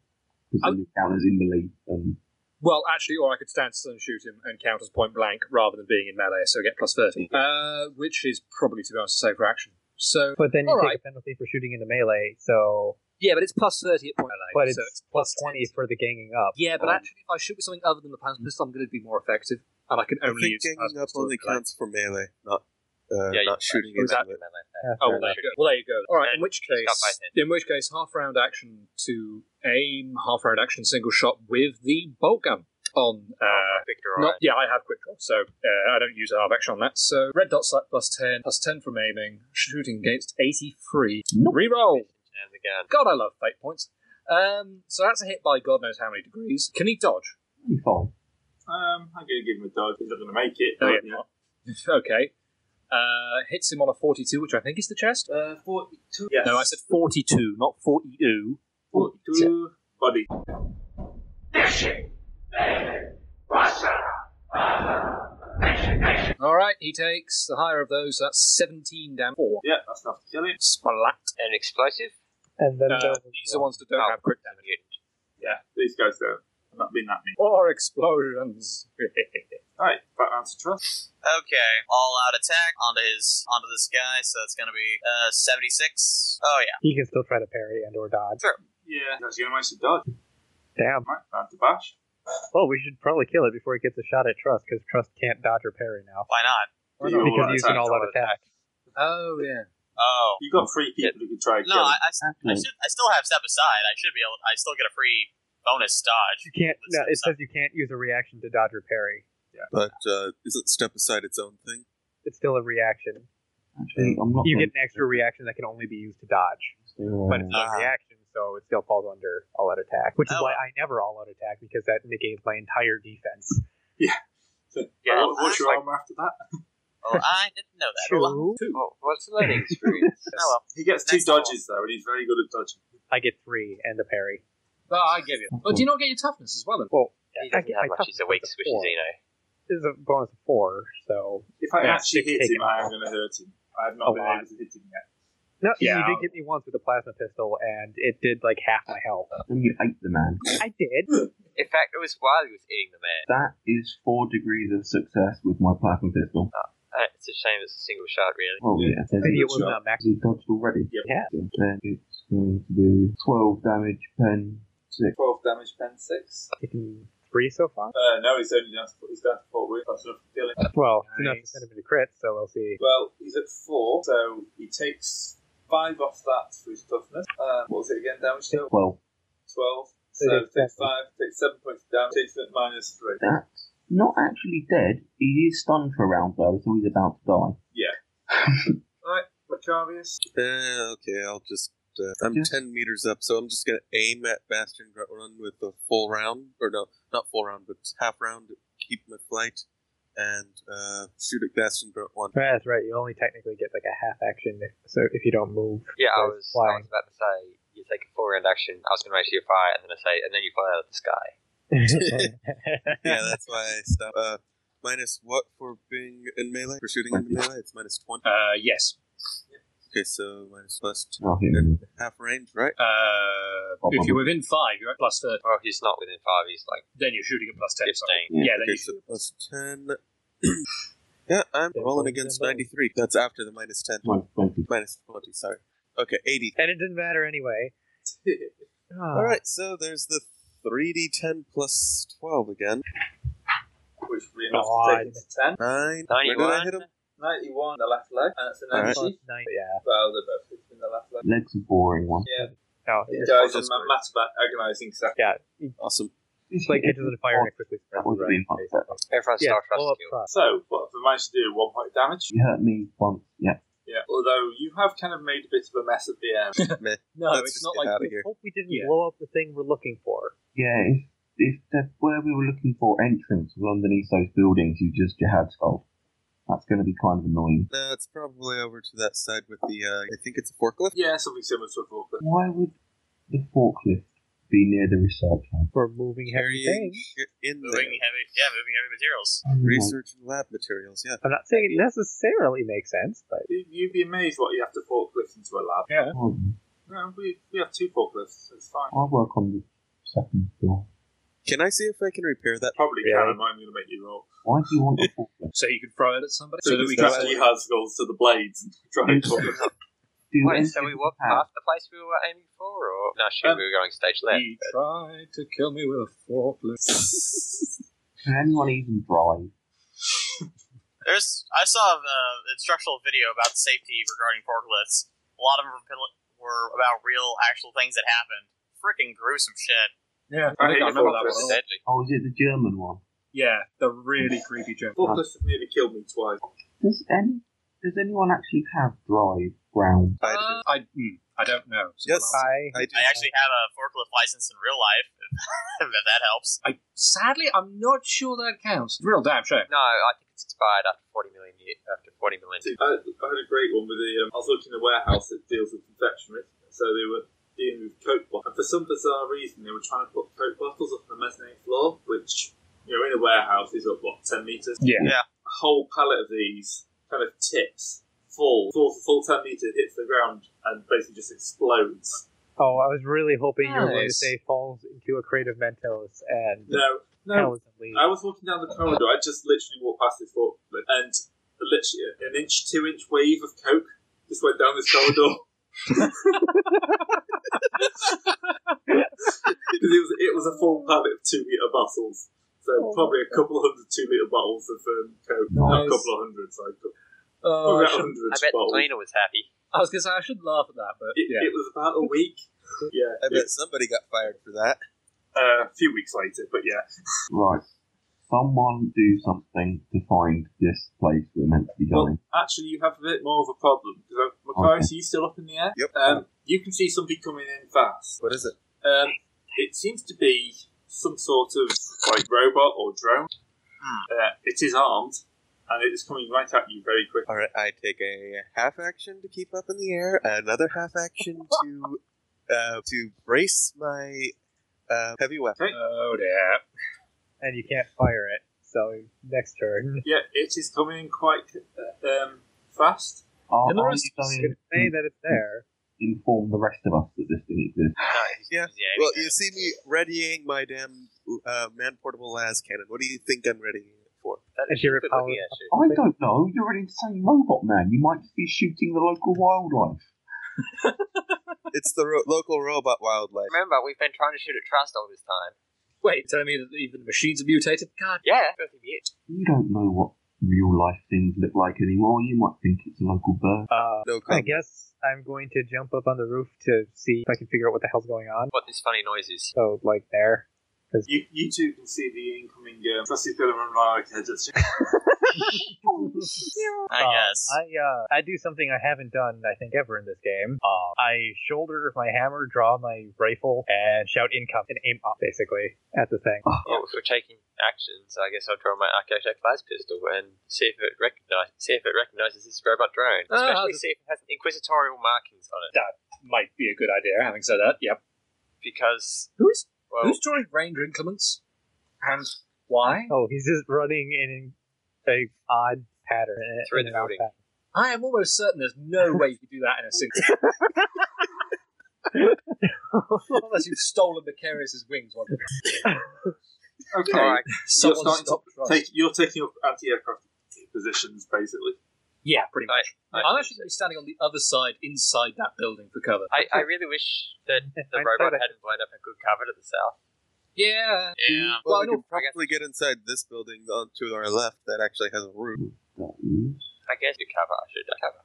Speaker 6: because then you count as in the lead. And
Speaker 3: Well, actually, or I could stand still and shoot him and count as point blank rather than being in melee, so I get plus 30. Uh, which is probably, to be honest, a safer action. So,
Speaker 5: But then you
Speaker 3: All
Speaker 5: take
Speaker 3: right.
Speaker 5: a penalty for shooting into melee, so.
Speaker 3: yeah, but it's plus 30 at point melee.
Speaker 5: But it's
Speaker 3: so it's
Speaker 5: plus 20 for the ganging up.
Speaker 3: Yeah, but
Speaker 5: Um,
Speaker 3: actually, if I shoot with something other than the plasma pistol, I'm going to be more effective, and I can
Speaker 8: I
Speaker 3: only
Speaker 8: think
Speaker 3: use the
Speaker 8: ganging
Speaker 3: plasma
Speaker 8: up
Speaker 3: pistol
Speaker 8: only
Speaker 3: at melee.
Speaker 8: counts for melee, not uh,
Speaker 4: uh, Yeah, you-
Speaker 8: not shooting
Speaker 4: Who's
Speaker 8: into
Speaker 4: that?
Speaker 8: it.
Speaker 5: yeah,
Speaker 3: Oh,
Speaker 5: fair
Speaker 3: well, there
Speaker 5: enough.
Speaker 3: you go. Well, there you go. All right. In
Speaker 4: And
Speaker 3: which
Speaker 4: he's got
Speaker 3: case,
Speaker 4: five hits.
Speaker 3: in which case, half round action to aim, half round action single shot with the bolt gun on. Uh,
Speaker 4: Victor
Speaker 3: not, yeah, I have quick draw, so uh, I don't use a half action on that. So red dot sight plus ten, plus ten from aiming, shooting against eighty-three.
Speaker 6: Nope.
Speaker 3: Reroll.
Speaker 4: and again.
Speaker 3: God, I love fate points. Um, so that's a hit by God knows how many degrees. Can he dodge?
Speaker 6: you're fine.
Speaker 2: Um, I'm going to give him a dodge. He's not going to make it.
Speaker 3: Oh,
Speaker 2: but,
Speaker 3: yeah.
Speaker 2: you know,
Speaker 3: okay. Uh, hits him on a forty-two, which I think is the chest.
Speaker 2: Uh, 42. Yes.
Speaker 3: No, I said 42, not 42.
Speaker 2: 42. Body.
Speaker 1: Дыши! Басара! Дыши, дыши!
Speaker 3: All right, he takes the higher of those. so that's 17 damage. Four.
Speaker 2: Yeah, that's enough to kill him.
Speaker 3: Splat.
Speaker 4: An explosive?
Speaker 5: And then
Speaker 3: Uh,
Speaker 5: there was,
Speaker 3: these are ones that don't
Speaker 4: Oh.
Speaker 3: have crit damage.
Speaker 2: Yeah, these guys there have not been that many.
Speaker 3: Or explosions.
Speaker 2: Alright, back round to Tross.
Speaker 7: Okay, all out attack onto his onto this guy. So it's gonna be uh 76. Oh yeah,
Speaker 5: he can still try to parry and or dodge.
Speaker 2: Yeah, that's going to manage to dodge.
Speaker 5: Damn.
Speaker 2: Right, round to Bash.
Speaker 5: Well, we should probably kill it before it gets a shot at Trust, because Trust can't dodge or parry now.
Speaker 7: why not?
Speaker 2: Because
Speaker 3: not?
Speaker 5: Because he's an
Speaker 2: all.
Speaker 5: all-out attack.
Speaker 3: oh, yeah.
Speaker 7: Oh
Speaker 2: You've got three people who can try and
Speaker 7: no,
Speaker 2: kill him.
Speaker 7: I, I, s- I
Speaker 6: Actually,
Speaker 7: should, I still have step aside. I should be able. I still get a free bonus dodge.
Speaker 5: You can't. No, it says you can't use a reaction to dodge or parry.
Speaker 8: But uh, isn't step aside its own thing?
Speaker 5: It's still a reaction.
Speaker 6: actually, I'm not.
Speaker 5: You
Speaker 6: going
Speaker 5: get an extra reaction that can only be used to dodge,
Speaker 6: to, uh,
Speaker 5: but it's
Speaker 8: Ah.
Speaker 5: not a reaction, so it still falls under all-out attack. Which is
Speaker 7: Oh.
Speaker 5: why I never all-out attack because that negates my entire defense.
Speaker 4: Yeah,
Speaker 2: What- what's your
Speaker 4: like-
Speaker 2: armor after that?
Speaker 7: Well, Oh, I didn't know that. Well,
Speaker 5: Two.
Speaker 4: Well, what's the learning experience?
Speaker 7: Oh well.
Speaker 2: He gets two
Speaker 7: Next one.
Speaker 2: dodges though, and he's very good at dodging.
Speaker 5: I get three and the parry.
Speaker 3: But I give you. But do you not get your toughness as well? Then?
Speaker 5: Well,
Speaker 4: He
Speaker 5: I
Speaker 4: doesn't
Speaker 5: get
Speaker 4: have
Speaker 5: my
Speaker 4: much. He's a
Speaker 5: toughness
Speaker 4: weak
Speaker 5: as
Speaker 4: switch,
Speaker 5: four.
Speaker 4: you know.
Speaker 5: This is a bonus of four, so
Speaker 2: If I
Speaker 5: Yeah,
Speaker 2: actually
Speaker 5: six
Speaker 2: hit him,
Speaker 5: taken.
Speaker 2: I am going to hurt him. I have not
Speaker 5: A
Speaker 2: been
Speaker 5: lot.
Speaker 2: able to hit him yet.
Speaker 5: no,
Speaker 3: Yeah.
Speaker 5: you did get me once with a plasma pistol, and it did like half my health.
Speaker 6: Then you ate the man.
Speaker 5: I did.
Speaker 4: In fact, it was while he was eating the man.
Speaker 6: That is four degrees of success with my plasma pistol.
Speaker 4: Uh, it's a shame it's a single shot, really.
Speaker 6: Oh yeah, there's
Speaker 5: Maybe
Speaker 6: a
Speaker 5: it was
Speaker 6: shot.
Speaker 5: not max.
Speaker 6: Has he dodged already?
Speaker 2: Yep.
Speaker 5: Yeah.
Speaker 6: So Then it's going to do twelve damage pen six.
Speaker 2: 12 damage, pen 6.
Speaker 5: Taking three so far.
Speaker 2: Uh, no, he's only down to, he's down to 4 wounds. That's enough to kill him.
Speaker 5: Well,
Speaker 3: Nice.
Speaker 5: it's enough to send him into crit, so we'll see.
Speaker 2: Well, he's at 4, so he takes 5 off that for his toughness. Uh, what was it again? Damage to
Speaker 6: Well,
Speaker 2: 12. So
Speaker 5: It
Speaker 2: takes
Speaker 5: is definitely-
Speaker 2: 5, takes 7 points of damage, takes it minus 3.
Speaker 6: that's not actually dead. He is stunned for a round though, so he's about to die.
Speaker 2: Alright, Macarius.
Speaker 8: Uh, okay, I'll just. Uh, I'm
Speaker 6: Yeah.
Speaker 8: 10 meters up, so I'm just going to aim at Bastion Grunt Run with a full round. Or no, not full round, but half round. Keep my flight. And uh, shoot at Bastion Grunt 1.
Speaker 5: Right, That's right. You only technically get like a half action, if, so if you don't move.
Speaker 4: Yeah, I
Speaker 5: Right,
Speaker 4: was, I
Speaker 5: flying.
Speaker 4: was about to say, you take a full round action, I was going to make sure you fire, and then I say, and then you fly out of the sky.
Speaker 8: yeah, that's why I stopped. Uh, minus what for being in melee? For shooting in melee? It's minus 20.
Speaker 3: Uh, yes.
Speaker 8: Okay, so minus plus two.
Speaker 6: Well, hit me.
Speaker 8: Half range, right?
Speaker 3: Uh,
Speaker 6: Problem.
Speaker 3: if you're within five, you're at plus thirty.
Speaker 4: Well, he's not within five. He's like
Speaker 3: Then you're shooting at plus ten. Sorry.
Speaker 4: fifteen.
Speaker 3: Yeah,
Speaker 6: Yeah,
Speaker 3: then
Speaker 8: Okay,
Speaker 3: you
Speaker 8: so plus 10. yeah, I'm
Speaker 5: They're
Speaker 8: rolling
Speaker 5: both
Speaker 8: against
Speaker 5: in both.
Speaker 8: 93. That's after the minus 10.
Speaker 6: Well, thank you.
Speaker 8: Minus 20, sorry. Okay, 80.
Speaker 5: And it didn't matter anyway. Ah,
Speaker 8: All right, so there's the 3d10 plus 12 again.
Speaker 2: which we enough to take it to 10.
Speaker 8: Nine. Where did I
Speaker 4: 91.
Speaker 8: hit him?
Speaker 2: 91, the left leg, and that's an
Speaker 8: All right.
Speaker 2: energy.
Speaker 5: plus nine. Yeah.
Speaker 2: Well, they're both fixed in the left leg.
Speaker 6: Legs a boring one.
Speaker 2: Yeah,
Speaker 5: No,
Speaker 2: it
Speaker 5: it's
Speaker 2: goes on
Speaker 8: just-
Speaker 2: ma- matter about agonising second.
Speaker 8: Awesome.
Speaker 5: just like into the fire and it quickly
Speaker 6: That would have been much better.
Speaker 4: Everyone
Speaker 5: Yeah,
Speaker 4: star
Speaker 5: blow up
Speaker 4: skill.
Speaker 5: trust.
Speaker 2: So, what have I managed to do? One point of damage.
Speaker 6: You hurt me once. Yeah.
Speaker 2: Yeah, although you have kind of made a bit of a mess at the end.
Speaker 8: Meh.
Speaker 3: No,
Speaker 8: Let's just
Speaker 3: it's not
Speaker 8: get
Speaker 3: like
Speaker 8: out of
Speaker 5: Let's
Speaker 8: here.
Speaker 5: hope we didn't
Speaker 3: Yeah.
Speaker 5: blow up the thing we're looking for.
Speaker 6: Yeah, if, if the, where we were looking for entrance was underneath those buildings you just jihad stole, that's going to be kind of annoying.
Speaker 8: No, it's probably over to that side with the, uh, I think it's a forklift.
Speaker 2: yeah, something similar to a forklift.
Speaker 6: Why would the forklift be near the research lab?
Speaker 5: We're moving heavy
Speaker 8: Carrying
Speaker 5: things.
Speaker 8: shit in there.
Speaker 7: Moving heavy, yeah, moving heavy materials.
Speaker 6: Oh my
Speaker 8: Research and lab materials, yeah.
Speaker 5: I'm not saying it necessarily makes sense, but
Speaker 2: You- You'd be amazed what you have to forklift into a lab.
Speaker 6: God.
Speaker 2: No, we, we have two forklifts, it's fine.
Speaker 6: I'll work on the second floor.
Speaker 8: Can I see if I can repair that?
Speaker 2: Probably
Speaker 5: Really?
Speaker 2: can, I'm going to make you roll.
Speaker 6: Why do you want a forklift?
Speaker 3: so you can throw it at somebody.
Speaker 2: So, we can actually have skulls to the blades and try and forklift.
Speaker 6: Do
Speaker 4: Wait,
Speaker 6: any
Speaker 4: so we
Speaker 6: people
Speaker 4: walked
Speaker 6: have-
Speaker 4: past the place we were aiming for, or no? Shoot,
Speaker 2: Um,
Speaker 4: we were going stage left.
Speaker 3: He tried to kill me with a forklift.
Speaker 6: Can anyone even drive?
Speaker 7: There's, I saw uh, an instructional video about safety regarding forklifts. A lot of them were, pil- were about real, actual things that happened. Freaking gruesome shit.
Speaker 3: yeah,
Speaker 2: I
Speaker 3: I
Speaker 2: hate
Speaker 3: think I remember that
Speaker 4: Forklifts are
Speaker 3: one.
Speaker 4: deadly.
Speaker 6: Oh, is it the German one?
Speaker 3: Yeah, the really creepy jump.
Speaker 2: Forklifts have nearly killed me twice.
Speaker 6: Does any does anyone actually have drive ground?
Speaker 8: I
Speaker 3: Uh, I, mm, I don't know.
Speaker 8: Yes.
Speaker 3: I,
Speaker 8: I
Speaker 5: I
Speaker 8: do.
Speaker 7: I actually have a forklift license in real life, if that helps.
Speaker 3: I sadly I'm not sure that counts. Real damn shame.
Speaker 4: No, I think it's expired after forty million. Year, after forty million.
Speaker 2: I, I had a great one with the. Um, I was working in a warehouse that deals with confectionery, so they were dealing with Coke bottles. And for some bizarre reason, they were trying to put Coke bottles up on the mezzanine floor, which, you know, in a warehouse is up, what, 10 metres?
Speaker 3: Yeah.
Speaker 7: Yeah.
Speaker 2: A whole pallet of these kind of tips, full, full, full 10 metres, hits the ground and basically just explodes.
Speaker 5: oh, I was really hoping you were going to
Speaker 4: Nice.
Speaker 5: say falls into a crate of Mentos and
Speaker 2: No, no,
Speaker 5: Hells and leaves.
Speaker 2: I was walking down the corridor. I just literally walked past this forklift, and literally an inch, two inch wave of coke just went down this corridor. Because it was it was a full pallet of two liter bottles, so probably a couple hundred two liter bottles of um, coke. Not a
Speaker 3: Nice.
Speaker 2: couple of hundred, so
Speaker 3: Oh,
Speaker 2: probably
Speaker 3: I,
Speaker 2: about
Speaker 3: should-
Speaker 2: hundred
Speaker 4: I bet the
Speaker 2: bottles.
Speaker 4: cleaner was happy.
Speaker 3: I was gonna say I should laugh at that, but
Speaker 2: It,
Speaker 3: yeah.
Speaker 2: it was about a week. Yeah,
Speaker 8: I
Speaker 2: it-
Speaker 8: bet somebody got fired for that.
Speaker 2: uh, a few weeks later, but yeah.
Speaker 6: Right. Someone do something to find this place we're meant to be going.
Speaker 2: Actually, you have a bit more of a problem. Because, uh, Macarius, are you still up in the air?
Speaker 8: Yep.
Speaker 2: Um, you can see something coming in fast.
Speaker 8: What is it?
Speaker 2: Um, it seems to be some sort of like robot or drone.
Speaker 3: Hmm.
Speaker 2: Uh, it is armed, and it is coming right at you very quickly.
Speaker 8: All right, I take a half action to keep up in the air, another half action to uh, to brace my uh, heavy weapon.
Speaker 3: Oh dear.
Speaker 5: and you can't fire it. So next turn,
Speaker 2: Yeah, it is coming in quite uh, um, fast.
Speaker 6: Are,
Speaker 3: And the
Speaker 6: are
Speaker 3: rest
Speaker 6: you
Speaker 3: is
Speaker 5: you
Speaker 6: going
Speaker 5: can say that it's there.
Speaker 6: to inform the rest of us that this thing exists?
Speaker 4: No, he's,
Speaker 8: Yeah.
Speaker 4: he's aiming
Speaker 8: Well,
Speaker 4: at
Speaker 8: you
Speaker 4: it.
Speaker 8: see me readying my damn uh, man portable las cannon. What do you think I'm readying it for?
Speaker 4: That
Speaker 5: If
Speaker 4: is
Speaker 5: you're
Speaker 4: good
Speaker 5: a
Speaker 4: looking
Speaker 5: power-
Speaker 4: at you.
Speaker 6: I don't know. You're an insane robot man. You might just be shooting the local wildlife.
Speaker 8: It's the ro- local robot wildlife.
Speaker 4: Remember, we've been trying to shoot at Trust all this time.
Speaker 3: Wait, telling me that even the machines are mutated? God.
Speaker 4: Yeah, filthy mute.
Speaker 6: You don't know what real life things look like anymore. You might think it's a local bird.
Speaker 5: Uh,
Speaker 8: No
Speaker 5: I
Speaker 8: comment.
Speaker 5: guess I'm going to jump up on the roof to see if I can figure out what the hell's going on.
Speaker 4: What this funny noise is.
Speaker 5: So like there,
Speaker 2: You, you two can see the incoming. Um, Trusty's going to run around like a just
Speaker 7: I
Speaker 5: Um,
Speaker 7: guess.
Speaker 5: I uh, I do something I haven't done I think ever in this game. Uh, I shoulder my hammer, draw my rifle, and shout income and aim up basically at the thing.
Speaker 6: Ah,
Speaker 4: Well, Oh, if we're taking actions, I guess I'll draw my Architect Class pistol and see if it recognize see if it recognizes this robot drone.
Speaker 3: Ah,
Speaker 4: Especially
Speaker 3: that's-
Speaker 4: see if it has inquisitorial markings on it.
Speaker 3: Might be a good idea, having said that. Yep.
Speaker 4: Because
Speaker 3: Who's
Speaker 4: well
Speaker 3: who's drawing range increments? And why?
Speaker 5: Oh, he's just running in a odd pattern. in-
Speaker 4: Through
Speaker 5: in
Speaker 4: the
Speaker 5: and out
Speaker 4: building.
Speaker 5: pattern.
Speaker 3: I am almost certain there's no way you could do that in a single. Unless you've stolen Macarius's wings. One. Oh,
Speaker 2: Okay,
Speaker 4: All right.
Speaker 2: so you're,
Speaker 3: Someone
Speaker 2: starting to
Speaker 3: stop trying.
Speaker 2: take, you're taking up anti-aircraft positions, basically.
Speaker 3: Yeah, pretty much.
Speaker 4: I,
Speaker 3: I'm actually going to be standing on the other side, inside that building for cover.
Speaker 4: I, I really wish that the
Speaker 5: I
Speaker 4: robot
Speaker 5: thought I-
Speaker 4: hadn't blown up a good cover to the south.
Speaker 3: Yeah.
Speaker 7: Yeah.
Speaker 8: Well,
Speaker 3: Well,
Speaker 8: we
Speaker 3: no,
Speaker 8: can probably get inside this building on to our left that actually has a roof.
Speaker 4: I guess good cover. I should have cover.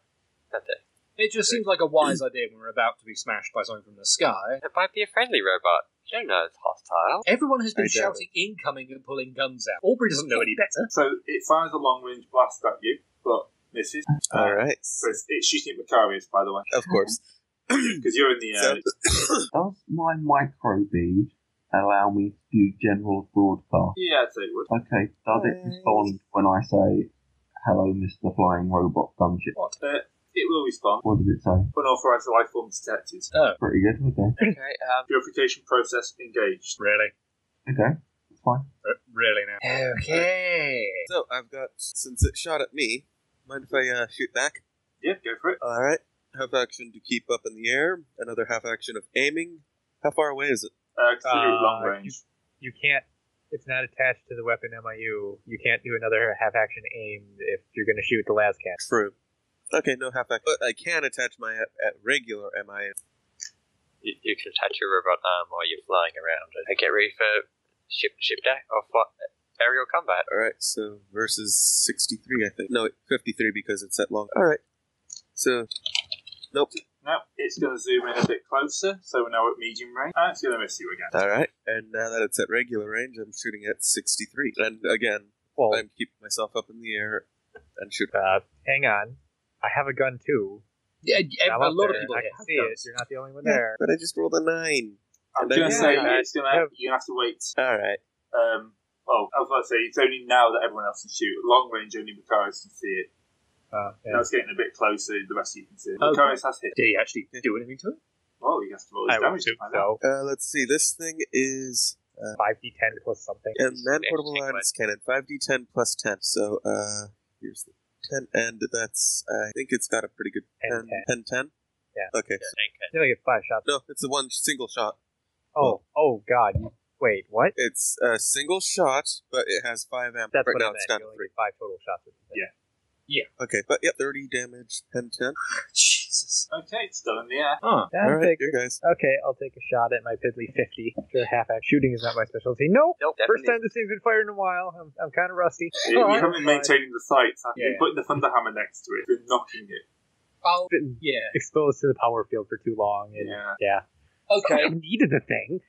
Speaker 4: Not that
Speaker 3: It just seems like a wise idea when we're about to be smashed by something from the sky.
Speaker 4: It might be a friendly robot. You don't know it's hostile.
Speaker 3: Everyone has
Speaker 8: I
Speaker 3: been
Speaker 8: doubt
Speaker 3: shouting incoming and pulling guns out. Aubrey doesn't know any better.
Speaker 2: So it fires a long-range blast at you, but misses.
Speaker 8: All right,
Speaker 2: So it's, it's shooting at Macarius, by the way,
Speaker 8: of course.
Speaker 2: because you're in the uh, air.
Speaker 8: So-
Speaker 2: and it's-
Speaker 6: Does my microbead allow me to do general broadcast?
Speaker 2: yeah, I'd say it would.
Speaker 6: Okay, does
Speaker 3: Uh,
Speaker 6: it respond when I say, hello, Mr. Flying Robot Gunship?
Speaker 2: What? Uh, it will respond.
Speaker 6: What does it say?
Speaker 2: Unauthorized life form detected.
Speaker 3: Oh,
Speaker 6: Pretty good, okay.
Speaker 4: Okay, um,
Speaker 2: Purification process engaged.
Speaker 3: really?
Speaker 6: Okay, that's fine.
Speaker 3: R- really now? Okay.
Speaker 8: So I've got since it shot at me. Mind if I uh, shoot back?
Speaker 2: Yeah, go for it.
Speaker 8: All right. Half action to keep up in the air. Another half action of aiming. How far away is it?
Speaker 2: Uh, consider it
Speaker 5: Uh,
Speaker 2: long
Speaker 5: you-
Speaker 2: range.
Speaker 5: You can't. It's not attached to the weapon MIU. You can't do another half action aim if you're going to shoot the last cat.
Speaker 8: True. Okay, no half action. But I can attach my uh, uh, regular MI.
Speaker 4: you, you can attach your robot arm while you're flying around and get ready for ship ship day or fly, aerial combat.
Speaker 8: All right. So versus sixty-three, I think. No, fifty-three because it's that long. All right. So
Speaker 2: No, it's going to zoom in a bit closer, so we're now at medium range. And it's going to miss you again.
Speaker 8: all right. And now that it's at regular range, I'm shooting at sixty-three. And again,
Speaker 5: Well,
Speaker 8: I'm keeping myself up in the air and shoot.
Speaker 5: uh, hang on. I have a gun too.
Speaker 3: Yeah,
Speaker 5: I'm
Speaker 3: a
Speaker 5: up
Speaker 3: lot
Speaker 5: there.
Speaker 3: of people
Speaker 5: I
Speaker 3: here
Speaker 5: can
Speaker 3: have
Speaker 5: see it.
Speaker 3: guns.
Speaker 5: You're not the only one
Speaker 8: Yeah,
Speaker 5: there.
Speaker 8: but I just rolled a nine.
Speaker 2: I'm
Speaker 8: Yeah.
Speaker 2: going to say
Speaker 5: Yeah.
Speaker 2: it's going to. You're going to have to wait.
Speaker 8: All right.
Speaker 2: Um, well, I was about to say it's only now that everyone else can shoot. At long range, only Macarius can see it.
Speaker 5: Uh, yeah.
Speaker 2: Now it's getting a bit closer. The rest of you can see. it.
Speaker 3: Okay.
Speaker 2: Macarius has hit.
Speaker 3: Did he actually do anything to it?
Speaker 2: Well, he has to roll his
Speaker 5: I would
Speaker 2: damage to
Speaker 5: assume
Speaker 2: find out.
Speaker 5: so.
Speaker 8: Uh, let's see. This thing is uh,
Speaker 5: 5d10 plus something.
Speaker 8: a man portable
Speaker 4: Interesting
Speaker 8: lattice cannon, five d ten plus ten. So uh, here's the ten, and that's I think it's got a pretty good
Speaker 5: And
Speaker 8: 10, 10,
Speaker 5: 10.
Speaker 8: 10?
Speaker 5: Yeah.
Speaker 8: Okay.
Speaker 4: Okay.
Speaker 5: You only get five shots.
Speaker 8: No, it's a one single shot.
Speaker 5: Oh, oh, God. you- Wait, what?
Speaker 8: It's a single shot, but it has five amp.
Speaker 5: That's
Speaker 8: right
Speaker 5: what
Speaker 8: now,
Speaker 5: I
Speaker 8: it's
Speaker 5: meant.
Speaker 8: down
Speaker 5: You
Speaker 8: to
Speaker 5: only
Speaker 8: three.
Speaker 5: get five total shots. with the thing.
Speaker 8: Okay, but yep, thirty damage, 10, 10.
Speaker 3: Jesus.
Speaker 2: Okay, it's still in the air.
Speaker 3: Huh.
Speaker 8: All
Speaker 5: Yeah, I'll
Speaker 8: right,
Speaker 5: take-
Speaker 8: you guys.
Speaker 5: okay, I'll take a shot at my piddly 50. Sure, half act. Shooting is not my specialty. Nope.
Speaker 4: Nope.
Speaker 5: First
Speaker 4: Definitely.
Speaker 5: time this thing's been fired in a while. I'm, I'm kind of rusty. Oh,
Speaker 2: You, you
Speaker 5: All right.
Speaker 2: haven't been maintaining the sights. Have you?
Speaker 3: Yeah.
Speaker 2: You've put the thunder hammer next to it. You've been knocking it.
Speaker 3: Oh,
Speaker 5: Been
Speaker 3: yeah.
Speaker 5: exposed to the power field for too long. And,
Speaker 2: Yeah.
Speaker 5: yeah.
Speaker 3: Okay,
Speaker 5: I needed the thing.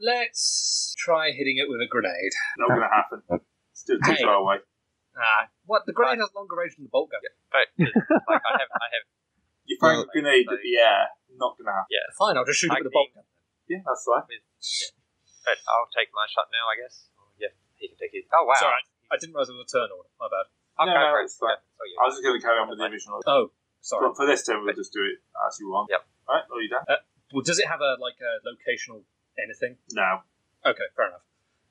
Speaker 3: let's try hitting it with a grenade.
Speaker 2: Not going to happen. Still too
Speaker 3: Hey.
Speaker 2: far away.
Speaker 3: Ah, what? The grenade has longer range than the bolt gun.
Speaker 4: But like I have, I have.
Speaker 2: You find
Speaker 8: Well,
Speaker 2: a grenade at the air. Not going to happen.
Speaker 4: Yeah.
Speaker 3: Fine, I'll just shoot
Speaker 4: I
Speaker 3: it with a bolt gun.
Speaker 2: Yeah, that's right.
Speaker 4: But I'll take my shot now, I guess. Or, Yeah, he can take his. Oh wow!
Speaker 3: Sorry, I didn't realize it was a turn order. My bad.
Speaker 4: I'll
Speaker 2: No,
Speaker 4: go
Speaker 2: no,
Speaker 4: for it.
Speaker 2: it's fine.
Speaker 4: Yeah. Oh, yeah.
Speaker 2: I was just going to carry on with the original.
Speaker 3: Oh, sorry.
Speaker 2: But for this time, we'll just do it as you want.
Speaker 4: Yep.
Speaker 2: All right, are you done?
Speaker 3: Well, does it have a like a locational anything?
Speaker 2: No.
Speaker 3: Okay, fair enough.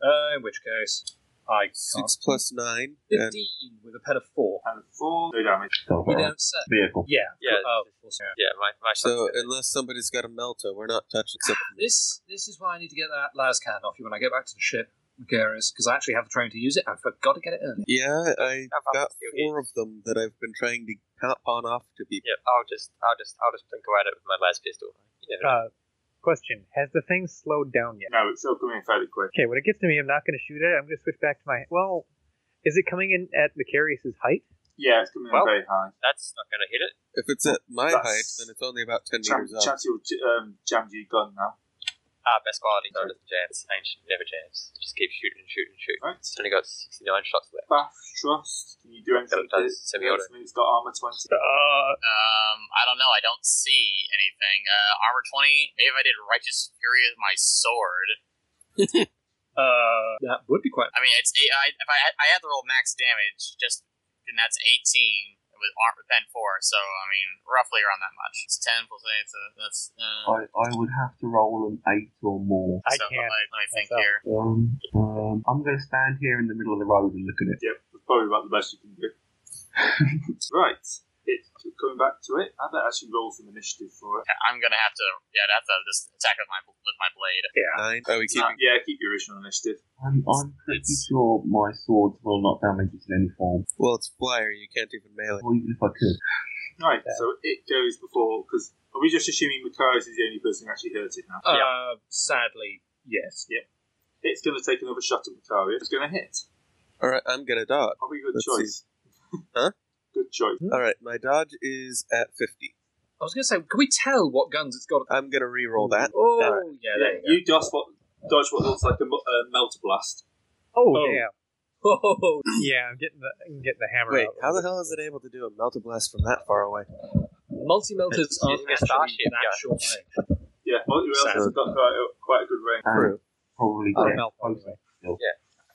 Speaker 3: Uh, in which case, I can't.
Speaker 8: Six plus nine, and
Speaker 3: Fifteen with a pen of four.
Speaker 2: And four, no damage.
Speaker 6: Go
Speaker 3: You
Speaker 6: for it.
Speaker 3: don't say.
Speaker 6: Vehicle.
Speaker 3: Yeah.
Speaker 4: Yeah.
Speaker 3: Oh, of course, yeah.
Speaker 4: Yeah, my my shot's
Speaker 8: so uh,
Speaker 4: good.
Speaker 8: unless somebody's got a melter, we're not touching. Except
Speaker 3: This this is why I need to get that Lazcan off you when I get back to the ship, Macarius, because I actually have the train to use it. I forgot to get it earlier.
Speaker 8: Yeah, I
Speaker 4: How about
Speaker 8: got
Speaker 4: you
Speaker 8: four of them that I've been trying to pa- pawn off to people.
Speaker 4: Yeah, I'll just, I'll just, I'll just tinker at it with my last pistol. You never know.
Speaker 5: Uh, question: Has the thing slowed down yet?
Speaker 2: No, it's still coming in fairly quick.
Speaker 5: Okay, when it gets to me, I'm not going to shoot at it. I'm going to switch back to my. Well, is it coming in at Macarius's height?
Speaker 2: Yeah, it's coming
Speaker 4: Well,
Speaker 2: in very high.
Speaker 4: That's not going to hit it.
Speaker 8: If it's at my
Speaker 2: That's-
Speaker 8: height, then it's only about 10
Speaker 2: Chan-
Speaker 8: meters up.
Speaker 2: Chance you'll j- um, jam your gun now.
Speaker 4: Ah, best quality. So
Speaker 5: Uh,
Speaker 4: it doesn't jams. Ancient never jams. It just keep shooting, shooting, shooting.
Speaker 2: Right.
Speaker 4: It's only got sixty-nine shots left.
Speaker 2: Bath, trust. Can you do anything?
Speaker 4: Yeah,
Speaker 2: with
Speaker 4: it does.
Speaker 2: it?
Speaker 4: Semi-auto.
Speaker 2: It's got armor 20.
Speaker 5: Uh,
Speaker 7: Um, I don't know. I don't see anything. Uh, armor twenty. Maybe if I did righteous fury with my sword.
Speaker 3: Uh, that would be quite.
Speaker 7: I mean, it's eight, I, if I had- I had to roll max damage, just and that's eighteen with armor with pen four. So I mean, roughly around that much. It's ten plus eight. So that's. Uh,
Speaker 6: I, I would have to roll an eight or more.
Speaker 5: I
Speaker 7: so
Speaker 5: can't.
Speaker 7: Let, let me think
Speaker 5: myself.
Speaker 7: here.
Speaker 6: Um, um, I'm going to stand here in the middle of the road and look at it.
Speaker 2: Yep, that's probably about the best you can do. right. it coming back to it. I bet I should roll some initiative for it.
Speaker 7: I'm gonna have to. Yeah, I'd have to just attack with my with my blade.
Speaker 8: Nine. Oh, we keep.
Speaker 2: Uh, yeah, keep your original initiative.
Speaker 6: I'm, I'm pretty sure my swords will not damage it in any form.
Speaker 8: Well, it's flyer. You can't even melee.
Speaker 6: Or even if I could.
Speaker 2: Right, so it goes before because are we just assuming Macarius is the only person who actually hurt it now?
Speaker 3: Oh.
Speaker 9: Uh, sadly, yes.
Speaker 2: It's going to take another shot at Macarius. It's going to hit.
Speaker 8: All right, I'm gonna dodge.
Speaker 2: Probably a good
Speaker 8: Let's
Speaker 2: choice.
Speaker 8: Huh?
Speaker 2: Good choice.
Speaker 8: All right, my dodge is at fifty.
Speaker 9: I was going to say, can we tell what guns it's got?
Speaker 8: I'm gonna re-roll that.
Speaker 9: Oh, yeah,
Speaker 2: Yeah,
Speaker 9: there you go.
Speaker 2: you dodge what dodge what looks like a mo- uh, melter blast.
Speaker 5: Oh,
Speaker 9: Oh.
Speaker 5: damn.
Speaker 9: Oh,
Speaker 5: Yeah, I'm getting the I'm getting the hammer
Speaker 8: Wait,
Speaker 5: out.
Speaker 8: how the hell is it able to do a melter blast from that far away?
Speaker 9: multi melters aren't
Speaker 4: Using a
Speaker 9: actually
Speaker 4: starship
Speaker 9: that
Speaker 4: gun.
Speaker 9: short range.
Speaker 2: Yeah, multi has
Speaker 8: Sound.
Speaker 2: got quite a, quite a good range.
Speaker 6: And
Speaker 8: True.
Speaker 6: Probably
Speaker 5: Oh,
Speaker 6: get
Speaker 5: melt
Speaker 6: closer.
Speaker 5: anyway.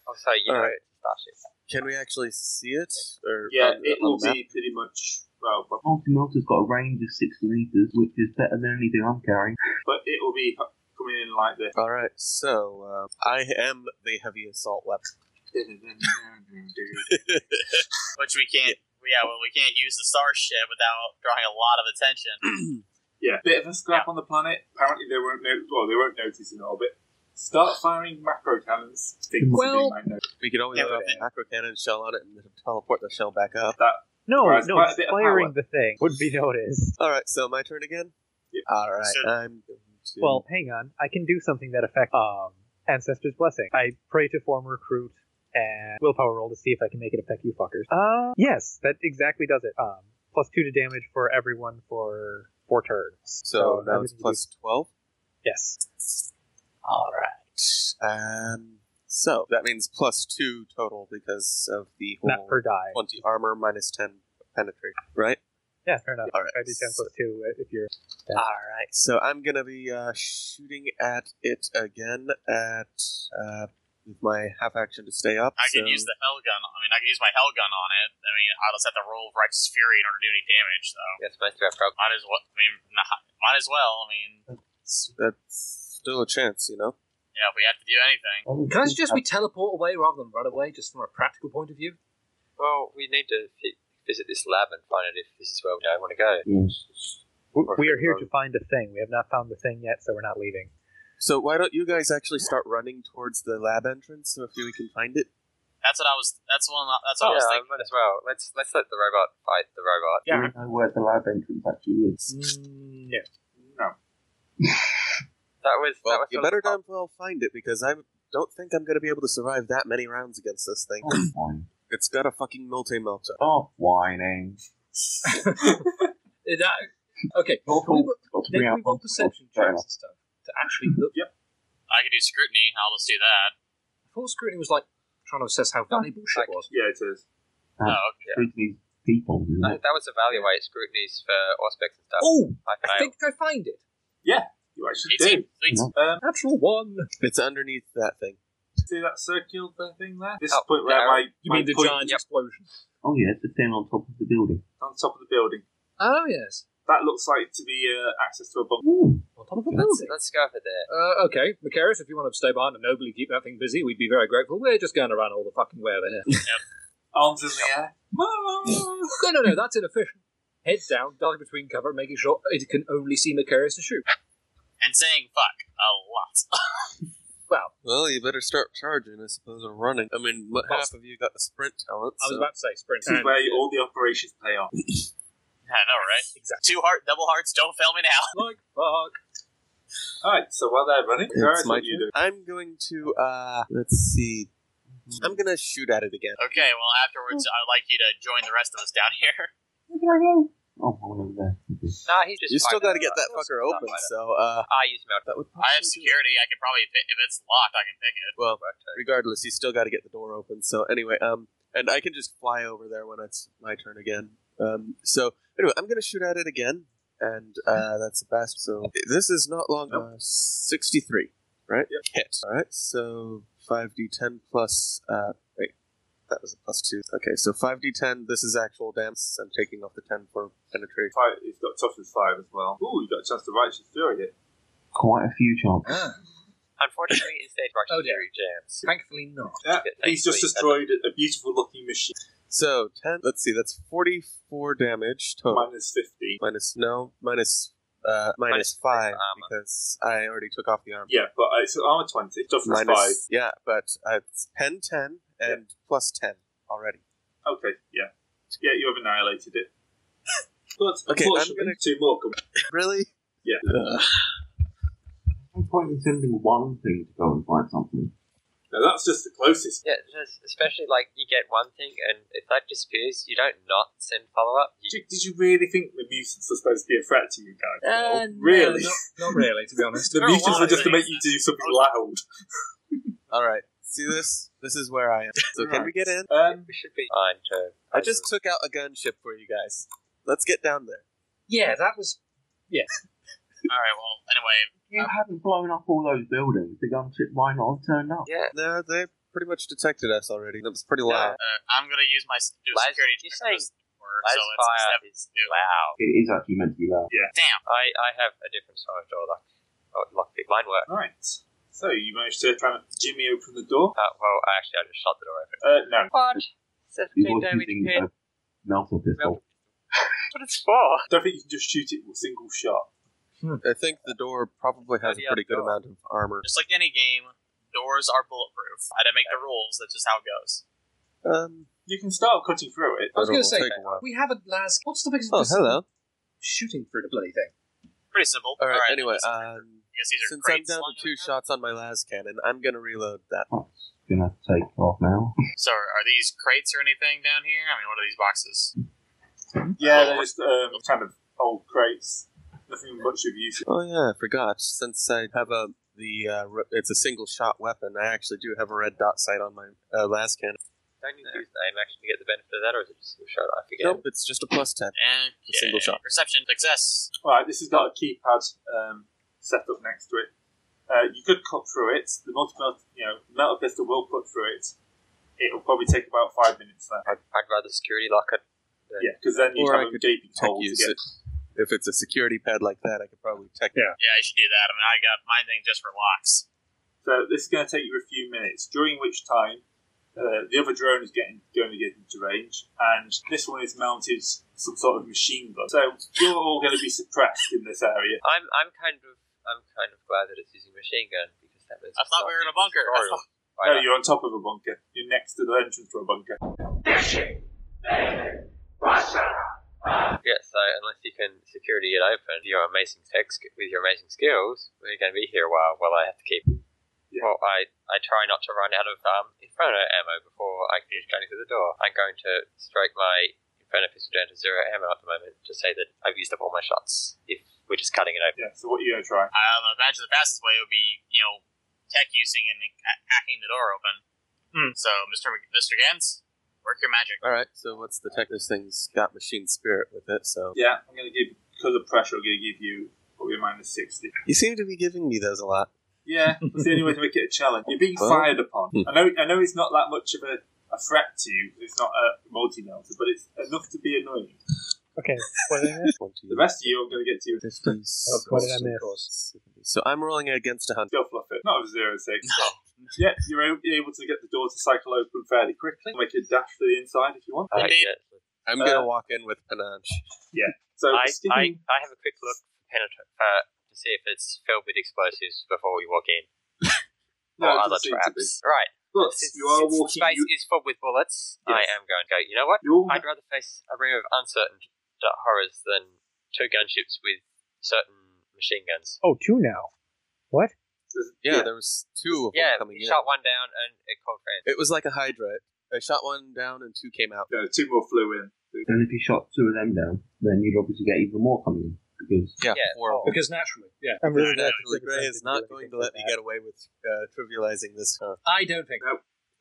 Speaker 4: Also, Oh, you know,
Speaker 8: Alright.
Speaker 4: it's a starship.
Speaker 8: Can we actually see it? Or
Speaker 2: Yeah,
Speaker 8: on the-
Speaker 2: it
Speaker 8: on
Speaker 2: will
Speaker 8: the map?
Speaker 2: be pretty much well, but,
Speaker 6: Multi-Melter's got a range of 60 metres, which is better than anything I'm carrying.
Speaker 2: but it will be coming in like this.
Speaker 8: All right, so um, I am the heavy assault weapon.
Speaker 7: Which we can't. Yeah, well, we can't use the starship without drawing a lot of attention.
Speaker 2: yeah, bit of a scrap on the planet. Apparently they won't know. Well, they won't notice in orbit. Start firing macro cannons. Things
Speaker 9: Well-
Speaker 2: they might know.
Speaker 8: We could always
Speaker 7: Yeah,
Speaker 8: drop
Speaker 7: but-
Speaker 8: a macro cannon shell on it and teleport the shell back up.
Speaker 5: No,
Speaker 2: Whereas
Speaker 5: no,
Speaker 2: quite a bit of
Speaker 5: firing the thing would be noticed.
Speaker 8: All right, so my turn again.
Speaker 2: Yep.
Speaker 8: All right,
Speaker 7: So-
Speaker 8: I'm going to.
Speaker 5: Well, hang on. I can do something that affects um, Ancestor's Blessing. I pray to form recruit and willpower roll to see if I can make it affect you fuckers. Uh, yes, that exactly does it. Um, plus two to damage for everyone for four turns.
Speaker 8: so now it's
Speaker 5: everything you
Speaker 8: plus twelve.
Speaker 5: do- Yes.
Speaker 8: All right. Um. So that means plus two total because of the whole
Speaker 5: Not per die.
Speaker 8: twenty armor minus ten penetration, right?
Speaker 5: Yeah, fair enough.
Speaker 8: All right.
Speaker 5: I do 10 plus 2 if you're.
Speaker 8: All right. So I'm gonna be uh, shooting at it again at uh, with my half action to stay up.
Speaker 7: I can
Speaker 8: so-
Speaker 7: use the hell gun. I mean, I can use my hell gun on it. I mean, I'll just have to roll righteous fury in order to do any damage. So
Speaker 4: You're supposed to have problems.
Speaker 7: might as well. I mean, nah, might as well. I mean,
Speaker 8: That's still a chance, you know.
Speaker 7: yeah, if we have to do anything.
Speaker 9: Can I suggest we teleport away rather than run away, just from a practical point of view?
Speaker 4: Well, we need to fi- visit this lab and find out if this is where we don't want to go.
Speaker 5: We are here to find a thing. We have not found the thing yet, so we're not leaving.
Speaker 8: So why don't you guys actually start running towards the lab entrance so if we can find it?
Speaker 7: That's what I was. That's one. That's what I
Speaker 4: yeah,
Speaker 7: was thinking.
Speaker 4: might as well. Let's let's let the robot fight the robot.
Speaker 6: Do we know where the lab entrance actually is?
Speaker 9: Mm, No.
Speaker 4: That was that
Speaker 8: Well,
Speaker 4: was
Speaker 8: you
Speaker 4: the-
Speaker 8: better damn well find it because I don't think I'm gonna be able to survive that many rounds against this thing.
Speaker 6: Oh, fine.
Speaker 8: It's got a fucking multi melter.
Speaker 6: Stop whining.
Speaker 9: That, okay.
Speaker 6: Stop
Speaker 9: Can we,
Speaker 6: all- stop
Speaker 9: then
Speaker 6: bringing
Speaker 9: can
Speaker 6: up
Speaker 9: we roll
Speaker 6: multiple
Speaker 9: perception
Speaker 6: fail.
Speaker 9: checks and stuff to actually look. Yep.
Speaker 7: I could do scrutiny. I'll just do that.
Speaker 9: I thought scrutiny was like trying to assess how valuable shit
Speaker 4: Okay.
Speaker 9: was.
Speaker 2: Yeah, it is.
Speaker 7: Oh, okay.
Speaker 6: Treat these people, isn't
Speaker 4: No,
Speaker 6: it?
Speaker 4: that was evaluate scrutinies for aspects and stuff.
Speaker 9: Oh,
Speaker 4: I
Speaker 9: I
Speaker 4: failed.
Speaker 9: think I find it.
Speaker 2: You actually do.
Speaker 7: 18. Sweet.
Speaker 6: No.
Speaker 2: Um,
Speaker 9: Natural one.
Speaker 8: It's underneath that thing.
Speaker 2: see that circular thing there? This
Speaker 4: Oh,
Speaker 2: point where
Speaker 4: there.
Speaker 2: my
Speaker 9: You
Speaker 2: my
Speaker 9: mean the
Speaker 2: point
Speaker 9: giant explosion?
Speaker 6: Oh yeah, it's the thing on top of the building.
Speaker 2: on top of the building.
Speaker 9: Oh yes.
Speaker 2: That looks like to be uh, access to a bomb.
Speaker 6: Ooh,
Speaker 9: On top of a
Speaker 4: Let's,
Speaker 9: building.
Speaker 4: let's go over there.
Speaker 9: Uh, okay, Macarius, if you want to stay behind and nobly keep that thing busy, we'd be very grateful. We're just going to run all the fucking way over here.
Speaker 2: Arms in the air.
Speaker 9: no, no, no, that's inefficient. Head down, dive between cover, making sure it can only see Macarius to shoot.
Speaker 7: And saying fuck a lot.
Speaker 9: Well,
Speaker 8: Well, you better start charging, I suppose, or running. I mean, what, half of you got the sprint talent.
Speaker 9: I was
Speaker 8: so-
Speaker 9: about to say sprint.
Speaker 2: This is
Speaker 9: and-
Speaker 2: where all the operations pay off.
Speaker 7: I know, right?
Speaker 9: Exactly.
Speaker 7: Two heart, double hearts. Don't fail me now.
Speaker 9: Like fuck.
Speaker 2: All right, so while they're running,
Speaker 8: It's
Speaker 2: Ferris,
Speaker 8: my
Speaker 2: what do you do?
Speaker 8: turn. I'm going to, uh, let's see. I'm gonna shoot at it again.
Speaker 4: Mm.
Speaker 7: Okay. Well, afterwards, I'd like you to join the rest of us down here.
Speaker 6: where did I go? Oh, I went over there. Okay.
Speaker 4: Nah, he's just.
Speaker 8: You still
Speaker 4: fighting.
Speaker 8: gotta get that
Speaker 4: Nah,
Speaker 8: fucker
Speaker 4: nah,
Speaker 8: open,
Speaker 4: fighting.
Speaker 8: so, uh,
Speaker 4: I use melt.
Speaker 8: that would
Speaker 7: I have
Speaker 8: possibly do it.
Speaker 7: security. I can probably pick, if it's locked, I can pick it.
Speaker 8: Well, regardless, you still gotta get the door open, so anyway, um, and I can just fly over there when it's my turn again. Um, so, anyway, I'm gonna shoot at it again, and, uh, that's a best, so this is not long, uh, 63, right?
Speaker 2: Yep.
Speaker 8: Hit. Alright, so 5d10 plus, uh, wait. That was a plus two. Okay, so 5d10. This is actual damage. I'm taking off the 10 for penetration.
Speaker 2: Five, it's got toughness five as well. Ooh, you got a chance to righteous fury it.
Speaker 6: Quite a few chances.
Speaker 4: Unfortunately, instead, right
Speaker 9: Oh, dear.
Speaker 4: jams.
Speaker 9: Thankfully not.
Speaker 2: Yeah,
Speaker 4: Okay,
Speaker 2: he's just
Speaker 4: thankfully,
Speaker 2: destroyed a, a beautiful looking machine.
Speaker 8: So ten. Let's see. That's forty-four damage total.
Speaker 2: Minus 50.
Speaker 8: Minus no. Minus uh minus, minus
Speaker 4: Minus
Speaker 8: five
Speaker 4: armor.
Speaker 8: because I already took off the armor.
Speaker 2: Yeah, but uh, it's armor 20. Toughness
Speaker 8: Minus- Yeah, but uh, it's pen ten and plus ten already.
Speaker 2: 5. Okay, yeah. Yeah, you have annihilated it. But
Speaker 8: Okay, I'm
Speaker 2: unfortunately,
Speaker 8: gonna-
Speaker 2: two more come.
Speaker 8: Really?
Speaker 2: Yeah.
Speaker 8: Ugh.
Speaker 6: I'm quite sending one thing to go and find something.
Speaker 2: Now, that's just the closest.
Speaker 4: Yeah, just especially like you get one thing, and if that disappears, you don't not send follow up. You,
Speaker 2: Did you, did you really think the mutants were supposed to be a threat to you guys?
Speaker 9: Uh,
Speaker 2: No, really?
Speaker 9: No, not, not really, to be honest.
Speaker 2: the
Speaker 7: there are a
Speaker 2: mutants
Speaker 7: lot
Speaker 2: were
Speaker 7: of
Speaker 2: just to
Speaker 7: things.
Speaker 2: make you do something loud.
Speaker 8: All right. See this? This is where I am. So can we get in?
Speaker 2: Um,
Speaker 4: we should be fine to.
Speaker 8: I just took out a gunship for you guys. Let's get down there.
Speaker 3: Yeah, that was.
Speaker 7: All right. Well, anyway,
Speaker 6: You haven't blown up all those buildings. The gunship might not have turned up.
Speaker 4: Yeah,
Speaker 8: No, they pretty much detected us already. That was pretty loud.
Speaker 7: uh, I'm gonna use my s- do a
Speaker 4: Las-
Speaker 7: security
Speaker 4: you
Speaker 7: check
Speaker 4: say
Speaker 7: on this door,
Speaker 4: Las
Speaker 7: so it's
Speaker 4: fire
Speaker 7: seven.
Speaker 4: is loud.
Speaker 6: It is actually meant to be loud.
Speaker 7: Damn.
Speaker 4: I I have a different sort of door lock. Oh, lockpick. Mine work.
Speaker 2: right. So, you managed to kind of jimmy open the door?
Speaker 4: Uh, well, actually, I just shut the door open.
Speaker 2: Uh, no.
Speaker 4: What?
Speaker 6: He
Speaker 4: Seventeen
Speaker 6: was
Speaker 4: damage
Speaker 6: using
Speaker 4: per.
Speaker 6: a melter pistol.
Speaker 4: What it's for?
Speaker 2: don't think you can just shoot it with a single shot.
Speaker 8: I think the door probably has
Speaker 4: Oh,
Speaker 8: a
Speaker 4: yeah,
Speaker 8: pretty good
Speaker 4: door.
Speaker 8: amount of armor.
Speaker 7: Just like any game, doors are bulletproof. I didn't make the rules. That's just how it goes.
Speaker 8: Um,
Speaker 2: You can start cutting through it.
Speaker 8: I
Speaker 3: was
Speaker 8: don't know,
Speaker 3: gonna say,
Speaker 8: take a while.
Speaker 3: We have a Las. What's the biggest
Speaker 8: Oh,
Speaker 3: risk of
Speaker 8: hello.
Speaker 3: Shooting through the bloody thing.
Speaker 7: Pretty simple.
Speaker 8: All right.
Speaker 7: Alright, I
Speaker 8: anyway,
Speaker 7: guess-
Speaker 8: um,
Speaker 7: I guess these are
Speaker 8: since I'm
Speaker 7: great
Speaker 8: down to two shots on my las cannon, I'm gonna reload that.
Speaker 6: That's gonna take off now.
Speaker 7: So, are these crates or anything down here? I mean, what are these boxes?
Speaker 8: Oh,
Speaker 2: Yeah, they're just um, kind of old crates. Nothing much of use.
Speaker 8: Oh yeah, I forgot. Since I have a the uh, re- it's a single shot weapon, I actually do have a red dot sight on my uh, las cannon.
Speaker 4: Don't you use aim action to get the benefit of that, or is it just a shot? I forget.
Speaker 8: Nope, it's just Eh, a plus ten.
Speaker 7: And
Speaker 8: single shot.
Speaker 7: Perception success.
Speaker 2: All right, this has got a keypad um, set up next to it. Uh, you could cut through it. The multi you know, metal pistol will cut through it. It'll probably take about five minutes then.
Speaker 4: I'd, I'd rather security lock it.
Speaker 2: Yeah, because then you
Speaker 8: Or I
Speaker 2: have a
Speaker 8: could
Speaker 2: gaping
Speaker 8: Tech
Speaker 2: hole to
Speaker 8: use
Speaker 2: get.
Speaker 8: it. If it's a security pad like that, I could probably tech
Speaker 3: Yeah.
Speaker 7: Yeah, I should do that. I mean, I got my thing just for locks.
Speaker 2: So this is going to take you a few minutes, during which time uh, the other drone is getting going to get into range, and this one is mounted some sort of machine gun. So you're all going to be suppressed in this area.
Speaker 4: I'm I'm kind of I'm kind of glad that it's using machine gun because that means
Speaker 7: I thought we were in a bunker. I
Speaker 4: tutorial. Why
Speaker 2: No,
Speaker 4: not?
Speaker 2: you're on top of a bunker. You're next to the entrance to a bunker.
Speaker 1: Dishing. Basara.
Speaker 4: Yeah, so unless you can security it open, your amazing tech sk- with your amazing skills, we're going to be here a while. While I have to keep.
Speaker 2: Yeah.
Speaker 4: Well, I, I try not to run out of um, inferno ammo before I finish going through the door. I'm going to strike my inferno pistol down to zero ammo at the moment to say that I've used up all my shots. If we're just cutting it open,
Speaker 2: Yeah. So what are you going to try?
Speaker 7: Um, I imagine the fastest way would be, you know, tech using and ha- hacking the door open.
Speaker 8: Hmm.
Speaker 7: So, Mr. Mc- Mr. Gens, work your magic.
Speaker 8: All right. So what's the tech? This thing's got machine spirit with it. So
Speaker 2: Yeah, I'm going to give because of pressure. I'm going to give you probably a minus sixty.
Speaker 8: you seem to be giving me those a lot.
Speaker 2: Yeah, that's the only way to make it a challenge. You're being
Speaker 8: Well-
Speaker 2: fired upon.
Speaker 8: Hmm.
Speaker 2: I know. I know it's not that much of a, a threat to you. 'cause It's not a multi melter, but it's enough to be annoying.
Speaker 5: Okay, what did I miss?
Speaker 8: Twenty,
Speaker 2: The rest of you, I'm going to get to you.
Speaker 8: 50,
Speaker 5: what did I miss?
Speaker 8: 70. So I'm rolling against a hundred.
Speaker 2: Go fluff it. Not a zero six. Yeah, you're a- you're able to get the door to cycle open fairly quickly. Make a dash for the inside if you want.
Speaker 4: I,
Speaker 7: Indeed.
Speaker 4: yeah,
Speaker 8: I'm
Speaker 2: Uh,
Speaker 8: gonna walk in with panache.
Speaker 2: So
Speaker 4: I, I,
Speaker 2: skipping,
Speaker 4: I have a quick look penetra- uh, to see if it's filled with explosives before we walk in.
Speaker 2: no,
Speaker 4: or
Speaker 2: it
Speaker 4: other
Speaker 2: doesn't seem to be.
Speaker 4: traps. Right.
Speaker 2: But
Speaker 4: Since,
Speaker 2: you are
Speaker 4: since
Speaker 2: walking.
Speaker 4: space
Speaker 2: You,
Speaker 4: is full with bullets, I
Speaker 2: Yes.
Speaker 4: am going to go, you know what?
Speaker 2: you're
Speaker 4: I'd rather face a rear of uncertain d- horrors than two gunships with certain machine guns.
Speaker 5: Oh, two now. What?
Speaker 2: there's-
Speaker 8: Yeah, there was two of
Speaker 4: Yeah,
Speaker 8: them coming
Speaker 4: we
Speaker 8: in.
Speaker 4: shot one down and it called friends.
Speaker 8: It was like a hydra. I shot one down and two came out.
Speaker 2: no, two more flew in.
Speaker 6: And if you shot two of them down, then you'd obviously get even more coming in because
Speaker 8: Yeah,
Speaker 4: Yeah,
Speaker 8: four
Speaker 2: Oh.
Speaker 8: of them.
Speaker 3: Because naturally, yeah.
Speaker 5: I'm really glad
Speaker 8: Naturally,
Speaker 5: Pacific
Speaker 8: Gray
Speaker 5: Rim
Speaker 8: is
Speaker 5: didn't
Speaker 8: not
Speaker 5: do
Speaker 8: going
Speaker 5: anything
Speaker 8: to
Speaker 5: for
Speaker 8: let me
Speaker 5: that.
Speaker 8: get away with uh, trivializing this. Huh?
Speaker 3: I don't think.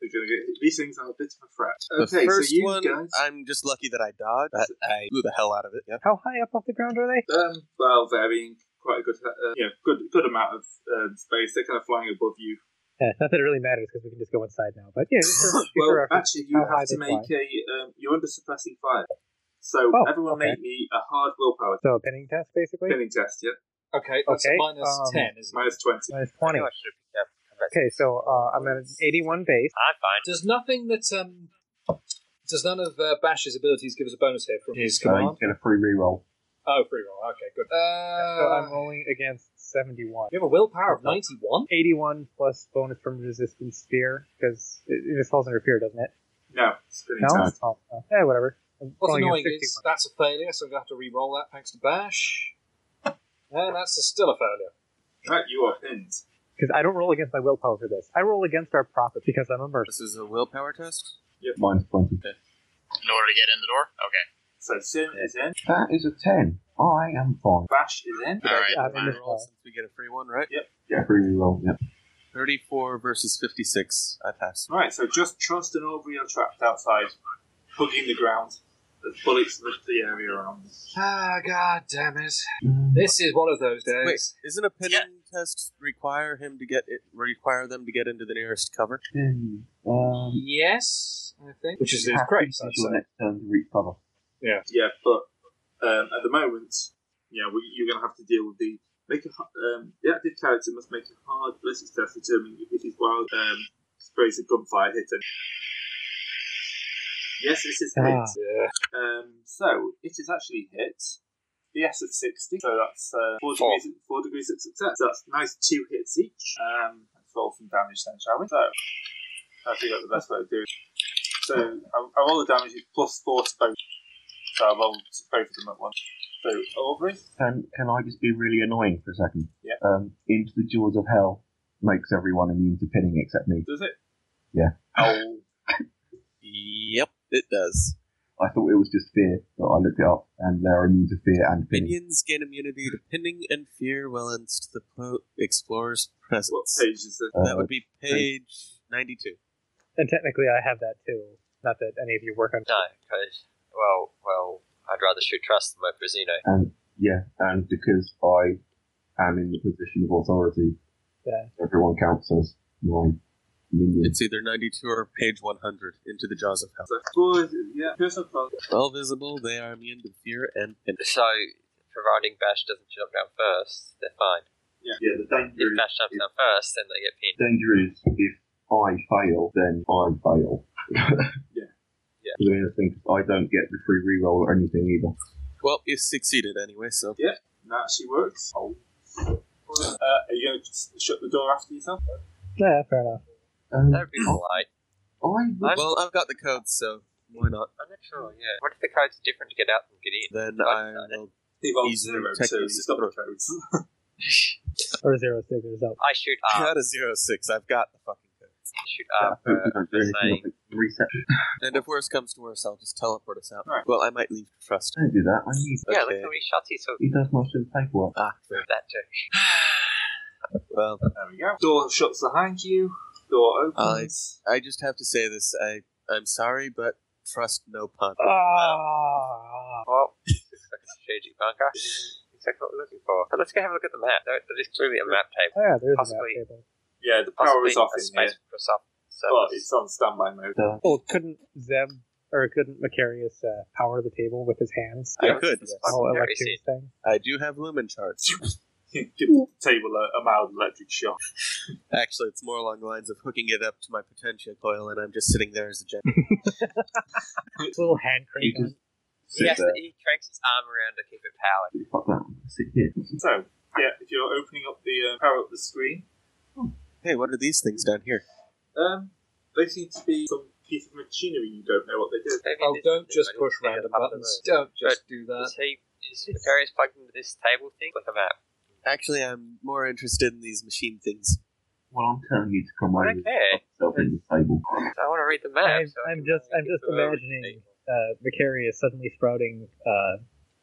Speaker 2: They're gonna get, these things are a bit of a threat.
Speaker 8: The
Speaker 2: Okay,
Speaker 8: first
Speaker 2: so you
Speaker 8: one,
Speaker 2: guys. um,
Speaker 8: I'm just lucky that I dodged. I, I blew the hell out of it. Yep.
Speaker 5: How high up off the ground are they?
Speaker 2: Um, well, varying quite a good, uh, you know, good, good amount of um, space. They're kind of flying above you.
Speaker 5: Yeah, not that it really matters because we can just go inside now. But yeah, just for- for
Speaker 2: Well,
Speaker 5: reference.
Speaker 2: actually, you
Speaker 5: How high
Speaker 2: have to
Speaker 5: they
Speaker 2: make a. Um, you're under suppressing fire, so
Speaker 5: Oh,
Speaker 2: everyone
Speaker 5: okay.
Speaker 2: make me a hard willpower
Speaker 5: so a pinning test basically.
Speaker 2: pinning test. Yeah,
Speaker 9: Okay, that's
Speaker 5: Okay,
Speaker 9: minus
Speaker 5: um,
Speaker 9: 10, isn't it?
Speaker 2: minus twenty.
Speaker 5: Minus
Speaker 4: I
Speaker 5: twenty.
Speaker 4: knew I should have picked up.
Speaker 5: Okay, so uh, I'm at an eighty-one base.
Speaker 4: I'm fine.
Speaker 9: There's nothing that um,
Speaker 3: Does none of uh, Bash's abilities give us a bonus here from his
Speaker 6: So
Speaker 3: command?
Speaker 6: you get a free reroll.
Speaker 3: Oh, free roll. Okay, good.
Speaker 5: So I'm
Speaker 3: Uh,
Speaker 5: rolling against 71.
Speaker 3: you have a willpower of 91?
Speaker 5: 81 plus bonus from resistance fear, because it, this falls under fear, doesn't it?
Speaker 2: No, it's pretty
Speaker 5: No?
Speaker 2: tough.
Speaker 5: It's all- oh, yeah, whatever. I'm
Speaker 3: What's
Speaker 5: rolling
Speaker 3: annoying
Speaker 5: against
Speaker 3: is that's a failure, so I'm going to have to re-roll that thanks to Bash. and that's a, still a failure.
Speaker 2: Right, you are pinned.
Speaker 5: 61, Because I don't roll against my willpower for this. I roll against our profit because I'm a merc.
Speaker 8: This is a willpower test.
Speaker 6: Minus 20.
Speaker 7: in order to get in the door. Okay.
Speaker 2: So Sim is in.
Speaker 6: That is a 10. I am fine.
Speaker 2: Bash is in.
Speaker 7: All right.
Speaker 5: Yeah, I'm in
Speaker 7: fine.
Speaker 5: this
Speaker 8: Roll
Speaker 5: one.
Speaker 8: since we get a free one, right?
Speaker 6: Yeah, free reroll. Yeah.
Speaker 8: 34 versus 56. I pass.
Speaker 2: Right, so just trust and over you're trapped outside, hugging the ground. The bullets lift the area around. them.
Speaker 3: Ah, god damn it.
Speaker 6: Mm.
Speaker 3: This is one of those days.
Speaker 8: Wait, isn't a pinning test require him to get it, require them to get into the nearest cover?
Speaker 6: Um, you
Speaker 3: Yes, I think. Which is
Speaker 6: have to
Speaker 3: great.
Speaker 6: use
Speaker 3: I'd
Speaker 6: your
Speaker 3: say.
Speaker 6: next turn to reach cover.
Speaker 2: Yeah, but um, at the moment, yeah, we, you're going to have to deal with the make a, h- um, the active character must make a hard ballistics test determining if his wild um, sprays of gunfire hit him. Yes, this is hit.
Speaker 5: Ah.
Speaker 3: Yeah.
Speaker 2: Um, so it is actually hit. Yes, at 60, so that's uh, four,
Speaker 7: Four.
Speaker 2: Degrees, four degrees of success. That's nice two hits each. Um, let's roll some damage then, shall we? So, I figure out the best way to do it. So, I, I roll the damage, it's plus four to both. So, I roll both of them at once. So, over it.
Speaker 6: Can can I just be really annoying for a second?
Speaker 2: Yeah.
Speaker 6: Um, Into the Jaws of Hell makes everyone immune to pinning except me.
Speaker 2: does it?
Speaker 6: Yeah.
Speaker 2: Oh,
Speaker 8: Yep, it does.
Speaker 6: I thought it was just fear, but I looked it up, and they're immune to fear and pinning.
Speaker 8: Minions gain immunity to pinning and fear while in the po- explorer's
Speaker 2: what
Speaker 8: presence.
Speaker 2: page is it?
Speaker 6: Uh,
Speaker 8: That would be page 92.
Speaker 5: And technically, I have that too. Not that any of you work on
Speaker 4: No, because well, well, I'd rather shoot trust than my Brazino.
Speaker 6: and yeah, and because I am in the position of authority,
Speaker 5: Yeah.
Speaker 6: everyone counts as my minion.
Speaker 8: It's either 92 or page 100, Into the Jaws of Hell.
Speaker 2: So, four, Oh, yeah, personal class.
Speaker 8: Well visible, they are immune to fear and pinning.
Speaker 4: So, providing Bash doesn't jump down first, they're fine.
Speaker 2: Yeah. yeah, the
Speaker 4: If
Speaker 2: danger is
Speaker 4: Bash jumps down first, then they get pinned.
Speaker 6: danger is if I fail, then I fail.
Speaker 4: Yeah.
Speaker 6: The other thing is I don't get the free reroll or anything either.
Speaker 8: Well, you succeeded anyway, so.
Speaker 2: that actually works. Oh. Uh, are you going to shut the door after yourself?
Speaker 5: Yeah, fair enough.
Speaker 2: Mm.
Speaker 6: Um,
Speaker 4: That'd be polite.
Speaker 6: I would-
Speaker 8: Well, I've got the code, so why not?
Speaker 4: I'm not sure. Yeah. What if the code's different to get out than get in?
Speaker 8: Then I will.
Speaker 2: He rolls
Speaker 8: He's
Speaker 2: zero,
Speaker 8: technically
Speaker 2: so he's got the codes.
Speaker 5: Or zero six or something.
Speaker 4: I shoot
Speaker 8: I
Speaker 4: up.
Speaker 8: got a zero six. I've got the fucking code.
Speaker 4: Shoot
Speaker 6: I
Speaker 4: up. uh,
Speaker 6: hope we don't do
Speaker 4: for saying,
Speaker 6: anything. like Reset.
Speaker 8: And if worse comes to worse, I'll just teleport us out.
Speaker 2: Right.
Speaker 8: Well, I might leave trust.
Speaker 6: Don't do that. I need.
Speaker 4: yeah, look
Speaker 8: Okay.
Speaker 4: how many shots he took.
Speaker 6: He does most of the paperwork.
Speaker 8: Ah, fair.
Speaker 4: That too.
Speaker 8: well,
Speaker 2: There we go. Door shuts behind you. Door opens.
Speaker 8: I just have to say this. I I'm sorry, but trust no pun.
Speaker 5: Ah,
Speaker 4: Well, Oh, this looks like a strategic bunker. This isn't exactly what we're looking for. But let's go have a look at the map. There, there is clearly a map table.
Speaker 5: oh, yeah, there's
Speaker 4: Possibly.
Speaker 5: a map table.
Speaker 2: yeah, the power
Speaker 4: Possibly
Speaker 2: is off
Speaker 4: a
Speaker 2: in
Speaker 4: space
Speaker 2: here, Oh,
Speaker 4: for some
Speaker 2: but
Speaker 4: service.
Speaker 2: it's on standby mode.
Speaker 6: So,
Speaker 5: Well, couldn't Zeb or couldn't Macarius uh, power the table with his hands?
Speaker 8: I
Speaker 4: Yeah.
Speaker 8: could.
Speaker 4: It's
Speaker 5: The whole
Speaker 4: fucking
Speaker 5: electric
Speaker 4: crazy.
Speaker 5: thing.
Speaker 8: Oh, I do have lumen charge.
Speaker 2: Give the table a, a mild electric shock.
Speaker 8: Actually, it's more along the lines of hooking it up to my potential coil, and I'm just sitting there as a gen.
Speaker 5: Little hand
Speaker 6: you
Speaker 5: crank. on.
Speaker 6: just
Speaker 4: He,
Speaker 6: sit
Speaker 4: has to,
Speaker 6: there.
Speaker 4: he cranks his arm around to keep it powered.
Speaker 6: Fuck that. Sit here.
Speaker 2: So, yeah, if you're opening up the uh, power up the screen,
Speaker 8: hey, what are these things down here?
Speaker 2: um, they seem to be some piece of machinery you don't know what they do.
Speaker 4: Maybe
Speaker 3: Oh,
Speaker 4: this-
Speaker 3: don't
Speaker 4: this
Speaker 3: just
Speaker 4: thing
Speaker 3: push
Speaker 4: is
Speaker 3: random
Speaker 4: up the
Speaker 3: buttons. Uh,
Speaker 4: road.
Speaker 3: Don't just do that.
Speaker 4: Is he is Macarius plugged into this table thing like a map?
Speaker 8: Actually, I'm more interested in these machine things.
Speaker 6: Well, I'm telling you to come
Speaker 4: I
Speaker 6: over
Speaker 4: don't care.
Speaker 6: yourself in the table.
Speaker 4: I want to read the map.
Speaker 5: I'm,
Speaker 4: Ah, so I
Speaker 5: I'm
Speaker 4: can
Speaker 5: just
Speaker 4: really
Speaker 5: I'm
Speaker 4: get
Speaker 5: just
Speaker 4: the overview.
Speaker 5: imagining uh, Vicarious suddenly sprouting uh,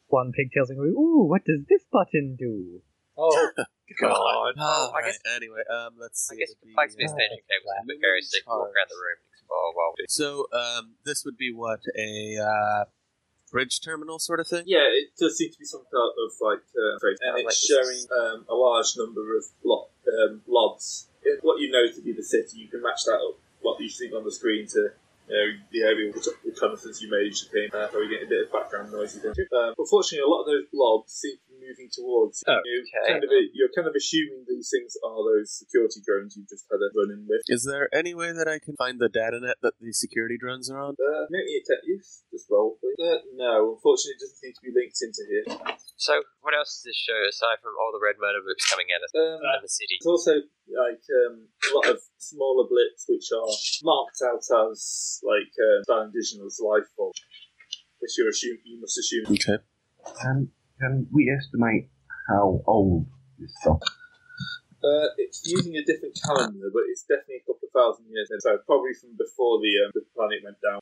Speaker 5: blonde pigtails and going, "Ooh, what does this button do?"
Speaker 3: Oh,
Speaker 4: God. Oh, I
Speaker 8: Alright,
Speaker 4: guess
Speaker 8: anyway, um, let's
Speaker 4: I
Speaker 8: see.
Speaker 4: guess
Speaker 8: it
Speaker 4: you
Speaker 8: would
Speaker 4: can plug
Speaker 8: be,
Speaker 4: space
Speaker 8: uh,
Speaker 4: station tables and
Speaker 8: Lumen
Speaker 4: Macarius so you can walk
Speaker 8: charge.
Speaker 4: around the room and explore while we
Speaker 8: So, um, this would be what a uh, bridge terminal sort of thing.
Speaker 2: Yeah, it does seem to be some type of like, uh, phrase, and
Speaker 4: Like
Speaker 2: it's
Speaker 4: this.
Speaker 2: showing um, a large number of lo- um, blobs. It- What you know to be the city, you can match that up. What you see on the screen to you know, the area which reconnaissance you made as you came. Uh, so we get a bit of background noise. you think. Um, unfortunately, a lot of those blobs seem to be moving towards.
Speaker 3: Oh,
Speaker 2: you
Speaker 4: okay.
Speaker 2: kind of, you're kind of assuming these things are those security drones you've just had a run in with.
Speaker 8: Is there any way that I can find the data net that the security drones are on?
Speaker 2: Uh, maybe a tech use. Just roll, please. Uh, no, unfortunately, it doesn't seem to be linked into here.
Speaker 4: So, what else does this show aside from all the red murder books coming at us
Speaker 2: Um,
Speaker 4: out of the city?
Speaker 2: It's also like um, a lot of smaller blips which are marked out as like uh, Stalin Digital's life form, which you assume you must assume.
Speaker 8: Okay.
Speaker 6: Can, can we estimate how old this stuff
Speaker 2: Uh, it's using a different calendar, but it's definitely a couple of thousand years, old, so probably from before the um, the planet went down.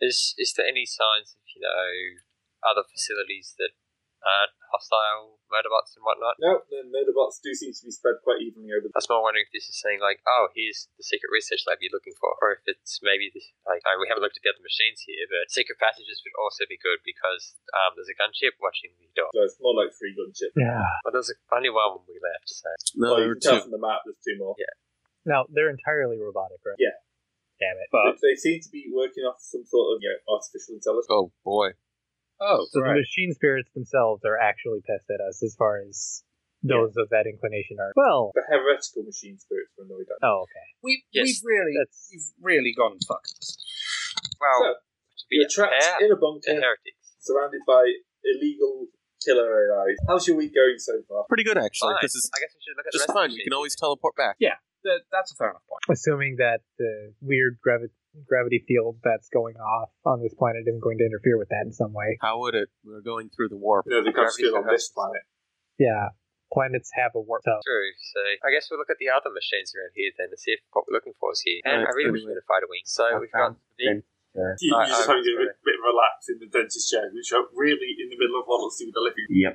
Speaker 4: Is is there any signs of you know other facilities that aren't hostile murderbots and whatnot?
Speaker 2: No, the murderbots do seem to be spread quite evenly over.
Speaker 4: I was more wondering if this is saying like, oh, here's the secret research lab you're looking for, or if it's maybe this, like I, we haven't looked at the other machines here, but secret passages would also be good because um, there's a gunship watching the door.
Speaker 2: So it's more like three gunship.
Speaker 5: Yeah.
Speaker 4: Well, there's a, only one when we left, so
Speaker 2: Well,
Speaker 8: No,
Speaker 2: you
Speaker 8: there were
Speaker 2: can tell
Speaker 8: two.
Speaker 2: from the map there's two more.
Speaker 5: Now they're entirely robotic, right?
Speaker 2: Yeah.
Speaker 5: Damn it.
Speaker 3: But
Speaker 2: They, they seem to be working off some sort of you know, artificial intelligence.
Speaker 8: Oh boy.
Speaker 3: oh,
Speaker 5: So the
Speaker 3: right.
Speaker 5: machine spirits themselves are actually pissed at us as far as those of that inclination are. Well,
Speaker 2: The heretical machine spirits were annoyed at.
Speaker 5: oh, okay.
Speaker 3: We,
Speaker 4: Yes,
Speaker 3: we've really,
Speaker 5: that's-
Speaker 3: we've really gone fucked.
Speaker 4: well, to be
Speaker 2: You're trapped
Speaker 4: fair,
Speaker 2: in a
Speaker 4: the
Speaker 2: bunker
Speaker 4: heretics.
Speaker 2: surrounded by illegal killer AIs. How's your week going so far?
Speaker 8: Pretty good actually.
Speaker 4: Fine.
Speaker 8: This is
Speaker 4: I guess we should look at
Speaker 8: just
Speaker 4: the rest
Speaker 8: fine.
Speaker 4: Of the machine.
Speaker 8: We can always teleport back.
Speaker 3: That, that's a fair enough point.
Speaker 5: Assuming that the weird gravi- gravity field that's going off on this planet isn't going to interfere with that in some way.
Speaker 8: How would it? We're going through the warp.
Speaker 2: No, the
Speaker 4: Gravity's
Speaker 2: still on
Speaker 4: not
Speaker 2: this planet.
Speaker 5: Yeah. Planets have a warp. So
Speaker 4: True. So I guess we'll look at the other machines around here then and see if what we're looking for is here. And
Speaker 8: Alright,
Speaker 4: I really wish
Speaker 8: anyway.
Speaker 4: we had a fighter wing. So
Speaker 6: I
Speaker 4: we've got
Speaker 6: found
Speaker 4: the
Speaker 2: You,
Speaker 4: I-
Speaker 2: you just
Speaker 4: I-
Speaker 2: having a bit, bit relaxed in the dentist chair, which are really in the middle of what looks to be the living room.
Speaker 6: Yep.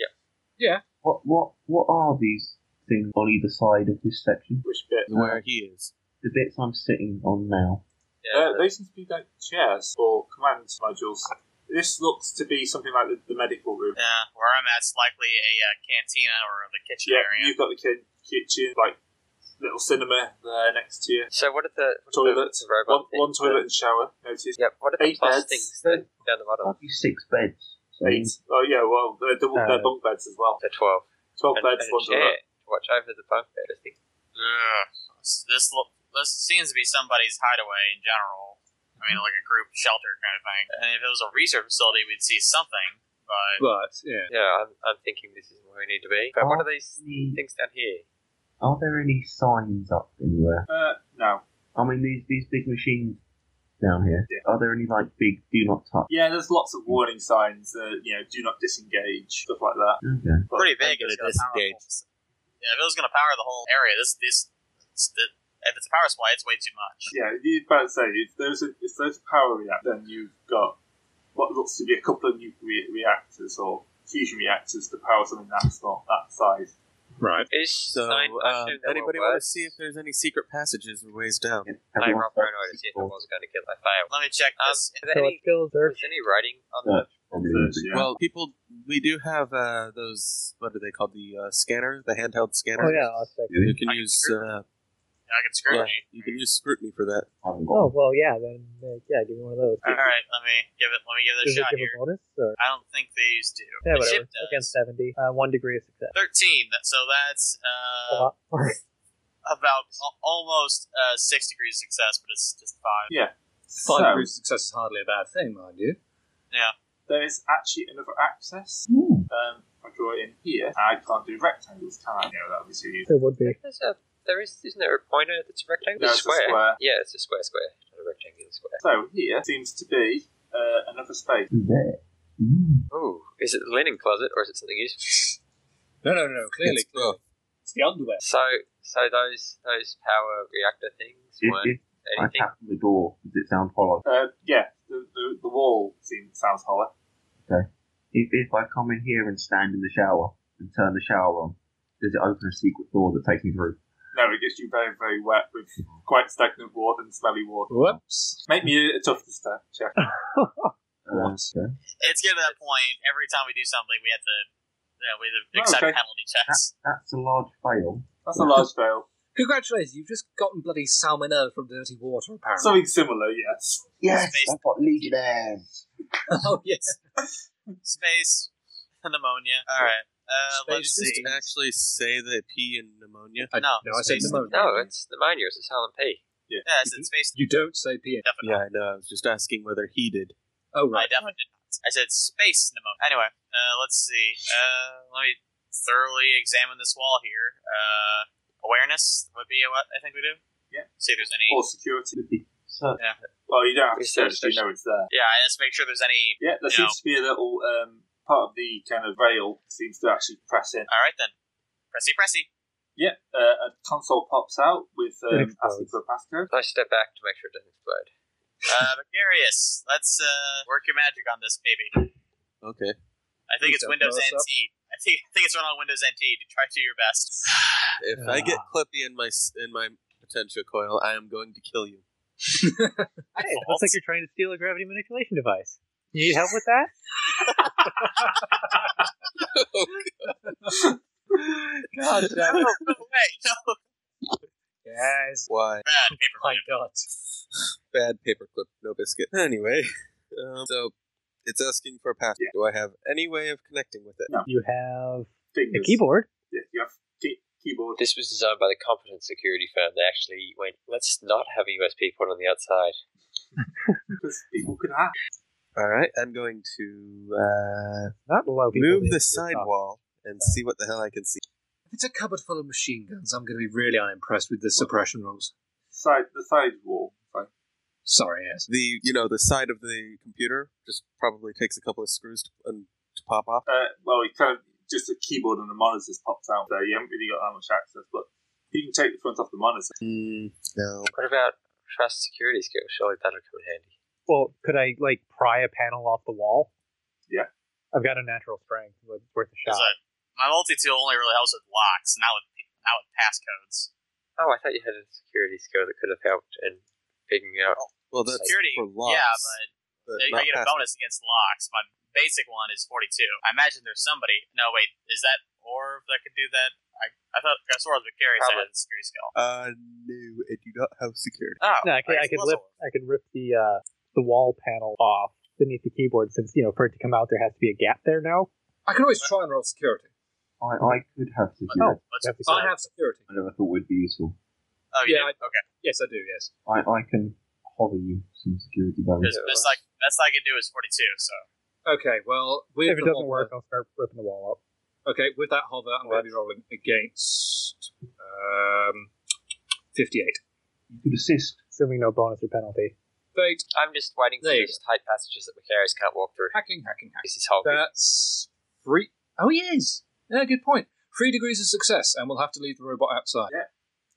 Speaker 4: Yep.
Speaker 3: Yeah.
Speaker 6: What what what are these things on either side of this section?
Speaker 2: Which bit?
Speaker 8: Where he is.
Speaker 6: The bits I'm sitting on now.
Speaker 2: Uh,
Speaker 4: yeah,
Speaker 2: they seem to be like chairs or command modules. This looks to be something like the, the medical room.
Speaker 7: Yeah, where I'm at's likely a uh, cantina or the kitchen
Speaker 2: Yeah,
Speaker 7: area.
Speaker 2: you've got the ki- kitchen, like little cinema there next to you.
Speaker 4: So what are the what are the-
Speaker 2: Toilets,
Speaker 4: the
Speaker 2: one, one
Speaker 4: robot things
Speaker 2: toilet
Speaker 4: that-
Speaker 2: and shower. Notice
Speaker 4: Yep. What are the
Speaker 2: Eight
Speaker 4: plus
Speaker 2: beds. Uh,
Speaker 4: things that down the bottom?
Speaker 6: Probably six beds. So
Speaker 2: eight. Oh yeah, well they're double,
Speaker 5: Uh,
Speaker 2: they're bunk beds as well.
Speaker 4: The twelve.
Speaker 2: Twelve
Speaker 4: And,
Speaker 2: beds,
Speaker 4: and
Speaker 2: one
Speaker 4: a chair
Speaker 2: toilet.
Speaker 4: to watch over the bunk bed. I think.
Speaker 7: Ugh. This this lo- this seems to be somebody's hideaway in general. I mean, like a group shelter kind of thing. And if it was a research facility, we'd see something. But
Speaker 3: But, yeah.
Speaker 4: Yeah, I'm, I'm thinking this is where we need to be. But what
Speaker 6: Oh.
Speaker 4: are these
Speaker 6: Any-
Speaker 4: things down here?
Speaker 6: Are there any signs up anywhere?
Speaker 2: Uh, no.
Speaker 6: I mean these these big machines down here. Are there any like big do not touch?
Speaker 2: Yeah, there's lots of warning signs. Uh, you know, do not disengage, stuff like that.
Speaker 6: Okay.
Speaker 2: But
Speaker 7: pretty big.
Speaker 8: I'm
Speaker 7: It's
Speaker 8: gonna
Speaker 7: gonna power the
Speaker 8: disengage.
Speaker 7: whole- yeah, if it was going to power the whole area, this this, this if it's a power supply, it's way too much.
Speaker 2: Yeah, you're about to say if there's a if there's a power reactor, then you've got what looks to be a couple of nuclear reactors or fusion reactors to power something that's not that size.
Speaker 3: Right.
Speaker 4: Is
Speaker 8: So,
Speaker 4: I, I
Speaker 8: um,
Speaker 4: assume there
Speaker 8: anybody
Speaker 4: were
Speaker 8: want to
Speaker 4: words.
Speaker 8: see if there's any secret passages or ways down?
Speaker 4: I
Speaker 6: Everyone
Speaker 4: rolled paranoid to see if I was going to kill. I failed.
Speaker 7: Let me check
Speaker 4: Um,
Speaker 7: this.
Speaker 4: is there
Speaker 5: so it
Speaker 4: any,
Speaker 5: feels
Speaker 4: is there any writing on the
Speaker 6: Uh, probably would be-
Speaker 2: Yeah.
Speaker 8: Well, people, we do have uh, those. What are they called? The uh, scanner, the handheld scanner.
Speaker 5: Oh yeah, I'll check.
Speaker 8: You can
Speaker 7: I can
Speaker 8: use.
Speaker 7: screw-
Speaker 8: Uh,
Speaker 7: yeah, I can screw
Speaker 8: yeah,
Speaker 7: me.
Speaker 8: you can use scrutiny for that.
Speaker 6: I haven't got
Speaker 5: Oh
Speaker 6: one.
Speaker 5: well, yeah. Then uh, yeah, give me one of those.
Speaker 7: All right, let me give it. Let me give it a
Speaker 5: Does it
Speaker 7: shot
Speaker 5: give
Speaker 7: here.
Speaker 5: a bonus or
Speaker 7: I don't think these do.
Speaker 5: yeah,
Speaker 7: The
Speaker 5: whatever?
Speaker 7: ship does.
Speaker 5: Against seventy, uh, one degree of success.
Speaker 7: Thirteen. That, so that's uh,
Speaker 5: All right.
Speaker 7: about al- almost uh, six degrees of success, but it's just five.
Speaker 3: Five
Speaker 2: so,
Speaker 3: degrees of success is hardly a bad thing, mind you.
Speaker 2: there is actually another access.
Speaker 6: Hmm.
Speaker 2: Um, I draw it in here. I can't do rectangles, can I? No, that would be too easy.
Speaker 5: It would be.
Speaker 4: There's a, there is, isn't there a pointer that's a rectangle?
Speaker 2: No, it's a square.
Speaker 4: Yeah, it's a square square, not a rectangular square.
Speaker 2: So here seems to be uh, another space.
Speaker 6: There. Hmm.
Speaker 4: Oh, is it the linen closet or is it something useful?
Speaker 3: No, no, no, no, clearly.
Speaker 8: It's
Speaker 3: It's, the underwear.
Speaker 4: So, so those those power reactor things
Speaker 2: Mm-hmm.
Speaker 6: If,
Speaker 4: weren't
Speaker 6: if I
Speaker 4: anything.
Speaker 6: tap on the door, does it sound hollow?
Speaker 2: Uh, yeah, the, the, the wall seems sounds hollow.
Speaker 6: If, if I come in here and stand in the shower and turn the shower on, does it open a secret door that takes me through?
Speaker 2: No, it gets you very very wet with quite stagnant water and smelly water.
Speaker 3: Whoops.
Speaker 2: Make me a, a toughness test, check.
Speaker 6: What? okay.
Speaker 7: It's getting to that point. Every time we do something, we have to. Yeah, we have to
Speaker 2: Oh,
Speaker 7: accept
Speaker 2: okay.
Speaker 7: penalty checks.
Speaker 6: That's a large fail.
Speaker 2: That's a large fail.
Speaker 3: Congratulations, you've just gotten bloody salmonella from dirty water,
Speaker 2: Something
Speaker 3: apparently.
Speaker 2: similar, yes.
Speaker 6: Yes,
Speaker 7: Space-
Speaker 6: I've got Legionnaires.
Speaker 3: oh, yes.
Speaker 7: Space, pneumonia. All right.
Speaker 10: Uh,
Speaker 8: Did I
Speaker 10: let's
Speaker 8: just
Speaker 10: see.
Speaker 8: actually say the P in pneumonia?
Speaker 10: No,
Speaker 3: No, I said
Speaker 2: Space.
Speaker 3: pneumonia.
Speaker 4: No, it's pneumonia. It's LMP.
Speaker 10: yeah, I said space.
Speaker 3: You don't say PN.
Speaker 10: Definitely.
Speaker 8: Yeah, I know. I was just asking whether he did.
Speaker 3: Oh,
Speaker 10: Right.
Speaker 7: I
Speaker 3: right.
Speaker 7: definitely did not. I said space pneumonia. Anyway, uh, let's see. Uh, let me thoroughly examine this wall here. Uh, awareness would be what I think we do.
Speaker 2: Yeah.
Speaker 7: See if there's any.
Speaker 2: Or security.
Speaker 6: So,
Speaker 7: Yeah.
Speaker 2: Well, you don't have to
Speaker 4: Research
Speaker 2: search, you know it's there.
Speaker 7: Yeah, I just make sure there's any.
Speaker 2: Yeah, there
Speaker 7: No.
Speaker 2: seems to be a little um, part of the kind of rail seems to actually press in.
Speaker 7: All right then. Pressy, pressy.
Speaker 2: Yeah, uh, a console pops out with um, asking for a passcode.
Speaker 4: I step back to make sure it doesn't explode.
Speaker 7: Uh, Macarius, let's uh, work your magic on this, baby.
Speaker 8: Okay.
Speaker 7: I think it's
Speaker 3: Please don't
Speaker 7: Windows
Speaker 3: blow us
Speaker 7: NT. I think I think it's run on Windows NT. To try to do your best.
Speaker 8: If I get Clippy in my s- in my potential coil, I am going to kill you.
Speaker 5: Hey, it looks like you're trying to steal a gravity manipulation device. You need help with that?
Speaker 3: God, damn
Speaker 7: Oh,
Speaker 3: it.
Speaker 7: No way. No.
Speaker 3: Yes.
Speaker 8: Why?
Speaker 7: Bad paper.
Speaker 3: My God.
Speaker 8: Bad paperclip, no biscuit. Anyway, um, so it's asking for a passcode.
Speaker 2: Yeah.
Speaker 8: Do I have any way of connecting with it?
Speaker 2: No.
Speaker 5: You have a
Speaker 2: Fingers.
Speaker 5: keyboard.
Speaker 2: Yeah, you have key- keyboard.
Speaker 4: This was designed by the competent security firm. They actually went, let's not have a USB port on the outside.
Speaker 2: because people could hack.
Speaker 8: All right, I'm going to uh,
Speaker 5: Not below people.
Speaker 8: move
Speaker 5: do
Speaker 8: the
Speaker 5: this stuff.
Speaker 8: sidewall and see what the hell I can see.
Speaker 9: If it's a cupboard full of machine guns, I'm going to be really unimpressed with the suppression rules.
Speaker 2: Side the side wall. Sorry.
Speaker 9: Sorry, yes.
Speaker 8: The you know the side of the computer just probably takes a couple of screws to, um, to pop off.
Speaker 2: Uh, well, you kind of just a keyboard and the monitors pops out there. You haven't really got that much access, but you can take the front off the monitor.
Speaker 8: Mm, no,
Speaker 4: What about trust security skills? Surely that'll come in handy.
Speaker 5: Well, could I like pry a panel off the wall?
Speaker 2: Yeah.
Speaker 5: I've got a natural strength but it's worth a shot.
Speaker 7: It's like, my multi tool only really helps with locks, not with not with passcodes.
Speaker 4: Oh, I thought you had a security skill that could have helped in figuring out.
Speaker 8: well that's
Speaker 7: Security,
Speaker 8: for locks.
Speaker 7: yeah, but I-
Speaker 8: but
Speaker 7: I
Speaker 8: not
Speaker 7: get a
Speaker 8: password.
Speaker 7: bonus against locks. My basic one is forty-two. I imagine there's somebody. No, wait, is that orb that could do that? I I thought Gasora was Macarius that
Speaker 4: Probably.
Speaker 7: had the security skill.
Speaker 8: Uh, no, I do not have security.
Speaker 7: Oh,
Speaker 5: no, I could, I
Speaker 7: guess it
Speaker 5: could
Speaker 7: was
Speaker 5: rip
Speaker 7: orb.
Speaker 5: I could rip the uh, the wall panel off beneath the keyboard since you know for it to come out there has to be a gap there now.
Speaker 9: I can always try and roll security.
Speaker 6: I, I could have security.
Speaker 7: What's-
Speaker 5: That'd be
Speaker 9: I
Speaker 5: fine.
Speaker 9: have security.
Speaker 6: I never thought would be useful.
Speaker 7: Oh, you
Speaker 9: Yeah,
Speaker 7: did? okay.
Speaker 9: Yes, I do, yes.
Speaker 6: I, I can hover you some security barriers.
Speaker 7: Because best I best I can do is forty-two. So
Speaker 9: Okay, well, with
Speaker 5: If it
Speaker 9: the hover-
Speaker 5: doesn't work, I'll start ripping the wall up.
Speaker 9: Okay, with that hover, I'm going to be rolling against um, 58.
Speaker 6: You could assist.
Speaker 5: Assuming no bonus or penalty.
Speaker 9: Fate,
Speaker 4: I'm just waiting for
Speaker 9: There you
Speaker 4: these tight passages that Macarius can't walk through.
Speaker 9: hacking, hacking, hacking.
Speaker 4: This is whole
Speaker 9: That's three oh he is. Yeah, good point. Three degrees of success, and we'll have to leave the robot outside.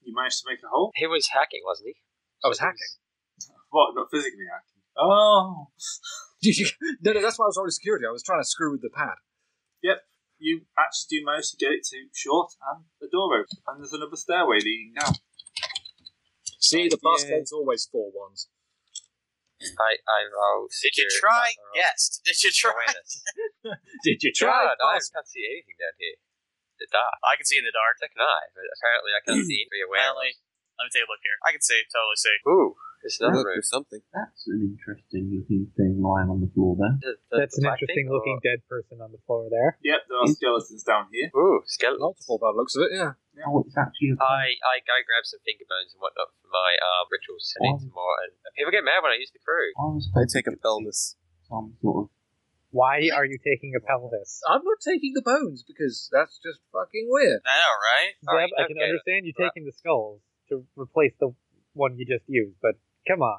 Speaker 2: You managed to make a hole.
Speaker 4: He was hacking, wasn't he?
Speaker 9: I was
Speaker 4: So he
Speaker 9: hacking.
Speaker 2: What? Not physically hacking. Oh,
Speaker 9: no, no, that's why I was rolling security. I was trying to screw with the pad.
Speaker 2: you actually do manage to get it to short and the door open, and there's another stairway leading down.
Speaker 9: See, the
Speaker 8: Yay.
Speaker 9: passcode's always four ones.
Speaker 4: I, I rolled.
Speaker 7: did you
Speaker 4: security-
Speaker 7: try?
Speaker 4: I rolled
Speaker 7: Yes. Did you try?
Speaker 4: Awareness.
Speaker 9: Did you
Speaker 4: God, I can't see anything down here. The dark.
Speaker 7: I can see in the dark.
Speaker 4: So can I, but apparently I can't see anything aware. of.
Speaker 7: Apparently, let me take a look here. I can see, totally see.
Speaker 4: Ooh, there's another room.
Speaker 8: Look for something.
Speaker 6: That's an interesting looking thing lying on the floor there.
Speaker 4: The- the-
Speaker 5: That's
Speaker 4: the
Speaker 5: an
Speaker 4: black thing,
Speaker 5: interesting
Speaker 4: or-
Speaker 5: looking dead person on the floor there.
Speaker 2: Yep, there are skeletons down here.
Speaker 4: Ooh, skeleton.
Speaker 9: Multiple by the looks of it, yeah.
Speaker 6: Oh, it's actually a
Speaker 4: I, I go grab some finger bones and whatnot for my um, rituals and eat some more. And and people get mad when I use the crew.
Speaker 6: I was
Speaker 8: I take
Speaker 6: hoping
Speaker 8: a
Speaker 6: it
Speaker 8: pelvis.
Speaker 6: was Some sort of
Speaker 5: Why are you taking a pelvis?
Speaker 9: I'm not taking the bones because that's just fucking weird.
Speaker 7: I know, right?
Speaker 5: Zeb,
Speaker 4: Alright,
Speaker 5: I can
Speaker 4: okay.
Speaker 5: understand you
Speaker 4: Right.
Speaker 5: taking the skulls to replace the one you just used, but come on.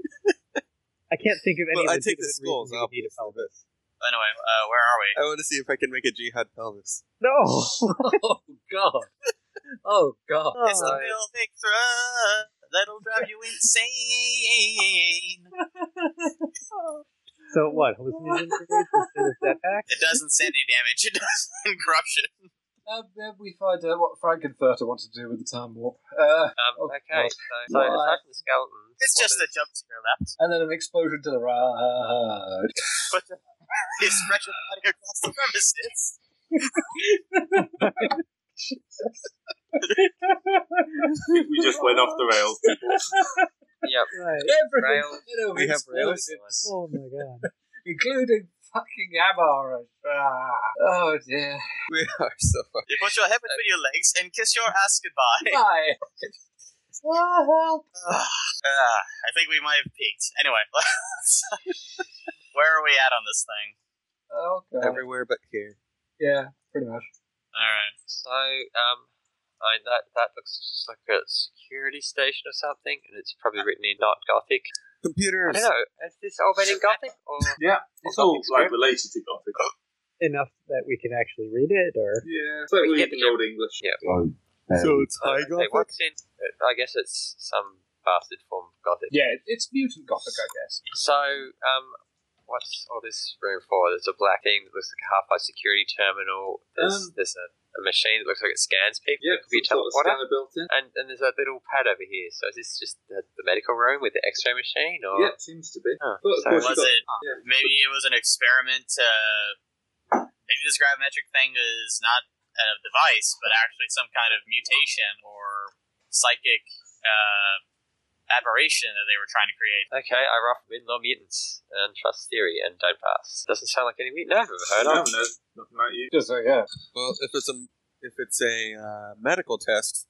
Speaker 5: I can't think of
Speaker 8: Well,
Speaker 5: any
Speaker 8: I take the
Speaker 5: legitimate reason
Speaker 8: skulls,
Speaker 5: you would need a
Speaker 8: obviously, but-
Speaker 5: pelvis.
Speaker 7: Anyway, uh, where are we?
Speaker 8: I want to see if I can make a jihad pelvis.
Speaker 5: No!
Speaker 9: oh god. Oh god.
Speaker 7: It's the pelvic thrust that'll drive you insane.
Speaker 5: So what? Hallucinogen instead of setback?
Speaker 7: It does insanity damage. It does corruption.
Speaker 9: Uh, then we find out what Frankenfurter wants to do with the time warp. Uh,
Speaker 4: Um,
Speaker 9: Oh,
Speaker 4: okay,
Speaker 9: God.
Speaker 4: so, so aside from the skeleton,
Speaker 7: It's just a jump to your left.
Speaker 9: and then an explosion to the right.
Speaker 7: But the it's fresh running across the premises.
Speaker 2: We just went off the rails. People.
Speaker 4: Yep.
Speaker 5: Right.
Speaker 9: Everything
Speaker 4: Rail-
Speaker 9: you know,
Speaker 8: we have
Speaker 9: exploded,
Speaker 8: rails?
Speaker 5: Oh my god.
Speaker 9: including fucking Amara. Oh dear.
Speaker 8: We are so fucked.
Speaker 7: You put your head between your legs and kiss your ass goodbye.
Speaker 9: Bye.
Speaker 7: Ah, I think we might have peaked. Anyway, where are we at on this thing?
Speaker 9: Oh god.
Speaker 8: Everywhere but here.
Speaker 9: yeah, pretty much.
Speaker 7: All right.
Speaker 4: So, um, I mean, that that looks just like a security station or something, and it's probably written in not Gothic. I
Speaker 8: Computers.
Speaker 4: don't know. Is this all made in Gothic? Or
Speaker 2: Yeah, it's all like related to Gothic.
Speaker 5: Enough that we can actually read it, or
Speaker 2: Yeah, it's like
Speaker 4: We get
Speaker 2: reading
Speaker 4: the-
Speaker 2: old English.
Speaker 6: Oh, um,
Speaker 8: it's high
Speaker 4: Okay, what's Uh, in? I guess it's some bastard form of Gothic.
Speaker 3: Yeah, it's mutant gothic, I guess.
Speaker 4: So, um, what's all this room for? There's a black thing that looks like a half-life security terminal. There's,
Speaker 2: Um,
Speaker 4: there's a, a machine that looks like it scans people.
Speaker 2: Yeah,
Speaker 4: It could be a
Speaker 2: some sort of
Speaker 4: teleporter.
Speaker 2: scanner built in.
Speaker 4: And, and there's a little pad over here. So is this just the, the medical room with the X-ray machine, or
Speaker 2: Yeah, it seems to be.
Speaker 4: Huh.
Speaker 2: But of
Speaker 4: So
Speaker 2: course you
Speaker 7: Was
Speaker 2: got,
Speaker 7: it
Speaker 2: yeah.
Speaker 7: maybe it was an experiment to maybe this gravimetric thing is not a device, but actually some kind of mutation or psychic uh, aberration that they were trying to create.
Speaker 4: Okay, I rough with no mutants and trust theory and don't pass. Doesn't sound like any mutant I've ever
Speaker 2: I
Speaker 4: heard of.
Speaker 2: don't know, nothing like you.
Speaker 9: Just uh, yeah.
Speaker 8: Well, if it's a if it's a uh, medical test,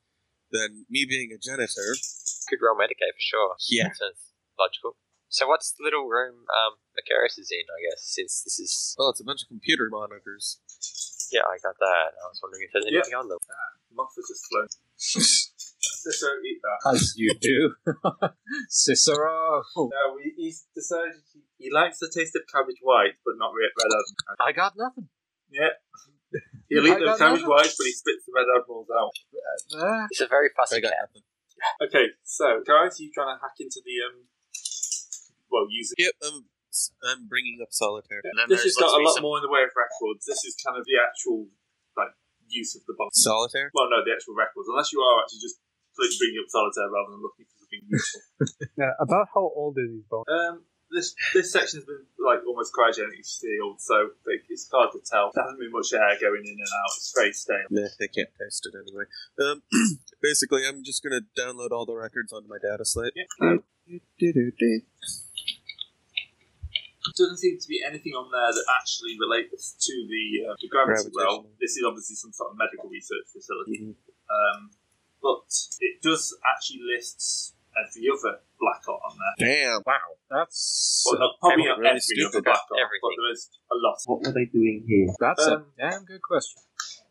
Speaker 8: then me being a janitor,
Speaker 4: Could roll Medicaid for sure.
Speaker 8: Yeah.
Speaker 4: Sounds logical. So what's the little room um, Macarius is in, I guess, since this is...
Speaker 8: well, it's a bunch of computer monitors.
Speaker 4: Yeah, I got that. I was wondering if there's
Speaker 2: Yeah.
Speaker 4: anything on them.
Speaker 2: Mothers are slow. Let's don't eat that.
Speaker 3: As you do. Cicero.
Speaker 2: No, he, he's decided he, he likes the taste of cabbage white, but not red, red admiral.
Speaker 3: I got nothing.
Speaker 2: Yeah. He'll eat
Speaker 3: I
Speaker 2: the
Speaker 3: got
Speaker 2: cabbage
Speaker 3: nothing.
Speaker 2: white, but he spits the red admirals out.
Speaker 3: Ah.
Speaker 4: It's a very fussy cat.
Speaker 8: nothing.
Speaker 2: Okay, so, guys, you trying to hack into the, um, well, use it.
Speaker 8: Yep, I'm, I'm bringing up solitaire.
Speaker 7: And then
Speaker 2: This
Speaker 7: there's
Speaker 2: has got a lot
Speaker 7: let's be
Speaker 2: more in the way of records. This is kind of the actual, like, use of the box.
Speaker 8: Solitaire.
Speaker 2: Well, no, the actual records. Unless you are actually just bringing up solitaire rather than looking for something useful.
Speaker 5: uh, about how old are these bones?
Speaker 2: Um, this this section's been like almost cryogenically sealed, so like, it's hard to tell. There hasn't been much air going in and out. It's very stale.
Speaker 8: Nah, they can't taste it anyway. Um, basically, I'm just gonna download all the records onto my data slate.
Speaker 2: Yeah.
Speaker 8: Mm.
Speaker 2: Um, doesn't seem to be anything on there that actually relates to the, uh, the gravity well.
Speaker 8: Gravitational.
Speaker 2: This is obviously some sort of medical research facility,
Speaker 8: Mhm.
Speaker 2: um, but it does actually list every other black art on there.
Speaker 8: Damn.
Speaker 3: Wow. That's.
Speaker 2: Well, not- probably
Speaker 8: every-
Speaker 2: not
Speaker 8: really
Speaker 2: every other
Speaker 8: stupid.
Speaker 2: black art, but
Speaker 4: Everything.
Speaker 2: there is a lot.
Speaker 6: What were they doing here?
Speaker 3: That's
Speaker 2: Um,
Speaker 3: a damn good question.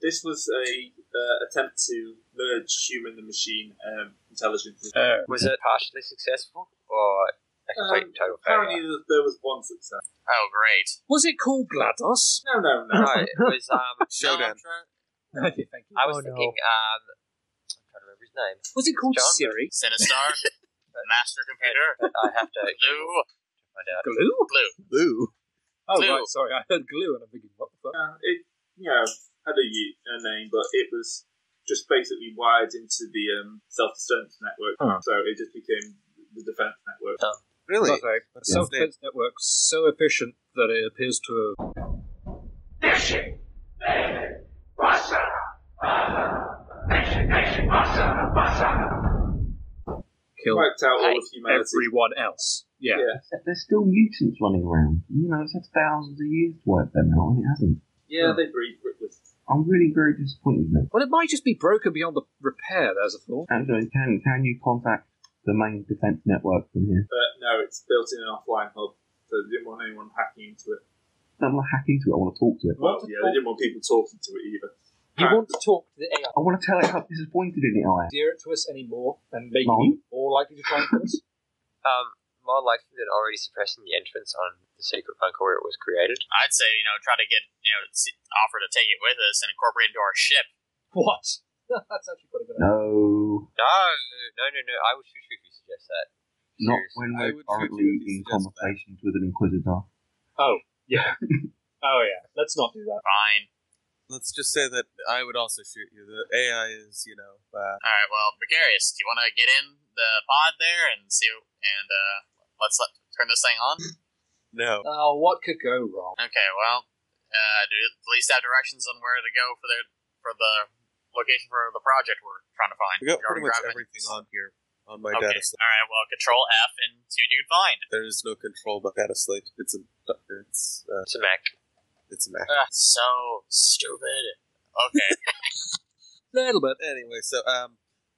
Speaker 2: This was a uh, attempt to merge human and machine um, intelligence.
Speaker 4: Was it partially successful, or a complete
Speaker 2: Um,
Speaker 4: total
Speaker 2: Apparently,
Speaker 4: failure?
Speaker 2: there- there was one success.
Speaker 7: some- Oh, great.
Speaker 3: Was it called GLaDOS?
Speaker 2: No, no, no.
Speaker 4: No, it was... Um,
Speaker 8: Showdown.
Speaker 4: No, I'm trying-
Speaker 3: Thank you.
Speaker 4: I was
Speaker 5: Oh, no.
Speaker 4: thinking... Um, I'm trying to remember his name.
Speaker 3: Was it called
Speaker 4: John?
Speaker 3: Siri?
Speaker 7: Sinistar, Master Computer,
Speaker 4: But I have to
Speaker 7: Blue.
Speaker 4: find out.
Speaker 3: Glue?
Speaker 8: Blue.
Speaker 3: Oh,
Speaker 7: Glue.
Speaker 3: right, sorry, I heard glue and I'm thinking, what the fuck?
Speaker 2: Yeah, it you know had a, u- a name, but it was just basically wired into the um, self defense network,
Speaker 3: Huh.
Speaker 2: so it just became the defense network.
Speaker 8: Really?
Speaker 3: Okay.
Speaker 8: That's
Speaker 3: Self
Speaker 8: insane.
Speaker 3: defense network so efficient that it appears to have.
Speaker 1: Дыши! Эй, Басара! Дыши, дыши, Басара, Басара!
Speaker 3: killed
Speaker 2: Wiped out all of humanity.
Speaker 3: everyone else. Yeah.
Speaker 2: Yeah.
Speaker 6: Except There's still mutants running around. You know, it's had thousands of years to wipe them out, and it hasn't.
Speaker 2: Yeah, they breed with.
Speaker 6: I'm really very disappointed in it.
Speaker 3: Well, it might just be broken beyond the repair, there's a thought.
Speaker 6: Actually, can can you contact the main defence network from here?
Speaker 2: But no, it's built in an offline hub, so they didn't want anyone hacking into it.
Speaker 6: I don't want to hack into it. I want to talk to it.
Speaker 2: Well, yeah, they didn't want people talking to it either.
Speaker 3: You
Speaker 2: Right.
Speaker 3: want to talk to the AI
Speaker 6: I want to tell it how disappointed in it I am.
Speaker 3: dear to us anymore and make
Speaker 6: Mom?
Speaker 3: you more likely to try and kill us?
Speaker 4: Um, more likely than already suppressing the entrance on the secret bunker where it was created.
Speaker 7: I'd say, you know, try to get, you know, s- offer to take it with us and incorporate it into our ship.
Speaker 3: What? That's actually quite a good idea.
Speaker 6: No,
Speaker 4: No, no, no, no. I would shoot you if you suggest that.
Speaker 6: not
Speaker 4: Seriously.
Speaker 6: when
Speaker 8: I
Speaker 6: we're
Speaker 8: would
Speaker 6: currently
Speaker 8: suggest
Speaker 6: in
Speaker 8: that.
Speaker 6: conversations with an inquisitor.
Speaker 3: Oh, yeah. Let's not do that.
Speaker 7: Fine.
Speaker 8: Let's just say that I would also shoot you. The AI is, you know, uh,
Speaker 7: All right, well, Precarious, do you want to get in the pod there and see, and uh, let's let, turn this thing on?
Speaker 8: no.
Speaker 3: Oh, what could go wrong?
Speaker 7: Okay, well, uh, do the police have directions on where to go for their for the location for the project we're trying to find?
Speaker 8: I got pretty
Speaker 7: Regarding
Speaker 8: much
Speaker 7: gravity.
Speaker 8: everything on here on my
Speaker 7: Okay.
Speaker 8: data slate.
Speaker 7: All right. Well, Control F and see what you can find.
Speaker 8: There is no control but data slate. It's a it's uh,
Speaker 4: It's a Mac.
Speaker 8: It's a mac.
Speaker 7: Ugh, so stupid. Okay.
Speaker 3: Little bit.
Speaker 8: Anyway, so um,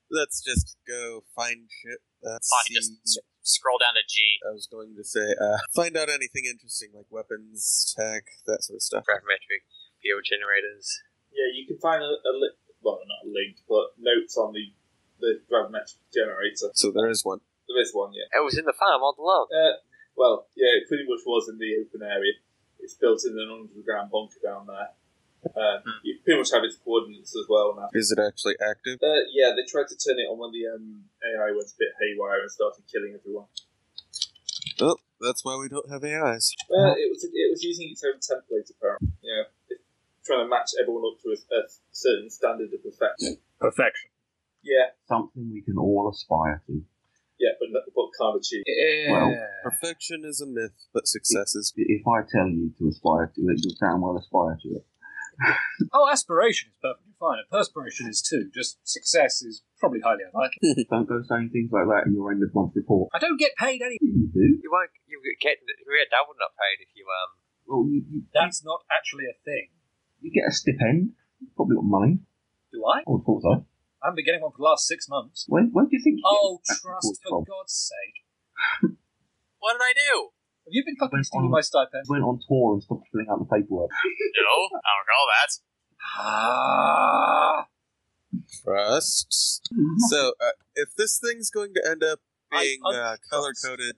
Speaker 8: let's just go find shit. Uh,
Speaker 7: Bonnie, just
Speaker 8: see-
Speaker 7: s- scroll down to G.
Speaker 8: I was going to say, uh, find out anything interesting like weapons, tech, that sort of stuff.
Speaker 4: Gravimetric field generators.
Speaker 2: Yeah, you can find a, a li- well, not a link, but notes on the the gravimetric generator.
Speaker 8: So there is one.
Speaker 2: There is one, yeah.
Speaker 4: It was in the farm all along.
Speaker 2: Uh, well, yeah, it pretty much was in the open area. It's built in an underground bunker down there. Um, you pretty much have its coordinates as well now.
Speaker 8: Is it actually active?
Speaker 2: Uh, yeah, they tried to turn it on when the um, AI went a bit haywire and started killing everyone.
Speaker 8: Oh, that's why we don't have AIs.
Speaker 2: Uh, it was it was using its own template apparently. Yeah, It's trying to match everyone up to a, a certain standard of perfection.
Speaker 3: Perfection.
Speaker 2: Yeah,
Speaker 6: Something we can all aspire to.
Speaker 2: yeah, but no- but can't achieve.
Speaker 3: Yeah.
Speaker 8: Perfection is a myth, but success is.
Speaker 6: If I tell you to aspire to it, you'll damn well aspire to it.
Speaker 3: Oh, aspiration is perfectly fine. And perspiration is too. Just success is probably highly unlikely.
Speaker 6: Don't go saying things like that in your end of month report.
Speaker 3: I don't get paid any.
Speaker 6: You do.
Speaker 4: You won't. You get. You're double not paid if you um.
Speaker 6: Well, you, you,
Speaker 3: That's not actually a thing.
Speaker 6: you get a stipend. You've probably got money. Oh,
Speaker 3: Do I?
Speaker 6: I would thought so.
Speaker 3: I haven't been getting one for the last six months.
Speaker 6: Where, where do you think? you
Speaker 3: Oh,
Speaker 6: get that
Speaker 3: trust for
Speaker 6: report
Speaker 3: God's sake.
Speaker 7: What did I do?
Speaker 3: Have you been fucking
Speaker 6: Went
Speaker 3: stealing
Speaker 6: on.
Speaker 3: my stipend?
Speaker 6: from? Went on tour and stopped filling out the paperwork.
Speaker 7: No, I don't recall that.
Speaker 3: Ah.
Speaker 8: Trust.
Speaker 3: Hmm.
Speaker 8: So, uh, if this thing's going to end up
Speaker 3: I
Speaker 8: being a uh, color coded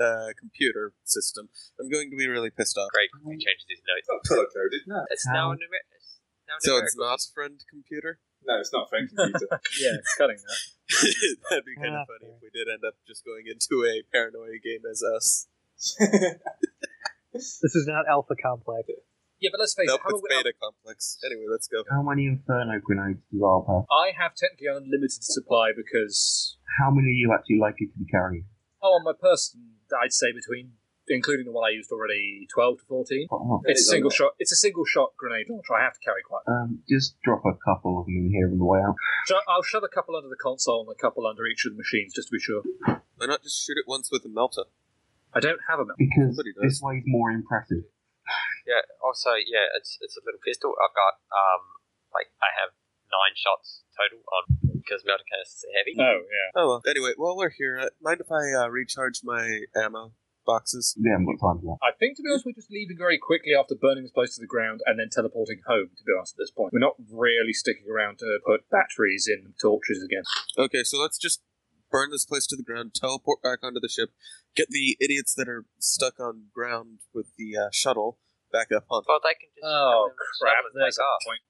Speaker 8: uh, computer system, I'm going to be really pissed off.
Speaker 4: Great. He changes his
Speaker 2: It's
Speaker 4: notes.
Speaker 2: not color coded.
Speaker 5: Oh.
Speaker 2: No,
Speaker 4: It's
Speaker 6: How-
Speaker 4: now
Speaker 5: Um,
Speaker 4: in America. Now in
Speaker 8: So
Speaker 4: America.
Speaker 8: it's not friend computer?
Speaker 2: no, it's not a friend computer.
Speaker 3: Yeah, it's cutting that.
Speaker 8: That'd be kind
Speaker 5: Ah,
Speaker 8: of funny if we did end up just going into a paranoia game as us.
Speaker 5: This is not Alpha Complex.
Speaker 3: Yeah, but let's face
Speaker 8: Nope,
Speaker 3: it. How
Speaker 8: it's
Speaker 3: are we,
Speaker 8: beta complex. Anyway, let's go.
Speaker 6: How many inferno grenades does Arp have?
Speaker 3: I have technically unlimited supply because
Speaker 6: How many are you actually likely to be carrying?
Speaker 3: oh, on my person, I'd say between, including the one I used already, twelve to fourteen.
Speaker 6: Quite a lot.
Speaker 3: It's a
Speaker 2: is a
Speaker 3: single
Speaker 2: lot.
Speaker 3: shot. It's a single shot grenade launcher. I have to carry quite. a lot.
Speaker 6: Um, just drop a couple of them in here on the way out.
Speaker 3: So I'll shove a couple under the console and a couple under each of the machines just to be sure.
Speaker 8: Why not just shoot it once with a melter?
Speaker 3: I don't have a map.
Speaker 6: Because
Speaker 8: Somebody does.
Speaker 6: this way's more impressive.
Speaker 4: Yeah. Also, yeah. It's it's a little pistol. I've got um like I have nine shots total on because melter canisters are heavy.
Speaker 3: Oh yeah.
Speaker 8: Oh well. Anyway, while we're here, uh, mind if I uh, recharge my ammo boxes?
Speaker 6: We haven't got time for that.
Speaker 3: I think to be honest, we're just leaving very quickly after burning this place to the ground and then teleporting home. To be honest, at this point, we're not really sticking around to put batteries in torches again.
Speaker 8: Okay, so let's just burn this place to the ground, teleport back onto the ship, get the idiots that are stuck on ground with the uh, shuttle back up on.
Speaker 4: Well, they can just.
Speaker 3: Oh
Speaker 4: tell them to
Speaker 3: crap!
Speaker 4: shuttle and
Speaker 3: There's
Speaker 4: take off.
Speaker 3: a point.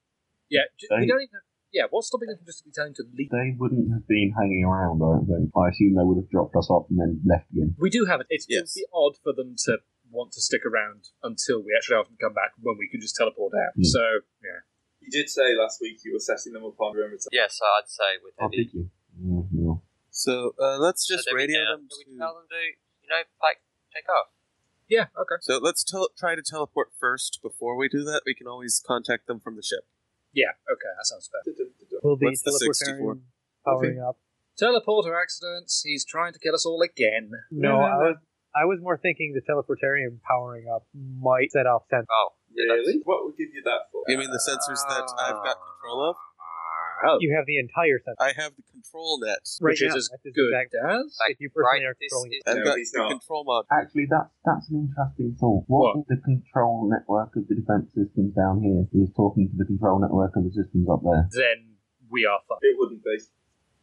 Speaker 3: Yeah, j- we
Speaker 6: They-
Speaker 3: don't even. Yeah, what's stopping them from just telling to leave?
Speaker 6: They wouldn't have been hanging around, I don't think. I assume they would have dropped us off and then left again.
Speaker 3: We do have it. It's,
Speaker 8: Yes.
Speaker 3: It would be odd for them to want to stick around until we actually have them come back when we can just teleport out.
Speaker 6: Hmm.
Speaker 3: So yeah,
Speaker 2: you did say last week you were setting them up on room return.
Speaker 4: Yeah. So I'd say with
Speaker 6: Oh,
Speaker 4: heavy.
Speaker 6: did you? Mm, no.
Speaker 8: So uh, let's
Speaker 4: So
Speaker 8: just
Speaker 4: do we
Speaker 8: radio
Speaker 4: tell-
Speaker 8: them.
Speaker 4: do we
Speaker 8: to-
Speaker 4: tell them to you know like take off.
Speaker 3: yeah, okay,
Speaker 8: So let's tel- try to teleport first. Before we do that, we can always contact them from the ship.
Speaker 3: yeah, okay. That sounds fair.
Speaker 5: Will the
Speaker 8: What's the 64?
Speaker 5: teleportarium powering up?
Speaker 3: Teleporter accidents. He's trying to get us all again.
Speaker 5: No, I was I was more thinking the teleportarium powering up might set off sensors.
Speaker 4: Oh.
Speaker 2: Really? What would give you that for?
Speaker 8: You mean the sensors that I've got
Speaker 4: Ah.
Speaker 8: control of?
Speaker 3: Oh,
Speaker 5: You have the entire sensor.
Speaker 8: I have the control net.
Speaker 5: Right
Speaker 3: which
Speaker 5: now,
Speaker 3: is as
Speaker 5: that's
Speaker 3: good
Speaker 5: exact-
Speaker 3: as
Speaker 4: Like,
Speaker 5: if you
Speaker 4: right,
Speaker 5: personally are
Speaker 4: this
Speaker 5: controlling
Speaker 4: is
Speaker 8: I've
Speaker 2: No,
Speaker 8: got
Speaker 2: he's
Speaker 8: the
Speaker 2: not.
Speaker 8: control mod.
Speaker 6: Actually, that's that's an interesting thought. What,
Speaker 3: What?
Speaker 6: if the control network of the defence systems down here is talking to the control network of the systems up there?
Speaker 3: then we are fine.
Speaker 2: It wouldn't be.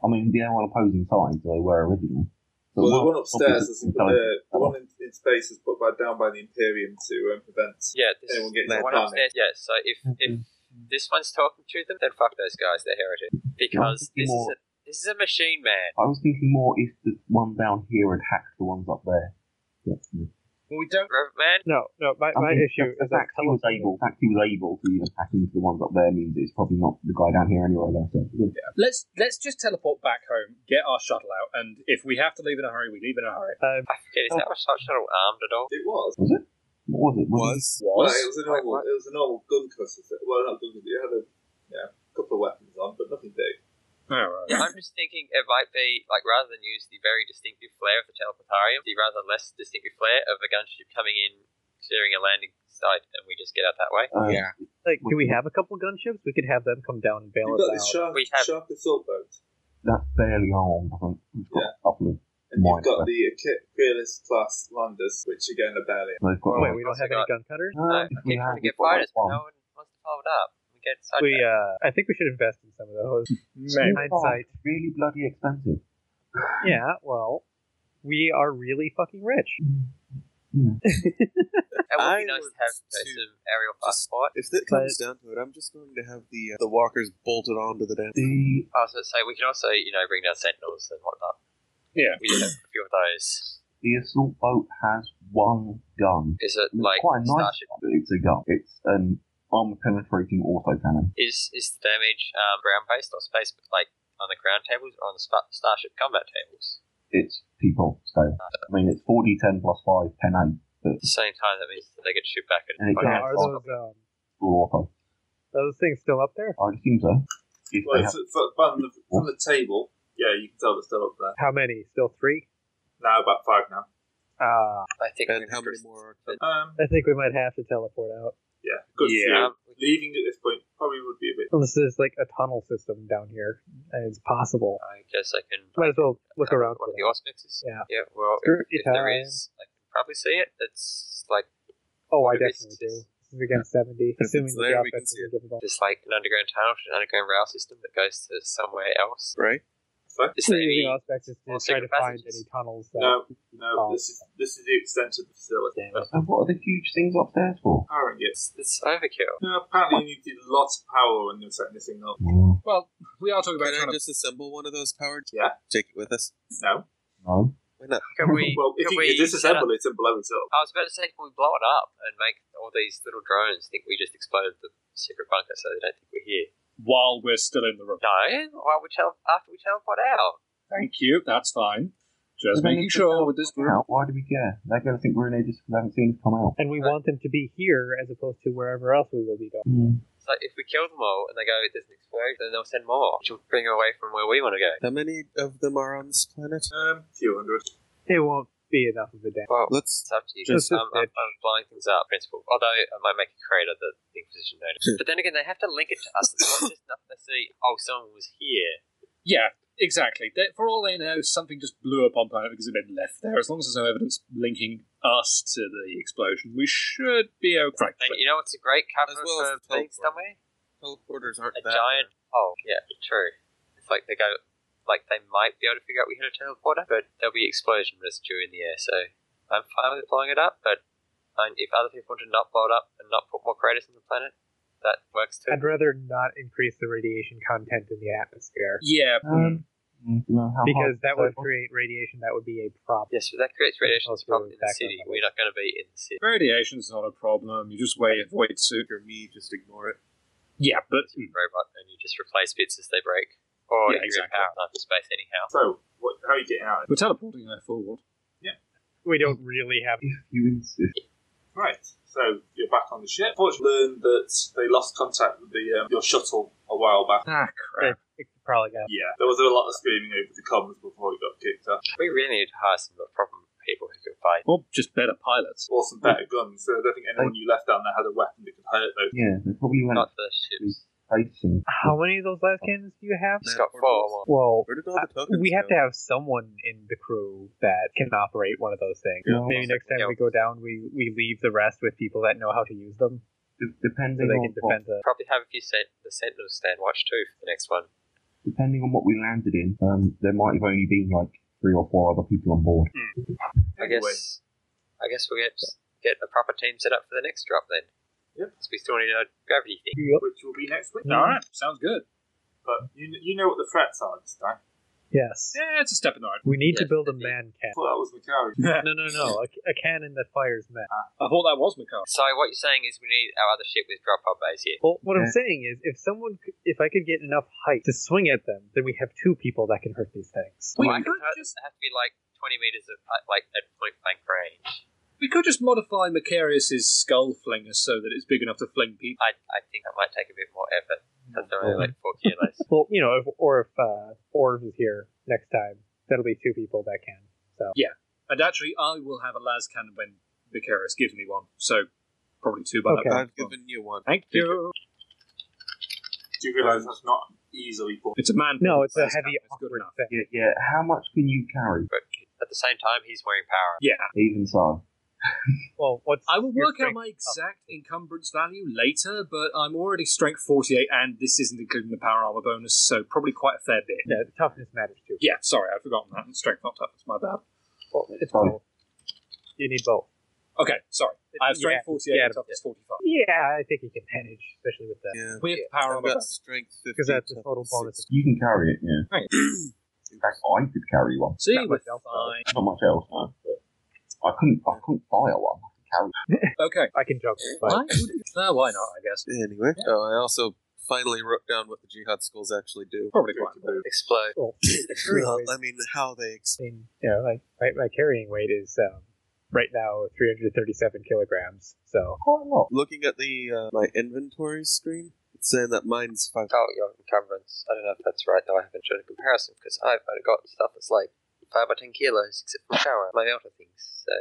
Speaker 6: I mean, they are on opposing sides, they were originally. But
Speaker 2: well, the
Speaker 6: what-
Speaker 2: one upstairs, is,
Speaker 6: obviously,
Speaker 2: the, the
Speaker 6: intelligence.
Speaker 2: one in, in space, is put by, down by the Imperium to um, prevent
Speaker 4: Yeah, this
Speaker 2: anyone getting
Speaker 4: the
Speaker 8: Land
Speaker 4: one
Speaker 2: down there.
Speaker 4: upstairs. Yeah, so if
Speaker 6: Mm-hmm.
Speaker 4: if this one's talking to them, then fuck those guys. They're heretic because
Speaker 6: Yeah,
Speaker 4: this is
Speaker 6: more-
Speaker 4: a, this is a machine man.
Speaker 6: I was thinking more if the one down here had hacked the ones up there. Yeah.
Speaker 3: Well, we don't.
Speaker 4: Robot man.
Speaker 5: No, no, my,
Speaker 6: I
Speaker 5: my
Speaker 6: mean,
Speaker 5: issue
Speaker 6: the, the
Speaker 5: is that
Speaker 6: fact he was able, the fact he was able to even hack into the ones up there means it's probably not the guy down here anyway. Though, so it's good.
Speaker 3: Let's let's just teleport back home, get our shuttle out, and if we have to leave in a hurry, we leave in a hurry.
Speaker 5: uh,
Speaker 4: I forget is that a shot shuttle armed at all?
Speaker 2: It was.
Speaker 6: Was it? What was it?
Speaker 8: Was
Speaker 2: No,
Speaker 3: Was
Speaker 2: it was a normal. It was a normal gun cutter. Well, not gun cutter. It had a yeah, couple of weapons on, but nothing big.
Speaker 3: Oh, right.
Speaker 4: I'm just thinking it might be like rather than use the very distinctive flare of the teleportarium, the rather less distinctive flare of a gunship coming in, clearing a landing side, and we just get out that way.
Speaker 6: Um,
Speaker 8: Yeah.
Speaker 5: Like, do we have a couple gunships? We could have them come down and bail
Speaker 2: We've
Speaker 5: us
Speaker 2: got this
Speaker 5: out.
Speaker 2: shark,
Speaker 4: We have-
Speaker 2: shark assault boat,
Speaker 6: That's barely armed. I think we've got a couple of.
Speaker 2: and you've
Speaker 6: Mine,
Speaker 2: got
Speaker 6: but-
Speaker 2: the Ache- Peerless class landers, which are going to barely.
Speaker 6: They've got
Speaker 4: Well,
Speaker 5: Wait, we don't
Speaker 4: also
Speaker 5: have any
Speaker 4: got-
Speaker 5: gun cutters.
Speaker 6: Um,
Speaker 4: I
Speaker 6: if
Speaker 4: keep trying to get
Speaker 6: we've got
Speaker 4: fighters, but
Speaker 6: one.
Speaker 4: no one wants to follow it up. We get side
Speaker 5: We, uh, I think we should invest in some of those.
Speaker 6: Two
Speaker 5: Hindsight.
Speaker 6: bombs, Really bloody expensive.
Speaker 8: Oh.
Speaker 5: Yeah, well, we are really fucking rich.
Speaker 4: It would be
Speaker 8: I
Speaker 4: nice
Speaker 8: would
Speaker 4: to have uh,
Speaker 8: too.
Speaker 4: some aerial passport.
Speaker 8: If it
Speaker 5: But-
Speaker 8: comes down to it, I'm just going to have the uh, the walkers bolted onto the damn.
Speaker 6: The
Speaker 4: Also, so we can also, you know, bring down sentinels and whatnot.
Speaker 3: Yeah.
Speaker 4: we just have a few of those.
Speaker 6: the assault boat has one gun.
Speaker 4: Is it
Speaker 6: It's
Speaker 4: like
Speaker 6: quite a nice
Speaker 4: starship?
Speaker 6: gun, but it's a gun. It's an armor penetrating autocannon.
Speaker 4: Is is the damage um, ground based or space like on the ground tables or on the spa- starship combat tables?
Speaker 6: It's people scale. I mean, it's 40, 10 plus 5, 10, 8. But
Speaker 4: At the same time, that means that they get to shoot back at.
Speaker 6: And it
Speaker 5: Yeah,
Speaker 6: Yeah,
Speaker 5: are
Speaker 6: well-
Speaker 5: those um,
Speaker 6: full auto.
Speaker 5: are those things still up there?
Speaker 6: I assume so. If
Speaker 2: Well,
Speaker 6: they
Speaker 2: f-
Speaker 6: have
Speaker 2: f- from, the, from the table, yeah, you can tell they're still up there.
Speaker 5: How many? Still three?
Speaker 2: Now about five now.
Speaker 5: Ah,
Speaker 4: I think.
Speaker 8: And
Speaker 4: we
Speaker 8: how
Speaker 4: could-
Speaker 8: many more?
Speaker 2: Um,
Speaker 5: I think we might have to teleport out.
Speaker 2: yeah, good
Speaker 3: Yeah.
Speaker 2: few. Leaving at this point probably would be a bit.
Speaker 5: Unless there's like a tunnel system down here, and it's possible.
Speaker 4: I guess I can
Speaker 5: Might as well look
Speaker 4: uh,
Speaker 5: around.
Speaker 4: One
Speaker 5: for
Speaker 4: of the
Speaker 5: that.
Speaker 4: auspices.
Speaker 5: Yeah.
Speaker 4: Yeah. Well, if,
Speaker 5: Screw
Speaker 4: if
Speaker 5: you,
Speaker 4: there
Speaker 5: Tyne.
Speaker 4: is, I can probably see it. It's like
Speaker 5: Oh, I
Speaker 4: If it's-
Speaker 5: definitely do. This is against seventy,
Speaker 8: it's
Speaker 5: assuming that
Speaker 8: there,
Speaker 5: the
Speaker 8: we can
Speaker 5: offense
Speaker 8: see
Speaker 5: is given up.
Speaker 4: There's like an underground tunnel, an underground rail system that goes to somewhere else.
Speaker 8: Right?
Speaker 4: Is
Speaker 5: We're
Speaker 4: there any?
Speaker 5: using aspects to
Speaker 4: more
Speaker 5: try to
Speaker 4: secret
Speaker 5: find any
Speaker 4: passages?
Speaker 5: tunnels. That,
Speaker 2: No, no,
Speaker 5: Oh.
Speaker 2: this is this is the extent of the facility.
Speaker 5: Damn it.
Speaker 6: So what are the huge things upstairs for?
Speaker 2: Powering it.
Speaker 4: It's overkill.
Speaker 2: No, uh, apparently you needed lots of power when you were setting this thing up.
Speaker 5: Mm.
Speaker 6: No.
Speaker 3: Well, we are talking about
Speaker 8: Can I
Speaker 3: trying to.
Speaker 8: disassemble one of those powered?
Speaker 2: Yeah.
Speaker 8: Take it with us.
Speaker 2: No.
Speaker 6: No.
Speaker 8: Why not?
Speaker 4: Can we?
Speaker 2: well, if
Speaker 4: can
Speaker 2: you
Speaker 4: we
Speaker 2: could disassemble
Speaker 4: set
Speaker 2: it and blow it up.
Speaker 3: Uh,
Speaker 4: up- I was about to say, can we blow it up and make all these little drones think we just exploded the secret bunker, so they don't think we're here?
Speaker 3: While we're still in the room.
Speaker 4: No. Why we tell after we teleport out?
Speaker 3: Thank you. That's fine. Just
Speaker 6: But then
Speaker 3: making
Speaker 6: if
Speaker 3: sure
Speaker 6: they're
Speaker 3: with this group.
Speaker 6: Out, why do we care? They're going to think we're in ages because they haven't seen us come out.
Speaker 5: And we
Speaker 4: Right.
Speaker 5: want them to be here as opposed to wherever else we will be going.
Speaker 4: It's like if we kill them all and they go, "There's an explosion," then they'll send more, which will bring away from where we want to go.
Speaker 8: How many of them are on this planet?
Speaker 2: Um, few hundred.
Speaker 5: It won't be enough of a damage.
Speaker 4: Well,
Speaker 8: Let's.
Speaker 4: It's up to you.
Speaker 5: Just-
Speaker 4: I'm, I'm, I'm blowing things up, principle. Although I might make a creator that the Inquisition
Speaker 8: Hmm.
Speaker 4: noticed. But then again, they have to link it to us. It's not just enough to see, oh, someone was here.
Speaker 3: Yeah, exactly. They, for all they know, something just blew up on planet because it had been left there. As long as there's no evidence linking us to the explosion, we should be okay. Right.
Speaker 4: And you know what's a great cover
Speaker 8: As well
Speaker 4: for
Speaker 8: as the
Speaker 4: being
Speaker 8: teleport.
Speaker 4: somewhere?
Speaker 8: Teleporters aren't
Speaker 4: A
Speaker 8: that.
Speaker 4: giant hole. Yeah, true. It's like they go, like they might be able to figure out we had a teleporter, but there'll be explosion residue in the air. So I'm fine with blowing it up, but um, if other people want to not blow it up and not put more craters on the planet, that works too.
Speaker 5: I'd rather not increase the radiation content in the atmosphere
Speaker 3: Yeah.
Speaker 6: Um, mm, you know how
Speaker 5: because
Speaker 6: hard
Speaker 5: that would
Speaker 6: so-
Speaker 5: create radiation that would be a problem.
Speaker 4: Yes, but that creates radiation
Speaker 5: Also
Speaker 4: problem in the
Speaker 5: background
Speaker 4: city.
Speaker 5: levels.
Speaker 4: We're not going to be in the city.
Speaker 3: Radiation's not a problem. You just wait, avoid suit.
Speaker 8: Or me, just ignore it.
Speaker 3: Yeah, but mm,
Speaker 4: robot and you just replace bits as they break. Or
Speaker 3: Yeah,
Speaker 4: you
Speaker 3: exactly.
Speaker 4: power time to space anyhow.
Speaker 2: So, what, how are you getting out?
Speaker 3: we're teleporting there forward.
Speaker 5: We don't really have.
Speaker 6: If you insist.
Speaker 2: Right. So you're back on the ship. Fortunately, learned that they lost contact with the um, your shuttle a while back.
Speaker 3: Ah, crap.
Speaker 5: It probably got.
Speaker 2: Yeah, there was a lot of screaming over the comms before it got kicked off.
Speaker 4: We really need to hire some problem people who can fight.
Speaker 3: Or just better pilots.
Speaker 2: Or some better
Speaker 3: Hmm.
Speaker 2: guns. So I don't think anyone you left down there had a weapon that could hurt those.
Speaker 6: Yeah, they probably went
Speaker 4: Not the ships.
Speaker 6: facing.
Speaker 5: How many of those last cannons do you have?
Speaker 4: It's got four. Well,
Speaker 5: Well,
Speaker 8: Where did all the tokens
Speaker 5: we have
Speaker 8: go?
Speaker 5: to have someone in the crew that can operate one of those things.
Speaker 6: Yeah.
Speaker 5: Maybe next time we go down, we, we leave the rest with people that know how to use them
Speaker 6: De-
Speaker 5: so
Speaker 6: depending
Speaker 5: they
Speaker 6: on
Speaker 5: can
Speaker 6: what,
Speaker 5: defend the.
Speaker 4: probably have a few sent- the Sentinels stand watch too for the next one.
Speaker 6: depending on what we landed in, um, there might have only been like three or four other people on board.
Speaker 4: I guess. I guess we'll get get a proper team set up for the next drop then.
Speaker 2: Yep.
Speaker 4: Because we still need a gravity thing.
Speaker 2: Which will be next week.
Speaker 3: All right, sounds good.
Speaker 2: But you, you know what the threats are this time.
Speaker 5: Yes.
Speaker 3: Yeah, it's a step in the right.
Speaker 5: We need to
Speaker 4: Yes,
Speaker 5: build a
Speaker 4: indeed.
Speaker 5: man
Speaker 2: I
Speaker 5: cannon.
Speaker 2: thought that was Macari.
Speaker 3: Hmm.
Speaker 5: No, no, no. A, a cannon that fires men.
Speaker 3: I thought that was Mikar.
Speaker 4: So what you're saying is we need our other ship with drop pod bays here.
Speaker 5: Well, what I'm
Speaker 6: Yeah.
Speaker 5: saying is, if someone, c- if I could get enough height to swing at them, then we have two people that can hurt these things.
Speaker 3: We
Speaker 4: Well, I
Speaker 3: could
Speaker 4: can hurt
Speaker 3: just
Speaker 4: them. It has to be like 20 meters of uh, like at point blank range.
Speaker 3: we could just modify Macarius's skull flinger so that it's big enough to fling people.
Speaker 4: I I think that might take a bit more effort. That's only like four kilos.
Speaker 5: Well, you know, if, or if uh, Orv is here next time, that'll be two people that can. So
Speaker 3: And actually, I will have a las cannon when Vicarius gives me one. So
Speaker 11: Probably two by
Speaker 5: Okay.
Speaker 11: that.
Speaker 8: I've given you one.
Speaker 11: Thank you.
Speaker 2: Do you realise that's not easily pulled?
Speaker 11: It's a man.
Speaker 5: No, it's a
Speaker 11: That's
Speaker 5: heavy,
Speaker 11: good
Speaker 5: awkward
Speaker 11: enough.
Speaker 5: thing.
Speaker 6: Yeah, yeah. How much can you carry?
Speaker 4: But at the same time, he's wearing power.
Speaker 11: Yeah.
Speaker 6: Even so,
Speaker 5: Well, what's
Speaker 3: I will
Speaker 5: your
Speaker 3: work out
Speaker 5: strength?
Speaker 3: my exact encumbrance value later, but I'm already strength 48, and this isn't including the power armor bonus, so probably quite a fair bit.
Speaker 5: Yeah, toughness matters too.
Speaker 3: Yeah, sorry, I've forgotten that. Strength, not toughness, my bad.
Speaker 5: Well, it's
Speaker 6: Fine.
Speaker 5: both. You need both.
Speaker 3: Okay, sorry. I have strength
Speaker 5: Yeah,
Speaker 3: 48
Speaker 5: yeah,
Speaker 3: and toughness 45.
Speaker 5: Yeah, I think you can manage, especially with that.
Speaker 8: Yeah.
Speaker 3: With power
Speaker 8: I've
Speaker 3: armor.
Speaker 8: got
Speaker 3: bonus.
Speaker 8: strength 50.
Speaker 5: Because that's a total bonus. of-
Speaker 6: you can carry it. Yeah.
Speaker 3: Right.
Speaker 6: In fact, I could carry one.
Speaker 3: See,
Speaker 5: That
Speaker 3: we're
Speaker 5: much else,
Speaker 3: fine.
Speaker 6: Not much else, no. But I couldn't. I couldn't fire one. I could carry.
Speaker 3: Okay.
Speaker 5: I can juggle.
Speaker 3: Why?
Speaker 5: But
Speaker 3: would you- Uh, why not, I guess.
Speaker 8: Anyway, oh, I also finally wrote down what the jihad schools actually do.
Speaker 3: Probably quite a bit.
Speaker 4: Explode.
Speaker 5: well,
Speaker 8: Well,
Speaker 5: carrying
Speaker 8: I
Speaker 5: weight,
Speaker 8: mean, how they explain.
Speaker 5: I mean, you know, like my, my carrying weight is um, right now 337 kilograms. So
Speaker 6: Quite a lot.
Speaker 8: Looking at the uh, my inventory screen, it's saying that mine's five.
Speaker 4: Oh, your encumbrance. I don't know if that's right, though. I haven't done a comparison because I've only got stuff that's like 5 or 10 kilos, except for my power, my outer things. So,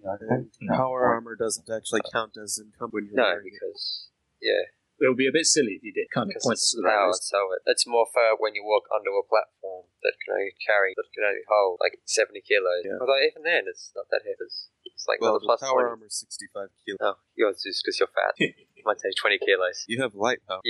Speaker 6: Yeah, I
Speaker 5: Mm.
Speaker 8: And
Speaker 6: think that's
Speaker 8: power
Speaker 6: quite-
Speaker 8: armor doesn't actually count as income when you're
Speaker 4: no,
Speaker 8: wearing it.
Speaker 4: because, yeah,
Speaker 3: It would be a bit silly if you did. Kind of
Speaker 4: because it's
Speaker 3: points to the
Speaker 4: power,
Speaker 3: values.
Speaker 4: so it, it's more for when you walk onto a platform that can only carry, that can only hold like 70 kilos.
Speaker 8: Yeah.
Speaker 4: Although, even then, it's not that heavy. It's, it's like
Speaker 8: Well,
Speaker 4: another plus
Speaker 8: the power
Speaker 4: 20.
Speaker 8: armor is 65 kilo.
Speaker 4: Oh, yours is because you're fat. Mine's only 20 kilos.
Speaker 8: You have light power.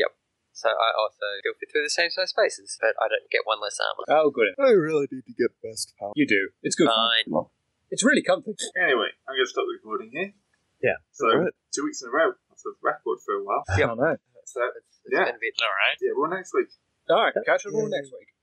Speaker 4: So I also feel fit through the same size spaces, but I don't get one less armor.
Speaker 3: Oh, good.
Speaker 8: I really need to get best power.
Speaker 3: You do. It's good. fun.
Speaker 4: Fine.
Speaker 3: It's really comfy.
Speaker 2: Anyway, I'm going to stop recording here.
Speaker 5: Yeah.
Speaker 2: So,
Speaker 8: Alright.
Speaker 2: two weeks in a row. That's a record for a while.
Speaker 3: I know.
Speaker 2: So,
Speaker 4: It's, it's
Speaker 2: Yeah.
Speaker 4: going to be
Speaker 12: All right.
Speaker 2: yeah, well, next week.
Speaker 3: All right, catch you all next week.